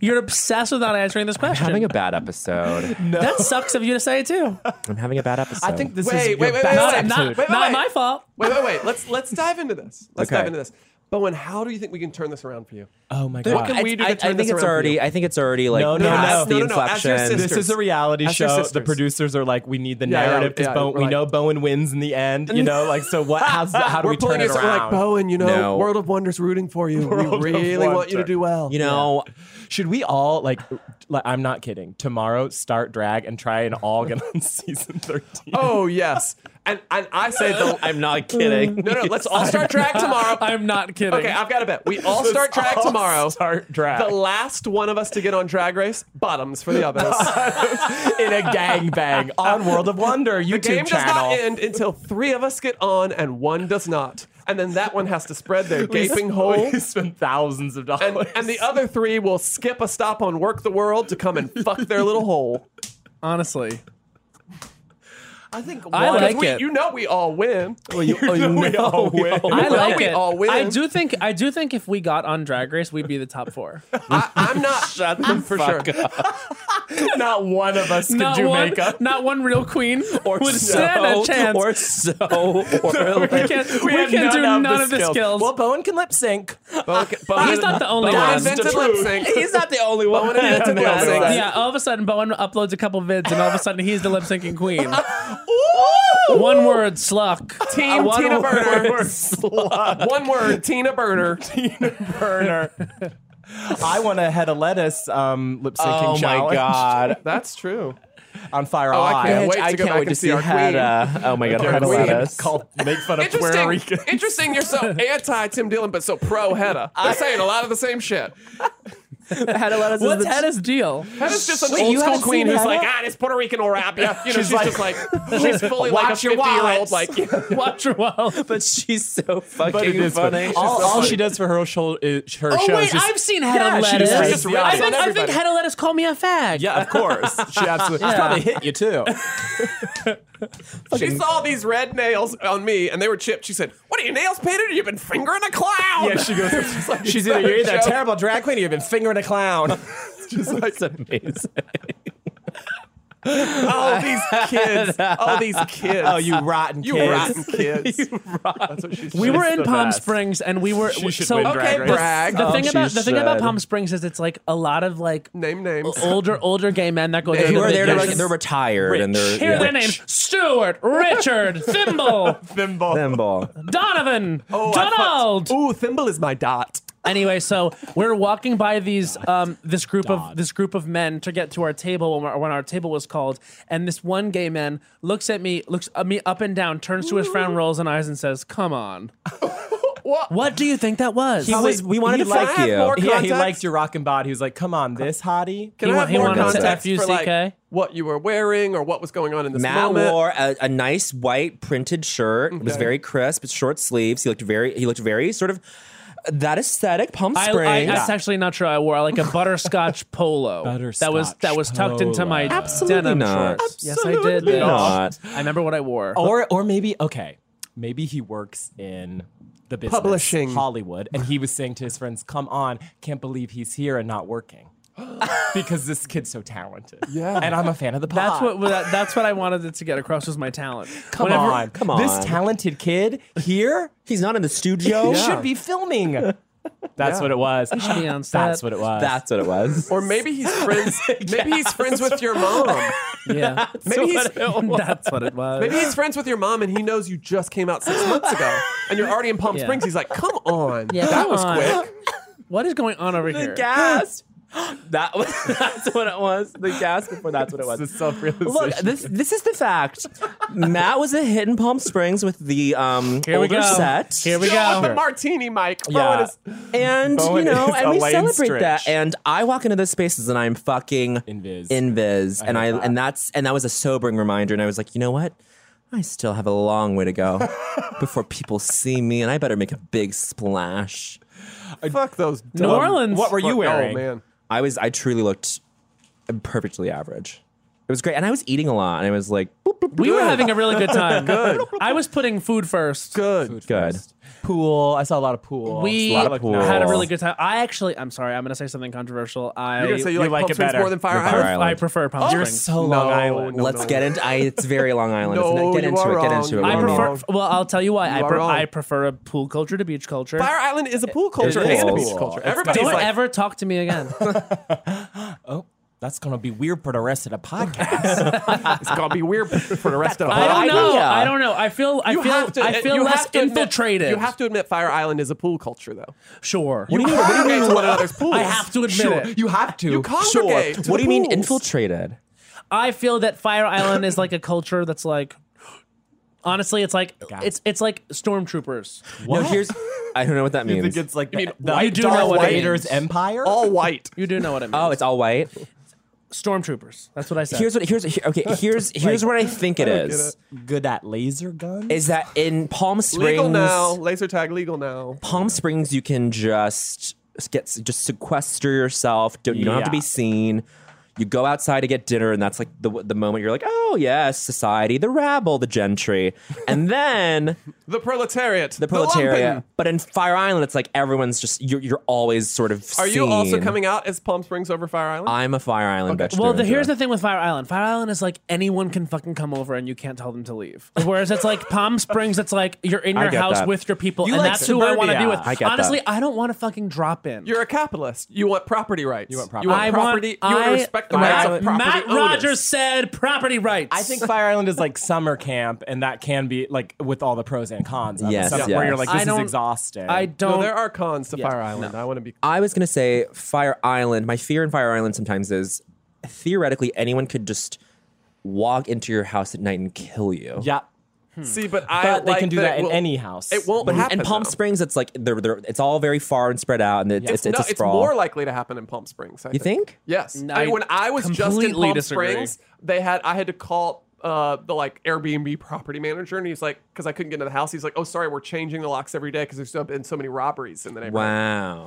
Speaker 5: You're obsessed with not answering this question.
Speaker 4: having a bad episode.
Speaker 5: That sucks of you to say too.
Speaker 4: I'm having a bad episode.
Speaker 6: I think this
Speaker 7: Wait,
Speaker 6: is your
Speaker 7: wait, wait, wait,
Speaker 6: best
Speaker 5: Not,
Speaker 7: wait,
Speaker 5: not,
Speaker 6: episode.
Speaker 7: wait,
Speaker 5: not
Speaker 7: wait.
Speaker 5: my fault.
Speaker 7: Wait, wait, wait. Let's let's dive into this. Let's
Speaker 4: Okay.
Speaker 7: dive into this. Bowen, how do you think we can turn this around for you?
Speaker 6: Oh my
Speaker 7: What
Speaker 6: god.
Speaker 7: can we do
Speaker 4: I,
Speaker 7: to
Speaker 4: I
Speaker 7: turn
Speaker 4: think
Speaker 7: this
Speaker 4: it's
Speaker 7: around for
Speaker 4: already.
Speaker 7: you?
Speaker 4: I think it's already like
Speaker 6: No, no,
Speaker 4: past
Speaker 7: no.
Speaker 4: the
Speaker 7: No, no, no. As your
Speaker 4: inflection.
Speaker 7: sister.
Speaker 6: this is a reality
Speaker 7: As your
Speaker 6: show. The
Speaker 7: sisters.
Speaker 6: producers are like, we need the
Speaker 7: Yeah, yeah,
Speaker 6: narrative because
Speaker 7: yeah,
Speaker 6: Bowen,
Speaker 7: we're
Speaker 6: we
Speaker 7: like-
Speaker 6: know Bowen wins in the end. You know, like so what? How's, Uh, how do
Speaker 7: We're
Speaker 6: we turn
Speaker 7: pulling
Speaker 6: it
Speaker 7: you something like
Speaker 6: around?
Speaker 7: Bowen. You know,
Speaker 4: No.
Speaker 7: World of Wonders rooting for you.
Speaker 6: World of
Speaker 7: we really want you to
Speaker 6: Wonder.
Speaker 7: do well.
Speaker 4: you know,
Speaker 6: Should we all like, like? I'm not kidding. Tomorrow, start drag and try and all get on season 13.
Speaker 7: Oh yes, and and I say the.
Speaker 4: oh, I'm not kidding.
Speaker 7: No, no. Let's all start drag tomorrow.
Speaker 5: I'm not kidding.
Speaker 7: Okay, I've got a bet. We all start drag
Speaker 6: all
Speaker 7: tomorrow.
Speaker 6: start drag.
Speaker 7: The last one of us to get on drag race, bottoms for the others.
Speaker 6: in a gangbang on World of Wonder
Speaker 7: the
Speaker 6: YouTube
Speaker 7: game does
Speaker 6: channel.
Speaker 7: not end until three of us get on and one does not. And then that one has to spread their gaping hole.
Speaker 6: We spend thousands of dollars.
Speaker 7: And, and the other three will skip a stop on Work the World to come and fuck their little hole.
Speaker 5: Honestly,
Speaker 7: I think
Speaker 5: I
Speaker 7: one-
Speaker 5: like
Speaker 7: we-
Speaker 5: it.
Speaker 7: You know we all win.
Speaker 5: Well, you, oh, you know
Speaker 7: we all win.
Speaker 5: I
Speaker 7: You know
Speaker 5: like
Speaker 7: we
Speaker 5: it.
Speaker 7: all win.
Speaker 5: I do think. I do think if we got on Drag Race, we'd be the top four.
Speaker 7: I'm not
Speaker 5: Shut
Speaker 7: the for fuck
Speaker 5: sure.
Speaker 6: Not one of us can
Speaker 5: Not
Speaker 6: do
Speaker 5: one,
Speaker 6: makeup.
Speaker 5: Not one real queen or would
Speaker 6: so-
Speaker 5: stand a chance.
Speaker 6: or
Speaker 4: so. Or
Speaker 5: we
Speaker 6: like-
Speaker 5: can't,
Speaker 6: We
Speaker 5: we
Speaker 6: have
Speaker 5: can do
Speaker 6: none
Speaker 5: none
Speaker 6: of the
Speaker 5: of the
Speaker 6: skills.
Speaker 5: skills.
Speaker 4: Well, Bowen can lip sync.
Speaker 5: He's not the only
Speaker 4: Bowen
Speaker 5: one.
Speaker 4: invented That's the lip truth. sync. He's not the only one. Bowen
Speaker 5: Yeah,
Speaker 4: invented lip sync.
Speaker 5: Yeah, all of a sudden Bowen uploads a couple vids, and all of a sudden he's the lip syncing queen.
Speaker 4: Oh.
Speaker 5: one word, sluck.
Speaker 7: Team
Speaker 5: One
Speaker 7: Tina
Speaker 5: word.
Speaker 7: Burner. One word, Tina Burner. Tina Burner.
Speaker 6: I want a head of lettuce um, lip syncing
Speaker 4: Oh my God.
Speaker 7: That's true.
Speaker 6: On fire.
Speaker 7: Oh, I can't
Speaker 6: Eye.
Speaker 7: wait to go back and see our queen.
Speaker 4: oh my God,
Speaker 6: Our
Speaker 4: head of
Speaker 6: queen
Speaker 4: lettuce.
Speaker 6: Called make fun of Puerto
Speaker 7: Interesting.
Speaker 6: Rican.
Speaker 7: Interesting. You're so anti Tim Dillon, but so pro Hedda. They're saying a lot of the same shit.
Speaker 4: Hedda
Speaker 5: Lettuce is What's the- Hedda's deal?
Speaker 7: Hedda's just an
Speaker 5: Wait,
Speaker 7: old
Speaker 5: you
Speaker 7: school
Speaker 5: haven't
Speaker 7: queen
Speaker 5: seen
Speaker 7: who's
Speaker 5: Hedda?
Speaker 7: like, ah, this Puerto Rican or rap. Yeah. You know,
Speaker 4: She's
Speaker 7: she's, just
Speaker 4: like,
Speaker 7: like, she's fully like a
Speaker 4: watch your
Speaker 7: 50 year old.
Speaker 4: wallets.
Speaker 7: Like,
Speaker 5: watch your wallet.
Speaker 4: But she's so fucking
Speaker 6: But it is funny. All,
Speaker 4: She's so
Speaker 6: all
Speaker 4: funny.
Speaker 6: she does for her show is her
Speaker 5: Oh
Speaker 6: show.
Speaker 5: wait,
Speaker 6: is just,
Speaker 5: I've seen Hedda Lettuce.
Speaker 6: She just,
Speaker 5: I,
Speaker 6: raps on
Speaker 5: think, I think
Speaker 6: everybody.
Speaker 5: Hedda Lettuce called me a fag.
Speaker 6: Yeah, of course. She absolutely. She
Speaker 5: Yeah.
Speaker 6: probably hit you too.
Speaker 7: She saw these red nails on me and they were chipped. She said, What are your nails painted? You've been fingering a clown.
Speaker 6: Yeah, she goes.
Speaker 7: She's like,
Speaker 6: She's
Speaker 7: "Is
Speaker 6: either
Speaker 7: that
Speaker 6: you're
Speaker 7: a
Speaker 6: either a
Speaker 7: joke?"
Speaker 6: terrible drag queen or you've been fingering a clown. She's like,
Speaker 4: amazing.
Speaker 7: All these kids. All these kids.
Speaker 6: Oh, you rotten
Speaker 7: You
Speaker 6: kids.
Speaker 7: rotten kids. That's what she
Speaker 5: We
Speaker 7: said.
Speaker 5: were in
Speaker 6: the
Speaker 5: Palm
Speaker 6: best.
Speaker 5: Springs, and we were
Speaker 6: She should
Speaker 5: so
Speaker 6: win Drag Okay, Race.
Speaker 5: the,
Speaker 7: brag.
Speaker 5: the
Speaker 6: Oh,
Speaker 5: thing about
Speaker 6: she
Speaker 5: the thing about
Speaker 6: should.
Speaker 5: Palm Springs is it's like a lot of like
Speaker 7: Name names.
Speaker 5: older older gay men that go there.
Speaker 4: Who
Speaker 5: to
Speaker 4: are there? To,
Speaker 5: vacation.
Speaker 4: like, they're retired and they're
Speaker 5: Here are
Speaker 4: yeah.
Speaker 5: their names: Stuart, Richard, Thimble,
Speaker 7: Thimble.
Speaker 4: Thimble.
Speaker 5: Donovan,
Speaker 4: Oh,
Speaker 5: Donald.
Speaker 7: Ooh, Thimble is my dot.
Speaker 5: Anyway, so we're walking by these
Speaker 7: Oh
Speaker 5: um, this group of this group of men to get to our table when, our- when our table was called, and this one gay man looks at me, looks at me up and down, turns to his friend, rolls an eyes, and says, "Come on."
Speaker 7: What?
Speaker 5: do you think that was?
Speaker 4: He was. We wanted
Speaker 6: He
Speaker 4: to like
Speaker 6: liked-
Speaker 4: you.
Speaker 7: more
Speaker 6: Yeah, he
Speaker 7: context?
Speaker 6: liked your rockin' bod. He was like, "Come on, this hottie."
Speaker 7: Can
Speaker 5: He
Speaker 7: I
Speaker 5: wa-
Speaker 7: have
Speaker 5: he
Speaker 7: more
Speaker 5: wanted
Speaker 4: to
Speaker 7: context for like
Speaker 5: FUCK?
Speaker 7: what you were wearing or what was going on in this
Speaker 4: Matt
Speaker 7: moment?
Speaker 4: wore a, a nice white printed shirt. It was very crisp, short sleeves. He looked very. He looked very sort of uh, that aesthetic. Palm
Speaker 5: I,
Speaker 4: Springs.
Speaker 5: I, that's actually not true. I wore like a butterscotch polo. that was that was tucked into my
Speaker 4: Absolutely
Speaker 5: denim
Speaker 4: not.
Speaker 5: shorts. yes, I did.
Speaker 4: Absolutely
Speaker 5: bitch.
Speaker 4: not.
Speaker 5: I remember what I wore.
Speaker 7: Oh,
Speaker 6: or or maybe okay, maybe he works in the business
Speaker 7: Publishing.
Speaker 6: Hollywood, and he was saying to his friends, "Come on, can't believe he's here and not working." because this kid's so talented. Yeah. And I'm a fan of the pod.
Speaker 5: That's what that, that's what I wanted it to get across was my talent.
Speaker 6: Come
Speaker 5: Whenever-
Speaker 6: on.
Speaker 4: come on.
Speaker 6: This talented kid here
Speaker 4: He's not in the studio.
Speaker 6: he should be filming. That's what it was.
Speaker 5: should be on set.
Speaker 6: That's what it was.
Speaker 4: That's what it was.
Speaker 7: or maybe he's friends. Maybe he's friends with your mom.
Speaker 5: Yeah,
Speaker 7: Maybe he's
Speaker 5: that's what it was.
Speaker 7: maybe he's friends with your mom, and he knows you just came out six months ago, and you're already in Palm
Speaker 5: Yeah.
Speaker 7: Springs. He's like, "Come on,
Speaker 5: Yeah,
Speaker 7: that
Speaker 5: come
Speaker 7: was
Speaker 5: on."
Speaker 7: quick."
Speaker 5: What is going on over here?
Speaker 4: gas. that was. That's what it was. The gas before. That's what it was.
Speaker 6: the self-realization.
Speaker 4: Look, this this is the fact. Matt was a hit in Palm Springs with the um
Speaker 5: Here we
Speaker 4: older
Speaker 5: go.
Speaker 4: set.
Speaker 5: Here we
Speaker 7: Go with the
Speaker 5: go.
Speaker 7: martini, Mike.
Speaker 6: Yeah.
Speaker 7: Oh, it is-
Speaker 4: and
Speaker 6: Bowen
Speaker 4: you know,
Speaker 6: is
Speaker 4: and
Speaker 6: a
Speaker 4: we
Speaker 6: lane
Speaker 4: celebrate
Speaker 6: stretch.
Speaker 4: that. And I walk into those spaces and I'm fucking
Speaker 6: Invis.
Speaker 4: invis, and I
Speaker 6: that.
Speaker 4: and that's and that was a sobering reminder. And I was like, you know what? I still have a long way to go before people see me, and I better make a big splash.
Speaker 7: fuck those.
Speaker 5: New
Speaker 7: dumb-
Speaker 5: Orleans.
Speaker 6: what were you
Speaker 7: Fuck-
Speaker 6: wearing?
Speaker 7: Oh man,
Speaker 4: I was I truly looked perfectly average. It was great, and I was eating a lot, and I was like, boop, boop,
Speaker 5: We were having a really good time. good. I was putting food first.
Speaker 7: good.
Speaker 4: good.
Speaker 6: pool. I saw a lot of pool.
Speaker 5: We
Speaker 6: A lot of pool.
Speaker 5: had a really good time. I actually, I'm sorry, I'm gonna say something controversial. I
Speaker 7: You're gonna say you,
Speaker 6: you
Speaker 7: like,
Speaker 6: like
Speaker 7: Palm
Speaker 6: it
Speaker 7: Springs
Speaker 6: better
Speaker 7: more than Fire
Speaker 4: than Fire
Speaker 7: Island?
Speaker 4: Island.
Speaker 5: I prefer Palm
Speaker 6: You're
Speaker 5: Springs.
Speaker 6: so Long Island.
Speaker 7: No,
Speaker 4: Let's
Speaker 7: no.
Speaker 4: get into. I, it's very Long Island.
Speaker 7: No,
Speaker 4: isn't it? Get
Speaker 7: you
Speaker 4: into
Speaker 7: are
Speaker 4: it. Get
Speaker 7: wrong.
Speaker 4: into it.
Speaker 7: You
Speaker 5: I
Speaker 7: are
Speaker 4: Get into
Speaker 5: prefer.
Speaker 7: wrong.
Speaker 5: Well, I'll tell you why. I,
Speaker 7: are
Speaker 5: pre-
Speaker 7: wrong.
Speaker 5: I prefer a pool culture to beach culture.
Speaker 7: Fire Island is a pool culture
Speaker 4: is
Speaker 7: and a
Speaker 4: cool.
Speaker 7: beach culture.
Speaker 6: It's
Speaker 7: Everybody's
Speaker 5: Don't
Speaker 7: like,
Speaker 5: ever talk to me again.
Speaker 6: That's gonna be weird for the rest of the podcast.
Speaker 7: it's gonna be weird for the rest of.
Speaker 5: I
Speaker 7: us."
Speaker 5: don't know.
Speaker 4: idea.
Speaker 5: I don't know. I feel. I
Speaker 7: You
Speaker 5: feel.
Speaker 7: have to- eh,
Speaker 5: I feel
Speaker 7: you have
Speaker 5: less
Speaker 7: to admit-
Speaker 5: infiltrated.
Speaker 7: you have to admit, Fire Island is a pool culture, though.
Speaker 5: Sure.
Speaker 7: You congregate to one another's pools.
Speaker 5: I have to admit
Speaker 6: sure,
Speaker 5: it.
Speaker 6: you have to.
Speaker 7: You congregate. to
Speaker 4: What do
Speaker 7: the
Speaker 4: you mean
Speaker 7: pools.
Speaker 4: infiltrated?
Speaker 5: I feel that Fire Island is like a culture that's like. Honestly, it's like it's it's like stormtroopers.
Speaker 4: No, here's. I don't know what that
Speaker 6: You
Speaker 4: means.
Speaker 6: think it's like
Speaker 7: mean,
Speaker 6: the, the
Speaker 5: you do
Speaker 6: Darth
Speaker 5: know what it
Speaker 6: Vader's
Speaker 5: means.
Speaker 6: empire?
Speaker 7: All white.
Speaker 5: You do know what I mean.
Speaker 4: Oh, it's all white.
Speaker 5: stormtroopers. That's what I said.
Speaker 4: Here's what. Here's here- okay. Here's here's what I think it is.
Speaker 6: good at laser guns.
Speaker 4: Is that in Palm Springs?
Speaker 7: Legal now. Laser tag legal now.
Speaker 4: Palm Springs, you can just get just sequester yourself. Don't, you don't have to
Speaker 6: Yeah.
Speaker 4: be seen. You go outside to get dinner, and that's like the the moment you're like, oh yes, society, the rabble, the gentry, and then
Speaker 7: the proletariat,
Speaker 4: the proletariat. but in Fire Island, it's like everyone's just you're, you're always sort of.
Speaker 7: Are you also
Speaker 4: seen.
Speaker 7: coming out as Palm Springs over Fire Island?
Speaker 4: I'm a Fire Island bitch. through
Speaker 5: Well, the,
Speaker 4: and through.
Speaker 5: here's the thing with Fire Island. Fire Island is like anyone can fucking come over and you can't tell them to leave. Whereas it's like Palm Springs, it's like you're in
Speaker 4: I
Speaker 5: your
Speaker 4: get
Speaker 5: house
Speaker 4: that.
Speaker 5: with your people,
Speaker 7: You
Speaker 5: and
Speaker 7: like
Speaker 5: that's who I want to be
Speaker 7: suburbia.
Speaker 5: with.
Speaker 7: I get that.
Speaker 5: Honestly, I don't want to fucking drop in.
Speaker 7: You're a capitalist. You want property rights. You
Speaker 5: I
Speaker 7: want property. You want property. you want to
Speaker 5: I-
Speaker 7: respect the
Speaker 5: Matt,
Speaker 7: rights of property.
Speaker 5: Matt
Speaker 7: owners.
Speaker 5: Rogers said property rights.
Speaker 6: I think Fire Island is like summer camp, and that can be like with all the pros and cons. of it,
Speaker 4: Yes,
Speaker 6: some- Where
Speaker 4: yes.
Speaker 6: you're like,
Speaker 4: I
Speaker 6: this is
Speaker 4: don't-
Speaker 6: exhausting.
Speaker 4: I don't-
Speaker 7: there are cons to
Speaker 4: Yeah.
Speaker 7: Fire Island. I want to be.
Speaker 4: I was gonna say Fire Island. My fear in Fire Island sometimes is theoretically anyone could just walk into your house at night and kill you.
Speaker 6: Yeah.
Speaker 7: See, but I
Speaker 6: But they
Speaker 7: like
Speaker 6: can do that
Speaker 7: it
Speaker 6: in
Speaker 7: will-
Speaker 6: any house.
Speaker 7: It won't
Speaker 2: Mm.
Speaker 4: But
Speaker 7: happen.
Speaker 4: in Palm
Speaker 7: though.
Speaker 4: Springs, it's like they're, they're, it's all very far and spread out, and it's it's, it's a
Speaker 7: no,
Speaker 4: sprawl.
Speaker 7: more likely to happen in Palm Springs. I
Speaker 4: You think?
Speaker 7: Yes.
Speaker 4: No,
Speaker 7: I,
Speaker 4: I
Speaker 7: when I was just in
Speaker 4: completely
Speaker 7: Palm
Speaker 4: disagree.
Speaker 7: Springs, they had I had to call uh, the like Airbnb property manager, and he's like, because I couldn't get into the house, he's like, "Oh, sorry, we're changing the locks every day because there's so- been so many robberies in the neighborhood."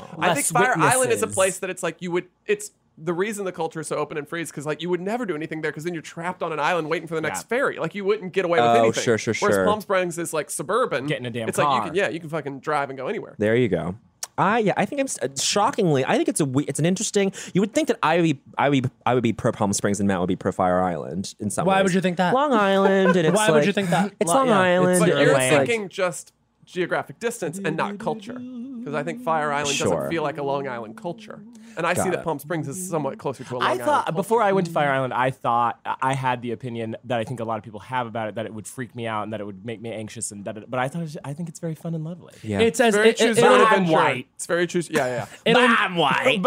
Speaker 4: wow.
Speaker 7: I think Fire Island is a
Speaker 4: witnesses.
Speaker 7: place that it's like you would. It's the reason the culture is so open and free is because like you would never do anything there because then you're trapped on an island waiting for the next
Speaker 4: Yeah.
Speaker 7: ferry. Like you wouldn't get away with
Speaker 4: Oh,
Speaker 7: anything.
Speaker 4: sure, sure, sure.
Speaker 7: Whereas Palm Springs is like suburban. Getting
Speaker 6: a damn
Speaker 7: It's like
Speaker 4: car.
Speaker 7: you can yeah, you can fucking drive and go anywhere.
Speaker 4: There you go. I yeah, I think I'm s- uh, shockingly. I think it's a we- it's an interesting. You would think that I would be I would be I would be pro Palm Springs and Matt would be pro Fire Island in some
Speaker 5: Why
Speaker 4: ways.
Speaker 5: would you think that?
Speaker 4: Long Island and it's
Speaker 5: Why would
Speaker 4: like-
Speaker 5: you think that?
Speaker 4: It's
Speaker 5: Lo-
Speaker 4: Long
Speaker 5: yeah.
Speaker 4: Island
Speaker 7: But
Speaker 4: and
Speaker 7: you're
Speaker 4: it's like-
Speaker 7: thinking just geographic distance and not culture. Because I think Fire Island
Speaker 4: Sure.
Speaker 7: doesn't feel like a Long Island culture. And I
Speaker 6: Got
Speaker 7: see
Speaker 6: it.
Speaker 7: that Palm Springs is somewhat closer to a Long
Speaker 6: I
Speaker 7: Island.
Speaker 6: thought before I went to Fire Island, I thought I had the opinion that I think a lot of people have about it that it would freak me out and that it would make me anxious and that. It, but I thought it was- I think it's very fun and lovely.
Speaker 4: Yeah.
Speaker 5: It's as-
Speaker 7: very
Speaker 5: it- it-
Speaker 7: choose
Speaker 5: it-
Speaker 7: your own
Speaker 5: I'm
Speaker 7: adventure.
Speaker 5: white.
Speaker 7: It's very choose. Yeah, yeah.
Speaker 5: It'll-
Speaker 6: I'm
Speaker 5: It'll
Speaker 4: Fucking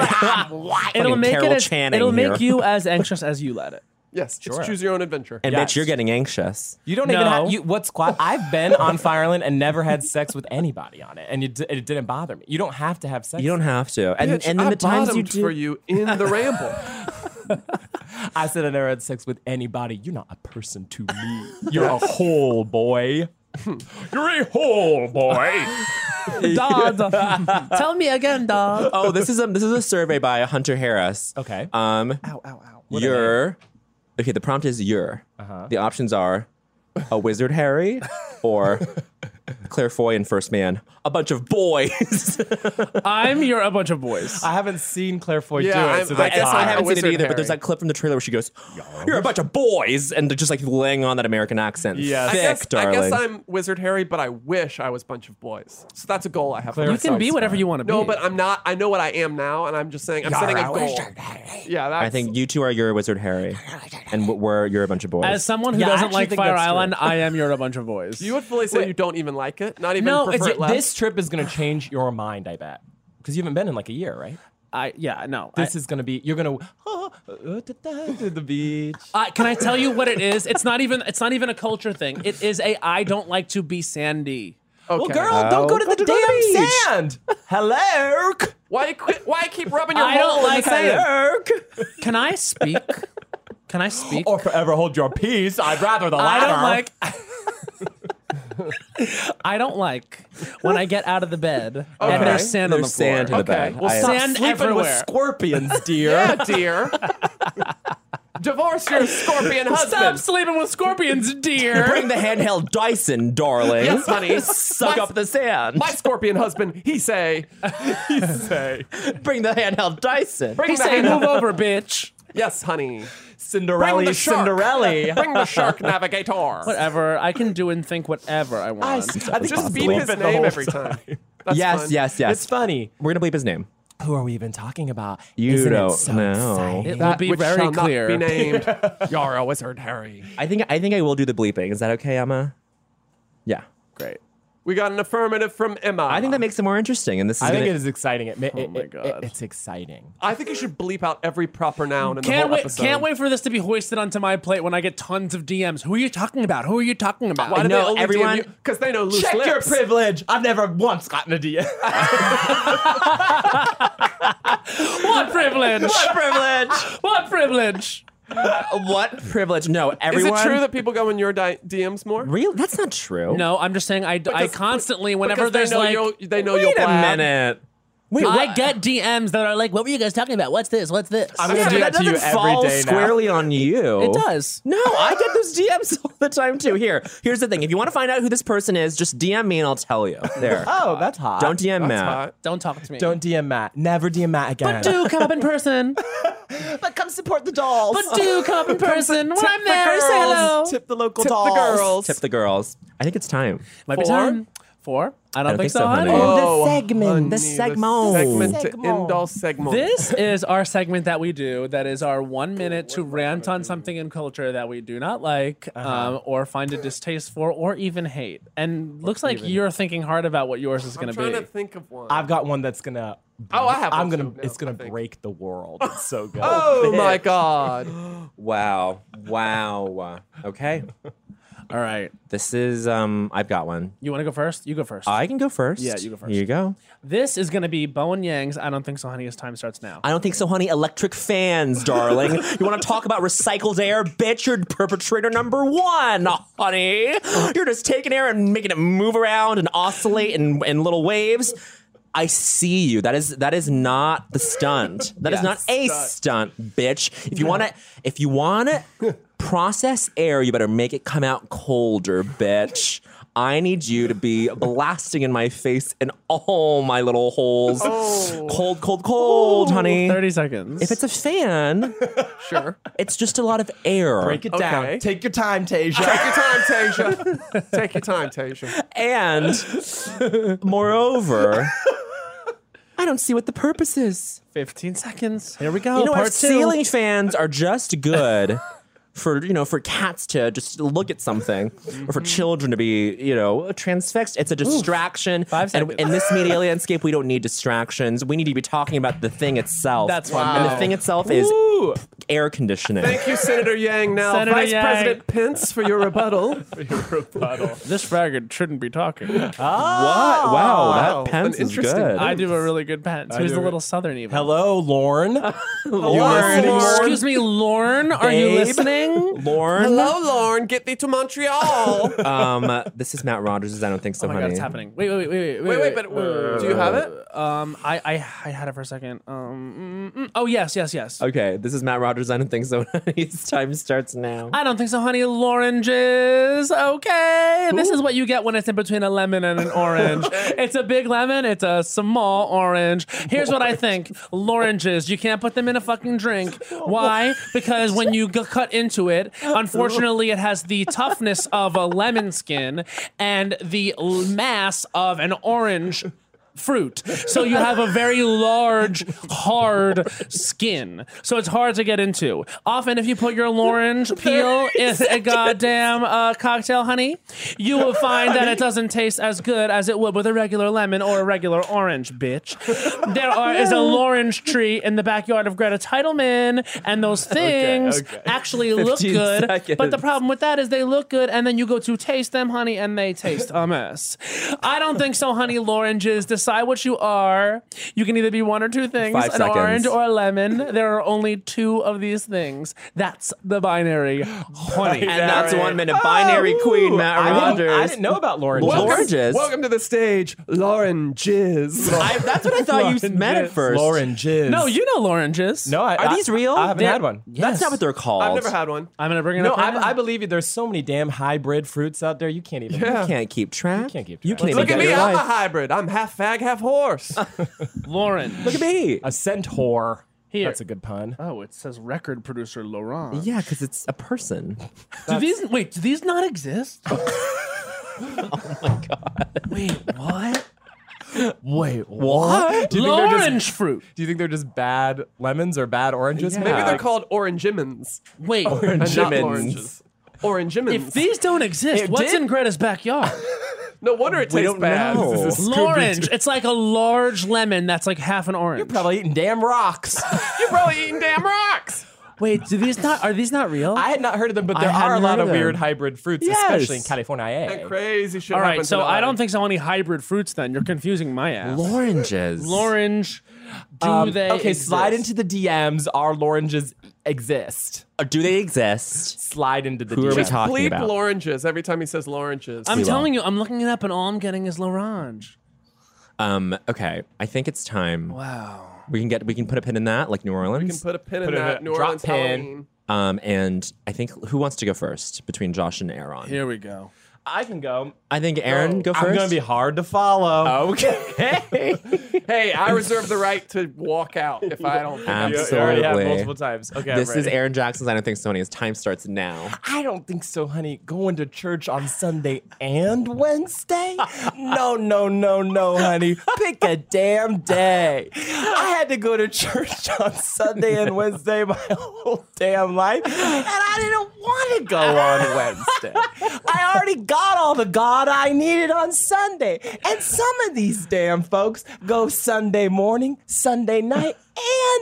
Speaker 5: make it.
Speaker 4: Carol
Speaker 5: As,
Speaker 4: Channing
Speaker 5: it'll make
Speaker 4: here.
Speaker 5: you as anxious as you let it.
Speaker 7: Yes,
Speaker 6: Sure.
Speaker 7: it's choose your own adventure.
Speaker 4: and bitch, you're getting anxious.
Speaker 6: You don't
Speaker 5: No.
Speaker 6: even have you, what's quad. I've been on Fire Island and never had sex with anybody on it, and it, d- it didn't bother me. You don't have to have sex.
Speaker 4: You don't have to. And
Speaker 7: Bitch,
Speaker 4: and then
Speaker 7: I
Speaker 4: the times you
Speaker 7: bottomed
Speaker 4: do.
Speaker 7: for you in the ramble.
Speaker 6: I said I never had sex with anybody. You're not a person to me. You're a whole boy. You're a whole boy.
Speaker 5: Dog, tell me again, dog.
Speaker 4: oh, this is a this is a survey by Hunter Harris.
Speaker 6: Okay.
Speaker 4: Um,
Speaker 6: Ow, ow, ow.
Speaker 4: you're okay. The prompt is you're. The options are a wizard Harry or Claire Foy and First Man. A bunch of boys.
Speaker 5: I'm your a bunch of boys.
Speaker 6: I haven't seen Claire Foy
Speaker 7: Yeah,
Speaker 6: do it.
Speaker 7: I'm-
Speaker 6: so
Speaker 7: I
Speaker 6: that's
Speaker 4: I guess I
Speaker 6: odd.
Speaker 4: haven't seen it
Speaker 7: Wizard
Speaker 4: either, but there's
Speaker 7: Harry.
Speaker 4: that clip from the trailer where she goes, "You're a bunch of boys," and they're just like laying on that American accent.
Speaker 6: Yes.
Speaker 7: I
Speaker 4: thick,
Speaker 7: guess, I
Speaker 4: darling.
Speaker 7: guess I'm Wizard Harry, but I wish I was bunch of boys. So that's a goal I have. for
Speaker 6: Claire
Speaker 5: You can
Speaker 6: so
Speaker 7: myself.
Speaker 5: be whatever
Speaker 6: smart.
Speaker 5: you want to be.
Speaker 7: No, but I'm not. I know what I am now, and I'm just saying I'm setting a goal. Yeah, that's,
Speaker 4: I think you two are your wizard Harry, and w- we're you're a bunch of boys.
Speaker 5: as someone who
Speaker 6: Yeah, I
Speaker 5: doesn't
Speaker 6: actually
Speaker 5: like
Speaker 6: think
Speaker 5: Fire
Speaker 6: that's true.
Speaker 5: Island, I am your a bunch of boys.
Speaker 7: you would fully say you don't even like it. Not even
Speaker 5: No,
Speaker 7: prefer
Speaker 5: it's-
Speaker 7: it less.
Speaker 6: This trip is going to change your mind, I bet. Because you haven't been in like a year, right?
Speaker 5: I yeah no. I-
Speaker 6: This is going to be, you're going to, oh, uh, da, da, to the beach.
Speaker 5: I- can I tell you what it is? It's not even. It's not even a culture thing. It is a I don't like to be sandy.
Speaker 7: okay.
Speaker 6: Well, girl, don't go to
Speaker 4: Go
Speaker 6: the
Speaker 4: to the
Speaker 6: damn
Speaker 4: beach.
Speaker 6: sand. Hello.
Speaker 7: Why quit? Why keep rubbing your
Speaker 5: I don't
Speaker 7: hole in
Speaker 5: like
Speaker 7: the sand?
Speaker 5: Can I speak? Can I speak?
Speaker 6: Or forever hold your peace. I'd rather the
Speaker 5: I
Speaker 6: latter.
Speaker 5: don't like. I don't like when I get out of the bed
Speaker 7: Okay.
Speaker 5: and there's sand on the
Speaker 4: There's
Speaker 5: floor.
Speaker 4: sand in the
Speaker 7: Okay,
Speaker 4: bed.
Speaker 7: well,
Speaker 4: I-
Speaker 7: stop
Speaker 5: Sand
Speaker 6: Sleeping with
Speaker 5: everywhere.
Speaker 6: scorpions, dear.
Speaker 7: Yeah, dear. Divorce your scorpion
Speaker 5: Stop
Speaker 7: husband.
Speaker 5: sleeping with scorpions, dear.
Speaker 4: Bring the handheld Dyson, darling.
Speaker 7: Yes, honey.
Speaker 4: Suck
Speaker 7: My-
Speaker 4: up the sand.
Speaker 7: My scorpion husband, he say,
Speaker 6: Say,
Speaker 4: Bring the handheld Dyson.
Speaker 7: bring
Speaker 5: He
Speaker 7: the
Speaker 5: say,
Speaker 7: hand-
Speaker 5: "Move over, bitch."
Speaker 7: Yes, honey. Bring
Speaker 6: Cinderella,
Speaker 7: the shark.
Speaker 6: Cinderella.
Speaker 7: Bring the shark navigator.
Speaker 5: Whatever. I can do and think whatever I want.
Speaker 6: I think
Speaker 7: Just
Speaker 6: we
Speaker 7: beep his
Speaker 6: bleep it the
Speaker 7: name
Speaker 6: whole
Speaker 7: every time. That's
Speaker 4: yes,
Speaker 7: fun.
Speaker 4: yes, yes.
Speaker 6: It's funny.
Speaker 4: We're gonna bleep his name.
Speaker 6: Who are we even talking about?
Speaker 4: You
Speaker 6: Isn't
Speaker 4: don't
Speaker 6: it so
Speaker 4: know.
Speaker 6: exciting?
Speaker 5: It will be
Speaker 7: which
Speaker 5: very
Speaker 7: shall not
Speaker 5: clear.
Speaker 7: be named. You're a wizard, Harry.
Speaker 4: I think I think I will do the bleeping. Is that okay, Emma? Yeah.
Speaker 5: Great.
Speaker 7: We got an affirmative from Emma.
Speaker 4: I think that makes it more interesting. And this is
Speaker 6: I
Speaker 4: gonna,
Speaker 6: think it is exciting. It, it,
Speaker 5: Oh my
Speaker 6: it-
Speaker 5: God.
Speaker 6: it- it's exciting.
Speaker 7: I think you should bleep out every proper noun in the
Speaker 5: Can't
Speaker 7: whole
Speaker 5: wait!
Speaker 7: episode.
Speaker 5: Can't wait for this to be hoisted onto my plate when I get tons of DMs. Who are you talking about? Who are you talking about?
Speaker 7: Why do
Speaker 4: No,
Speaker 7: they only
Speaker 4: everyone-
Speaker 7: Because they know loose
Speaker 6: Check
Speaker 7: lips.
Speaker 6: your privilege. I've never once gotten a DM.
Speaker 5: What privilege?
Speaker 4: what privilege.
Speaker 5: what privilege?
Speaker 4: what privilege? No,
Speaker 7: Is
Speaker 4: everyone.
Speaker 7: it true that people go in your di- DMs more?
Speaker 4: Real? That's not true.
Speaker 5: No, I'm just saying. I, I constantly, whenever
Speaker 7: Because they
Speaker 5: there's
Speaker 7: know
Speaker 5: like,
Speaker 7: you'll- they know
Speaker 4: Wait
Speaker 7: you'll
Speaker 4: a
Speaker 7: blab.
Speaker 4: minute.
Speaker 5: Wait, I
Speaker 2: what?
Speaker 5: get DMs that are like, "What were you guys talking about? What's this? What's this?"
Speaker 2: I'm gonna Yeah, do but that that to you doesn't every fall day now. squarely on you.
Speaker 4: It
Speaker 5: does.
Speaker 4: No, I get those DMs all the time too. Here, here's the thing: if you want to find out who this person is, just DM me and I'll tell you. There.
Speaker 6: Oh, that's hot.
Speaker 4: Don't DM
Speaker 6: That's
Speaker 4: Matt.
Speaker 6: hot.
Speaker 5: Don't talk to me.
Speaker 6: Don't DM Matt. Never DM Matt again.
Speaker 5: But do come up in person.
Speaker 4: but come support the dolls.
Speaker 5: But do come up in person. When
Speaker 6: tip
Speaker 5: I'm
Speaker 6: the
Speaker 5: there, say
Speaker 6: girls.
Speaker 5: hello.
Speaker 6: Tip the local
Speaker 5: Tip the
Speaker 6: dolls.
Speaker 5: girls.
Speaker 4: Tip the girls. I think it's time.
Speaker 5: Might
Speaker 6: be time.
Speaker 5: Four? I
Speaker 4: don't think so, honey.
Speaker 7: Oh,
Speaker 4: The segment,
Speaker 7: honey,
Speaker 4: the
Speaker 7: segment.
Speaker 5: Oh.
Speaker 4: segment.
Speaker 7: to end all segments.
Speaker 5: This is our segment that we do that is our one minute to rant on something in culture that we do not like um, or find a distaste for or even hate. And looks like you're thinking hard about what yours is
Speaker 7: I'm
Speaker 5: going to
Speaker 7: trying
Speaker 5: be.
Speaker 7: to think of one.
Speaker 6: I've got one that's gonna.
Speaker 7: Oh, I have
Speaker 6: I'm
Speaker 7: one
Speaker 6: gonna.
Speaker 7: too,
Speaker 6: it's
Speaker 7: now,
Speaker 6: gonna
Speaker 7: I think.
Speaker 6: break the world. It's so good.
Speaker 7: Oh my god.
Speaker 4: Wow. Wow. Okay.
Speaker 5: All right.
Speaker 4: This is um I've got one.
Speaker 5: You want to go first? You go first.
Speaker 4: I can go first.
Speaker 5: Yeah, you go first.
Speaker 4: Here you go.
Speaker 5: This is going to be Bowen Yang's I Don't Think So Honey as Time Starts Now.
Speaker 4: I don't think so, honey. Electric fans, darling. you want to talk about recycled air? Bitch, you're perpetrator number one, honey. You're just taking air and making it move around and oscillate in, in little waves. I see you. That is that is not the stunt. That is
Speaker 5: Yes.
Speaker 4: not a stunt, bitch. If you want to, if you want to process air, you better make it come out colder, bitch. I need you to be blasting in my face in all my little holes. Cold, cold, cold, honey.
Speaker 5: 30 seconds.
Speaker 4: If it's a fan,
Speaker 7: Sure.
Speaker 4: it's just a lot of air.
Speaker 6: Break it down.
Speaker 7: Okay.
Speaker 6: Take your time, Tasia.
Speaker 7: Take your time, Tasia. Take your time, Tasia.
Speaker 4: And moreover, I don't see what the purpose is.
Speaker 5: 15 seconds. Here we go.
Speaker 4: you know,
Speaker 5: Part
Speaker 4: our
Speaker 5: two.
Speaker 4: ceiling fans are just good for you know for cats to just look at something, or for children to be you know transfixed. It's a distraction.
Speaker 5: Five
Speaker 4: and
Speaker 5: seconds.
Speaker 4: in this media landscape, we don't need distractions. We need to be talking about the thing itself.
Speaker 5: That's
Speaker 4: why.
Speaker 5: one
Speaker 4: And the
Speaker 5: minute.
Speaker 4: thing itself is
Speaker 7: Ooh.
Speaker 4: air conditioning.
Speaker 7: Thank you, Senator Yang. Now,
Speaker 5: Senator
Speaker 7: Vice
Speaker 5: Yang.
Speaker 7: President Pence, for your rebuttal.
Speaker 5: This faggot shouldn't be talking.
Speaker 4: What? Wow,
Speaker 7: Wow.
Speaker 4: that Pence
Speaker 7: An
Speaker 4: is
Speaker 7: Oh. interesting-
Speaker 4: good.
Speaker 5: I do a really good Pence. Who's the little southern even?
Speaker 6: Hello, Lorne.
Speaker 4: Lauren.
Speaker 5: Excuse me, Lauren, are you
Speaker 4: Babe?
Speaker 5: listening?
Speaker 4: Lauren.
Speaker 7: Hello, Lauren. Get thee to Montreal.
Speaker 4: Um, this is Matt Rogers. I don't think so,
Speaker 5: Oh my
Speaker 4: honey.
Speaker 5: god, it's happening. Wait, wait, wait, wait, wait.
Speaker 7: Wait, wait, but do you have it?
Speaker 5: Um, I, I, I had it for a second. Um, mm, mm, oh yes, yes, yes.
Speaker 4: Okay, this is Matt Rogers. I don't think so. honey. His time starts now.
Speaker 5: I don't think so, honey. Oranges. Okay. This is what you get when it's in between a lemon and an orange. it's a big lemon, it's a small orange. Here's what I think oranges, you can't put them in a fucking drink. Why? Because when you g- cut into it, unfortunately, it has the toughness of a lemon skin and the l- mass of an orange fruit. So you have a very large, hard skin. So it's hard to get into. Often, if you put your orange peel in a goddamn uh, cocktail, honey, you will find that it doesn't taste as good as it would with a regular lemon or a regular orange, bitch. There are, is a orange tree in the backyard of Greta Titelman, and those things
Speaker 6: okay.
Speaker 5: actually look
Speaker 4: 15
Speaker 5: good. But the
Speaker 4: seconds.
Speaker 5: problem with that is they look good, and then you go to taste them, honey, and they taste a mess. I don't think so, honey. Oranges, decide what you are. You can either be one or two things:
Speaker 4: Five
Speaker 5: an
Speaker 4: seconds.
Speaker 5: orange or a lemon. There are only two of these things. That's the binary, honey.
Speaker 4: and that's one minute. Binary queen, Matt
Speaker 6: I
Speaker 4: Rogers.
Speaker 6: didn't, I didn't know about Lauren.
Speaker 4: Welcome-
Speaker 6: Lauren.
Speaker 4: Oranges.
Speaker 7: Welcome to the stage, Lauren Jizz.
Speaker 4: I- that's what I thought you meant at first.
Speaker 6: Jizz.
Speaker 5: no, Oh, you know oranges.
Speaker 6: No, I,
Speaker 4: Are
Speaker 6: I-
Speaker 4: these real?
Speaker 6: I haven't
Speaker 4: They're-
Speaker 6: had one.
Speaker 4: That's not what they're called.
Speaker 7: I've never had one.
Speaker 5: I'm gonna bring it
Speaker 6: No,
Speaker 5: up. right now.
Speaker 6: I, I believe you. There's so many damn hybrid fruits out there. You can't even.
Speaker 4: You can't keep track. You
Speaker 6: can't keep
Speaker 4: You
Speaker 6: track.
Speaker 4: can't even
Speaker 7: Look
Speaker 4: get
Speaker 7: at me.
Speaker 4: your
Speaker 7: I'm a
Speaker 4: life.
Speaker 7: hybrid. I'm half fag, half horse.
Speaker 5: Lauren.
Speaker 4: Look at me. Uh,
Speaker 6: A centaur.
Speaker 5: Here.
Speaker 6: That's a good pun.
Speaker 5: Oh, it says record producer Laurent.
Speaker 4: Yeah, because it's a person.
Speaker 5: Do these wait? Do these not exist? oh my god! Wait, what?
Speaker 6: Wait, what? Do you, think they're just,
Speaker 5: Orange fruit.
Speaker 6: do you think they're just bad lemons or bad oranges?
Speaker 4: Yeah.
Speaker 7: Maybe
Speaker 6: Maybe
Speaker 7: they're called Orangimins
Speaker 5: Wait,
Speaker 7: and not
Speaker 4: Jimins.
Speaker 7: oranges. Orangimins.
Speaker 5: if these don't exist,
Speaker 6: It
Speaker 5: what's
Speaker 6: did?
Speaker 5: in Greta's backyard?
Speaker 7: no wonder it tastes
Speaker 4: don't
Speaker 7: bad.
Speaker 4: know.
Speaker 7: This is a Scooby-Doo.
Speaker 5: Orange. It's like a large lemon that's like half an orange.
Speaker 6: they're probably eating damn rocks.
Speaker 7: You're probably eating damn rocks.
Speaker 5: Wait, do these not are these not real?
Speaker 6: I had not heard of them, but
Speaker 4: I
Speaker 6: there are a
Speaker 4: hadn't
Speaker 6: lot
Speaker 4: heard of
Speaker 6: of
Speaker 4: them.
Speaker 6: weird hybrid fruits,
Speaker 4: Yes.
Speaker 6: especially in California. eh?
Speaker 7: And crazy shit.
Speaker 5: All right,
Speaker 7: happens
Speaker 5: so
Speaker 7: in
Speaker 5: I
Speaker 7: LA.
Speaker 5: don't think so any hybrid fruits then. You're confusing my ass.
Speaker 4: Oranges.
Speaker 5: Orange. Do
Speaker 6: Um,
Speaker 5: they
Speaker 6: okay, slide
Speaker 5: exist?
Speaker 6: into the DMs. Our oranges exist.
Speaker 4: Uh, Do they exist?
Speaker 6: Slide into the
Speaker 4: Who
Speaker 6: DMs.
Speaker 4: are we talking
Speaker 7: Bleep
Speaker 4: about?
Speaker 7: Loranges every time he says Loranges.
Speaker 5: I'm telling you, I'm looking it up and all I'm getting is Lorange.
Speaker 9: Um, okay, I think it's time.
Speaker 5: Wow.
Speaker 9: We can get we can put a pin in that, like New Orleans.
Speaker 7: We can put a pin
Speaker 9: Put
Speaker 7: in
Speaker 9: it in
Speaker 7: that
Speaker 9: a
Speaker 7: New
Speaker 9: drop
Speaker 7: Orleans
Speaker 9: pin.
Speaker 7: Halloween.
Speaker 9: Um, and I think who wants to go first between Josh and Aaron?
Speaker 5: Here we go.
Speaker 6: I can go.
Speaker 9: I think Aaron go
Speaker 6: I'm
Speaker 9: first.
Speaker 6: gonna be hard to follow.
Speaker 9: Okay.
Speaker 7: hey, I reserve the right to walk out if I don't. think I'm-
Speaker 9: Absolutely.
Speaker 6: multiple times. Okay, I'm
Speaker 9: This is
Speaker 6: ready.
Speaker 9: Aaron Jackson's I don't think so His time starts now.
Speaker 6: I don't think so, honey. Going to church on Sunday and Wednesday? No, no, no, no, honey. Pick a damn day. I had to go to church on Sunday and Wednesday my whole damn life, and I didn't want to go on Wednesday. I already got all the God I needed on Sunday. And some of these damn folks go Sunday morning, Sunday night,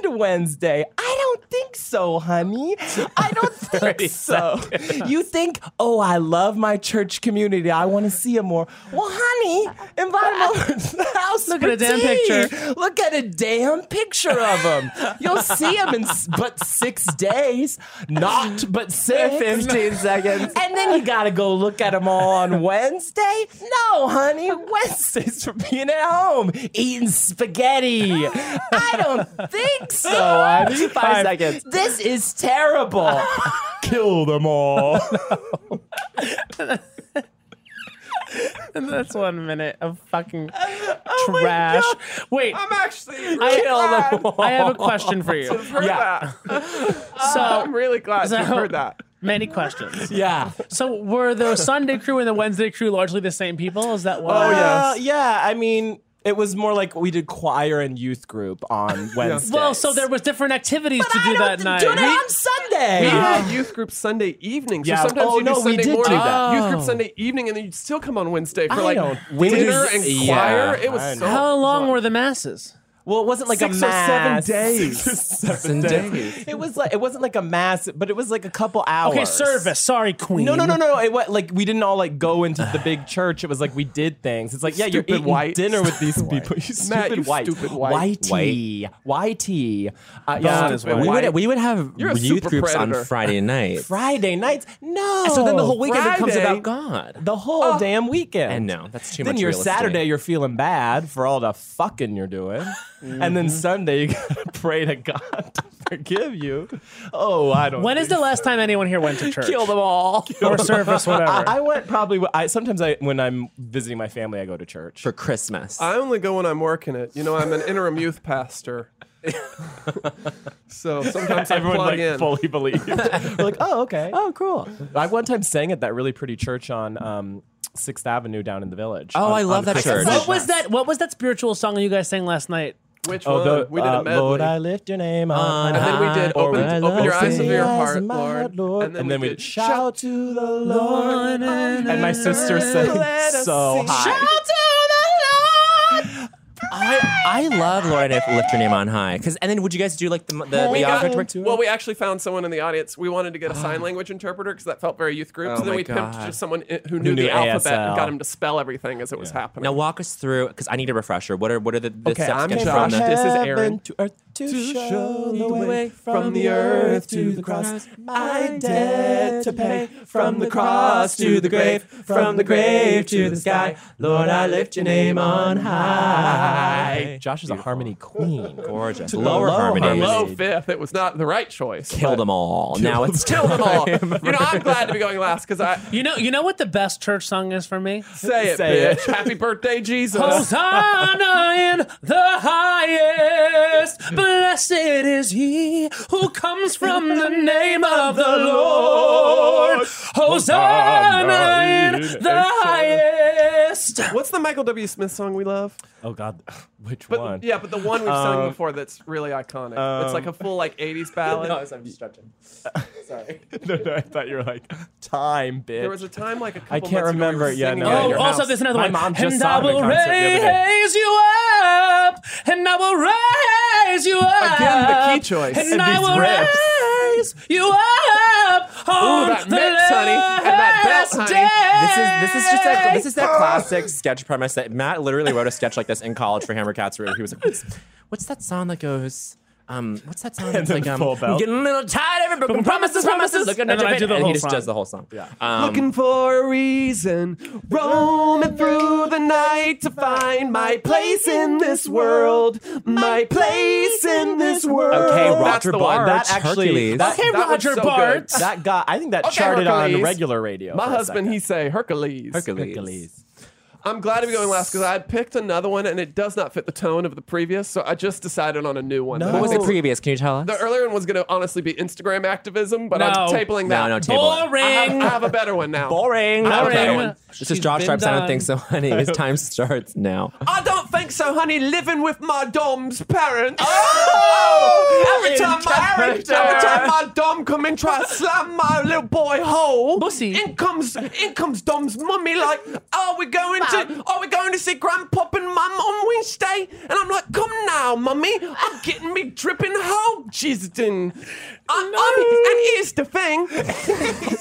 Speaker 6: and Wednesday. I don't think so, honey. I don't think so. You think, oh, I love my church community. I want to see it more. Well, honey, invite them over to the house.
Speaker 5: Look
Speaker 6: for
Speaker 5: at a damn
Speaker 6: tea.
Speaker 5: picture.
Speaker 6: Look at a damn picture of them. You'll see them in s- but six days, not but six.
Speaker 9: 15
Speaker 6: seconds. And then you gotta go look at them all on Wednesday? No, honey. Wednesday's for being at home, eating spaghetti. I don't think so, honey.
Speaker 9: Five seconds.
Speaker 6: This is terrible. Kill them all.
Speaker 5: And that's one minute of fucking Oh trash. Wait,
Speaker 7: I'm actually.
Speaker 5: I,
Speaker 7: really glad.
Speaker 5: I have a question for you.
Speaker 7: To have heard that.
Speaker 5: So-
Speaker 7: I'm really glad
Speaker 5: so-
Speaker 7: to have heard that.
Speaker 5: Many questions.
Speaker 6: Yeah.
Speaker 5: So were the Sunday crew and the Wednesday crew largely the same people? Is that why?
Speaker 6: Uh, yeah, I mean, it was more like we did choir and youth group on Wednesday.
Speaker 5: Well, so there was different activities to do that night.
Speaker 6: do it on Sunday.
Speaker 7: We
Speaker 6: Yeah.
Speaker 7: had youth group Sunday evening, so
Speaker 6: Yeah.
Speaker 7: sometimes
Speaker 6: Oh,
Speaker 7: you do
Speaker 6: no, we
Speaker 7: Sunday
Speaker 6: did do
Speaker 7: morning,
Speaker 6: that.
Speaker 7: youth group
Speaker 6: Oh.
Speaker 7: Sunday evening, and then you'd still come on Wednesday for
Speaker 6: I
Speaker 7: like
Speaker 6: don't- we did-
Speaker 7: dinner and
Speaker 6: yeah,
Speaker 7: choir. it was
Speaker 6: I
Speaker 7: so.
Speaker 6: know. How
Speaker 5: long were the masses?
Speaker 6: Well, it wasn't like
Speaker 7: Six
Speaker 6: a
Speaker 7: or seven
Speaker 6: mass.
Speaker 7: days.
Speaker 6: seven days. It was like it wasn't like a mass, but it was like a couple hours.
Speaker 5: Okay, service. Sorry, Queen.
Speaker 6: No, no, no, no. It was like we didn't all like go into the big church. It was like we did things. It's like yeah, you're
Speaker 7: Stupid
Speaker 6: eating
Speaker 7: white.
Speaker 6: dinner with these people. You
Speaker 7: Matt,
Speaker 6: stupid
Speaker 7: you
Speaker 6: white.
Speaker 7: stupid
Speaker 6: white.
Speaker 7: white.
Speaker 6: Whitey. Whitey. Uh,
Speaker 9: yeah,
Speaker 6: yeah,
Speaker 9: we would, we would have
Speaker 6: You're a
Speaker 9: youth
Speaker 6: super
Speaker 9: groups
Speaker 6: predator.
Speaker 9: on Friday night.
Speaker 6: Friday nights. No.
Speaker 9: So then the whole weekend becomes
Speaker 6: Friday.
Speaker 9: about God.
Speaker 6: The whole damn weekend.
Speaker 9: Oh. And no, that's too
Speaker 6: then
Speaker 9: much
Speaker 6: your
Speaker 9: real estate.
Speaker 6: Saturday, you're feeling bad for all the fucking you're doing, and
Speaker 9: Mm-hmm.
Speaker 6: then Sunday you gotta pray to God to forgive you. Oh, I don't.
Speaker 5: When is the last time anyone here went to church?
Speaker 6: Kill them all
Speaker 5: Or service, whatever.
Speaker 6: I, I went probably. I sometimes I when I'm visiting my family, I go to church
Speaker 9: for Christmas.
Speaker 6: Uh,
Speaker 7: I only go when I'm working it. You know, I'm an interim youth pastor. so sometimes I
Speaker 6: Everyone like
Speaker 7: plug in.
Speaker 6: fully believed. We're like, oh okay, oh cool. I one time sang at that really pretty church on um, Sixth Avenue down in the village.
Speaker 9: Oh,
Speaker 6: on-
Speaker 9: I love
Speaker 6: on
Speaker 9: that
Speaker 6: Christmas
Speaker 9: church.
Speaker 6: night.
Speaker 5: What was that? What was that spiritual song you guys sang last night?
Speaker 7: Which
Speaker 6: Oh,
Speaker 7: one?
Speaker 6: the,
Speaker 7: we did
Speaker 6: uh,
Speaker 7: a medley.
Speaker 6: Lord, I lift your name
Speaker 9: On
Speaker 6: on,
Speaker 7: and then we did
Speaker 6: high.
Speaker 7: open,
Speaker 6: Lord, I
Speaker 7: open your
Speaker 6: love
Speaker 7: eyes of your
Speaker 6: thee as
Speaker 7: heart,
Speaker 6: my
Speaker 7: Lord. And then,
Speaker 6: And then
Speaker 7: we,
Speaker 6: we
Speaker 7: did
Speaker 6: shout to the Lord. And my sister sang
Speaker 7: Let us
Speaker 6: so
Speaker 7: sing.
Speaker 6: high.
Speaker 9: I, I love Lord, I lift your name on high. Because and then would you guys do like the the,
Speaker 7: We
Speaker 9: the
Speaker 7: got-
Speaker 9: object work to it?
Speaker 7: well, we actually found someone in the audience. We wanted to get a sign language interpreter because that felt very youth group.
Speaker 9: Oh
Speaker 7: so then
Speaker 9: my
Speaker 7: we
Speaker 9: God.
Speaker 7: pimped just someone i- who knew,
Speaker 9: knew
Speaker 7: the alphabet
Speaker 9: ASL.
Speaker 7: and got him to spell everything as it was happening.
Speaker 9: Now walk us through because I need a refresher. What are what are the, the
Speaker 6: Okay,
Speaker 9: steps
Speaker 7: I'm
Speaker 9: to get from
Speaker 7: Josh.
Speaker 9: the
Speaker 7: This is Aaron.
Speaker 6: Heaven To earth to, show the way from the earth to the cross, my debt to pay. From the cross to the grave, from the grave to the sky. Lord, I lift your name on high. Josh is a harmony queen.
Speaker 9: gorgeous
Speaker 6: To the
Speaker 9: lower
Speaker 6: low
Speaker 9: harmonies?
Speaker 6: harmony.
Speaker 7: Low Oh, fifth. It was not the right choice.
Speaker 9: Kill them all. Now it's
Speaker 7: Kill them all. you know, I'm glad to be going last because I
Speaker 5: You know, you know what the best church song is for me?
Speaker 7: say it,
Speaker 6: Say it.
Speaker 7: bitch. Happy birthday, Jesus.
Speaker 5: Hosanna in the highest. Blessed is he who comes from the name of the Lord. Hosanna in the highest.
Speaker 7: What's the Michael W. Smith song we love?
Speaker 6: Oh God, which
Speaker 7: But
Speaker 6: one?
Speaker 7: yeah, but the one we've sung
Speaker 6: Um,
Speaker 7: before that's really iconic. it's like a full like '80s ballad.
Speaker 6: I'm just stretching. Sorry. no, no, I thought you were like time, bitch.
Speaker 7: there was a time like a couple
Speaker 6: I can't
Speaker 7: months ago we were
Speaker 6: remember. Yeah,
Speaker 7: singing
Speaker 6: no,
Speaker 7: it at
Speaker 6: no,
Speaker 5: Oh,
Speaker 7: your
Speaker 6: no.
Speaker 5: also,
Speaker 7: house.
Speaker 5: there's another
Speaker 6: My
Speaker 5: one.
Speaker 6: mom just
Speaker 5: and
Speaker 6: saw
Speaker 5: I
Speaker 6: him at a
Speaker 5: will
Speaker 6: concert the other day.
Speaker 5: raise you up, and I will raise you up.
Speaker 7: Again,
Speaker 6: Uh,
Speaker 7: the key choice.
Speaker 5: And,
Speaker 7: And
Speaker 5: I
Speaker 6: these
Speaker 5: will raise you up on
Speaker 7: that
Speaker 5: the
Speaker 7: mix, honey, and that belt,
Speaker 5: last
Speaker 7: honey.
Speaker 9: This is this is just that
Speaker 5: day.
Speaker 9: this is that classic sketch premise that Matt literally wrote a sketch like this in college for Hammer Cats where he was like, "What's, what's that song that goes?"
Speaker 2: um, what's that song?
Speaker 4: And
Speaker 2: It's like
Speaker 4: then
Speaker 2: um,
Speaker 4: full
Speaker 2: I'm
Speaker 4: belt.
Speaker 2: getting a little tired of every broken promises, promises. Look at
Speaker 4: And then I do the
Speaker 2: and
Speaker 4: whole
Speaker 2: he just
Speaker 4: song.
Speaker 2: does the whole song. Um, Yeah.
Speaker 7: Looking for a reason, roaming through the night to find my place in this world. My place in this world.
Speaker 6: Okay,
Speaker 7: That's
Speaker 6: Roger
Speaker 7: the one.
Speaker 6: Bart.
Speaker 7: That actually. That,
Speaker 6: that
Speaker 7: that was so good.
Speaker 6: That guy. I think that
Speaker 7: Okay,
Speaker 6: charted on
Speaker 7: Hercules.
Speaker 6: regular radio.
Speaker 7: My
Speaker 6: for a
Speaker 7: husband,
Speaker 6: second.
Speaker 7: he say Hercules.
Speaker 6: Hercules.
Speaker 7: I'm glad to be going last because I had picked another one and it does not fit the tone of the previous, so I just decided on a new one. that I
Speaker 2: What was Oh. the
Speaker 7: think-
Speaker 2: previous? Can you tell us?
Speaker 7: The earlier one was going to honestly be Instagram activism, but I'm
Speaker 2: No.
Speaker 7: tabling
Speaker 2: No,
Speaker 7: that.
Speaker 2: no, table
Speaker 6: Uh-huh.
Speaker 2: it.
Speaker 7: I have, I have a better one now.
Speaker 2: Boring.
Speaker 7: I have a better
Speaker 2: Okay.
Speaker 7: one.
Speaker 2: This is Josh Stripes. I don't think so, honey. His time starts now.
Speaker 7: I don't think so, honey. Living with my dom's parents.
Speaker 10: Oh!
Speaker 7: every
Speaker 10: In
Speaker 7: time my every
Speaker 10: character.
Speaker 7: time my dom come in, try to slam my little boy whole. Bussy. In comes in comes dom's mummy. Like, are we going to are we going to see grandpop and mum on Wednesday? And I'm like, come now, mummy. I'm getting me dripping whole, Jizzden. I'm, I'm, and here's the thing.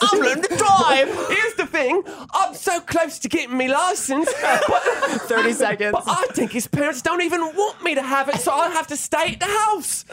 Speaker 7: I'm learning to drive. Here's the thing. I'm so close to getting me license. But, 30 seconds. But I think his parents don't even want me to have it, so I have to stay at the house.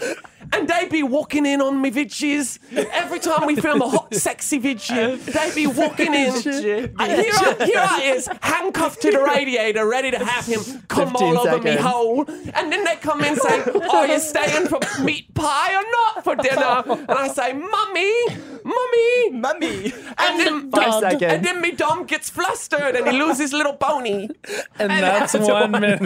Speaker 7: And they be walking in on me vidges. Every time we film a hot, sexy video, they be walking in. Uh, here, I, here I is, handcuffed to the radiator, ready to have him come all
Speaker 10: 15
Speaker 7: over me
Speaker 10: seconds.
Speaker 7: whole. And then they come in saying, are you staying for meat pie or not for dinner? And I say, mummy, mummy. Mummy. And then,
Speaker 10: Five seconds.
Speaker 7: and then me dom gets flustered and he loses little bony.
Speaker 1: And that's one minute.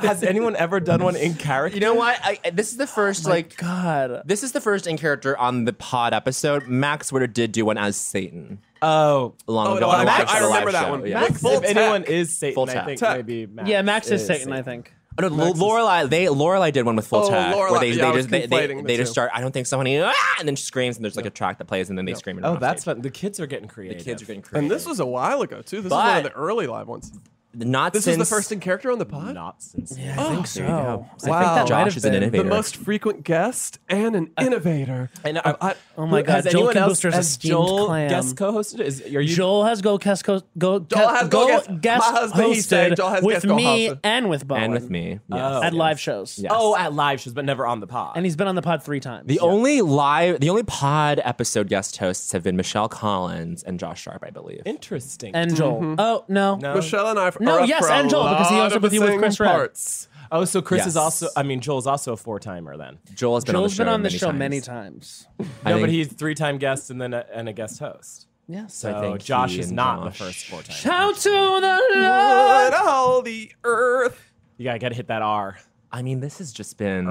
Speaker 6: Has anyone ever done one in character? Oh
Speaker 2: You know what? I, I- this is the first like
Speaker 1: God.
Speaker 2: This is the first in character on the pod episode. Max Werder did do one as Satan.
Speaker 6: Oh,
Speaker 2: long
Speaker 6: Oh,
Speaker 2: ago.
Speaker 6: no,
Speaker 2: on a
Speaker 6: I-
Speaker 2: live- on
Speaker 6: I
Speaker 2: a
Speaker 6: remember
Speaker 2: live
Speaker 6: that
Speaker 2: show,
Speaker 6: one.
Speaker 2: yeah.
Speaker 6: Max If Voltac. anyone is Satan, I think
Speaker 2: Tech.
Speaker 6: maybe Max
Speaker 1: yeah, Max is,
Speaker 2: is
Speaker 1: Satan, I think.
Speaker 2: Oh, no, Lo- Lorelai. They Lorelai did one with full
Speaker 1: Oh,
Speaker 2: tech where
Speaker 1: Lorelai.
Speaker 2: they,
Speaker 1: Yeah, I
Speaker 2: they
Speaker 1: was
Speaker 2: just they, they,
Speaker 1: conflating the
Speaker 2: they just
Speaker 1: two.
Speaker 2: start. I don't think someone ah! and then she screams and there's like a track that plays and then they scream. And
Speaker 6: Oh,
Speaker 2: run off
Speaker 6: that's
Speaker 2: stage.
Speaker 6: fun. The kids are getting creative.
Speaker 2: the kids are getting creative.
Speaker 7: And this was a while ago too. This is one of
Speaker 2: But-
Speaker 7: the early live ones.
Speaker 2: Not
Speaker 7: This
Speaker 2: since
Speaker 7: is the first in character on the pod.
Speaker 6: Not since.
Speaker 2: Yeah, I Oh. think so. There you go. So I think
Speaker 7: wow,
Speaker 2: that Josh might have is an been. innovator.
Speaker 7: The most frequent guest and an innovator.
Speaker 2: And
Speaker 1: Oh my God,
Speaker 6: Has
Speaker 1: Joel
Speaker 6: anyone else
Speaker 1: Kinbuster's a
Speaker 6: has
Speaker 1: steamed
Speaker 6: Joel
Speaker 1: clam.
Speaker 6: guest co-hosted? Is are you
Speaker 1: Joel has go guest co- go
Speaker 6: Joel has go guest- my husband, he
Speaker 1: hosted
Speaker 6: said Joel has
Speaker 1: with
Speaker 6: guest co-hosted.
Speaker 1: me and with Bowen
Speaker 2: and with me
Speaker 5: Uh,
Speaker 1: at
Speaker 2: yes.
Speaker 1: live shows.
Speaker 2: Yes.
Speaker 6: Oh, at live shows, but never on the pod.
Speaker 1: and he's been on the pod three times.
Speaker 2: The only live, the only pod episode guest hosts have been Michelle Collins and Josh Sharp, I believe.
Speaker 6: Interesting.
Speaker 1: And Joel.
Speaker 6: Mm-hmm.
Speaker 1: Oh no.
Speaker 7: Michelle and I. Are
Speaker 1: No,
Speaker 7: up
Speaker 1: yes,
Speaker 7: for a
Speaker 1: and Joel because he
Speaker 7: lot
Speaker 1: also
Speaker 7: of
Speaker 1: with
Speaker 7: the
Speaker 1: you with
Speaker 7: same
Speaker 1: Chris Red.
Speaker 7: parts.
Speaker 6: Oh, so Chris
Speaker 2: Yes.
Speaker 6: is also. I mean, Joel's also a four-timer then.
Speaker 2: Joel has been
Speaker 1: Joel's been on
Speaker 2: on
Speaker 1: the
Speaker 2: the
Speaker 1: show
Speaker 2: show
Speaker 1: many times.
Speaker 2: I
Speaker 6: no, but
Speaker 2: think-
Speaker 6: he's three-time guest and then a, and a guest host.
Speaker 1: Yes.
Speaker 6: So
Speaker 2: I think
Speaker 6: Josh
Speaker 2: he
Speaker 6: is
Speaker 2: and
Speaker 6: not
Speaker 2: Josh-
Speaker 6: the first four-time.
Speaker 1: Shout to the
Speaker 7: Lord, all the earth.
Speaker 6: You gotta gotta hit that R.
Speaker 2: I mean, this has just been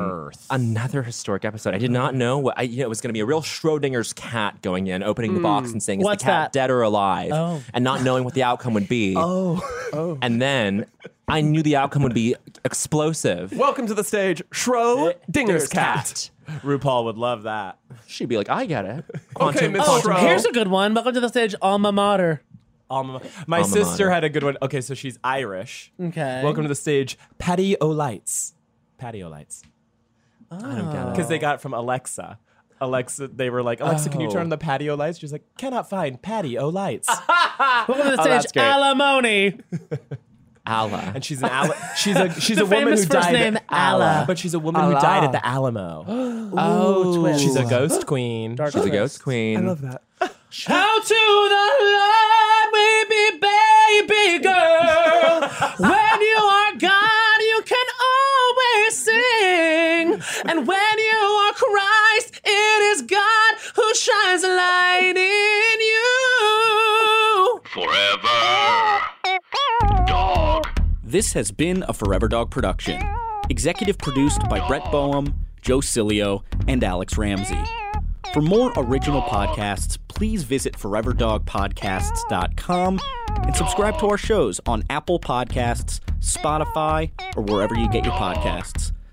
Speaker 2: another historic episode. I did not know what I, you know, it was going to be a real Schrodinger's cat going in, opening the box and saying, "Is
Speaker 1: What's
Speaker 2: the cat
Speaker 1: that?
Speaker 2: dead or alive?"
Speaker 1: Oh.
Speaker 2: and not knowing what the outcome would be.
Speaker 6: Oh, oh.
Speaker 2: And then I knew the outcome would be explosive.
Speaker 7: Welcome to the stage, Shro Dinger's cat.
Speaker 6: RuPaul would love that.
Speaker 2: She'd be like, "I get it."
Speaker 7: Okay, Miss
Speaker 1: Oh,
Speaker 7: Shro.
Speaker 1: here's a good one. Welcome to the stage, alma mater.
Speaker 6: Alma, my
Speaker 2: Alma
Speaker 6: sister
Speaker 2: mater.
Speaker 6: had a good one. Okay, so she's Irish.
Speaker 1: Okay.
Speaker 6: Welcome to the stage, Patty O'Lights. Patty O'Lights.
Speaker 2: I don't get it.
Speaker 6: Because they got it from Alexa. Alexa, they were like, Alexa,
Speaker 2: Oh.
Speaker 6: can you turn on the patio lights? She's like, cannot find patio lights.
Speaker 1: Welcome to the
Speaker 6: Oh,
Speaker 1: stage,
Speaker 6: that's great.
Speaker 1: alimony.
Speaker 2: Allah.
Speaker 6: And she's an Ala- she's a she's
Speaker 1: The
Speaker 6: a woman
Speaker 1: famous
Speaker 6: who
Speaker 1: first
Speaker 6: died
Speaker 1: name,
Speaker 6: at
Speaker 1: Allah.
Speaker 6: but she's a woman who died at the Alamo. oh,
Speaker 1: twist.
Speaker 6: she's a ghost queen.
Speaker 1: Dark
Speaker 2: She's a
Speaker 1: twist.
Speaker 2: ghost queen.
Speaker 7: that.
Speaker 1: Shout to the Lord, baby, baby girl. when you are God, you can always sing. And when you are Christ, it is God who shines a light in you.
Speaker 3: Forever. Dog.
Speaker 5: This has been a Forever Dog production. Executive produced by Brett Boehm, Joe Cilio, and Alex Ramsey. For more original podcasts, please visit foreverdogpodcasts.com and subscribe to our shows on Apple Podcasts, Spotify, or wherever you get your podcasts.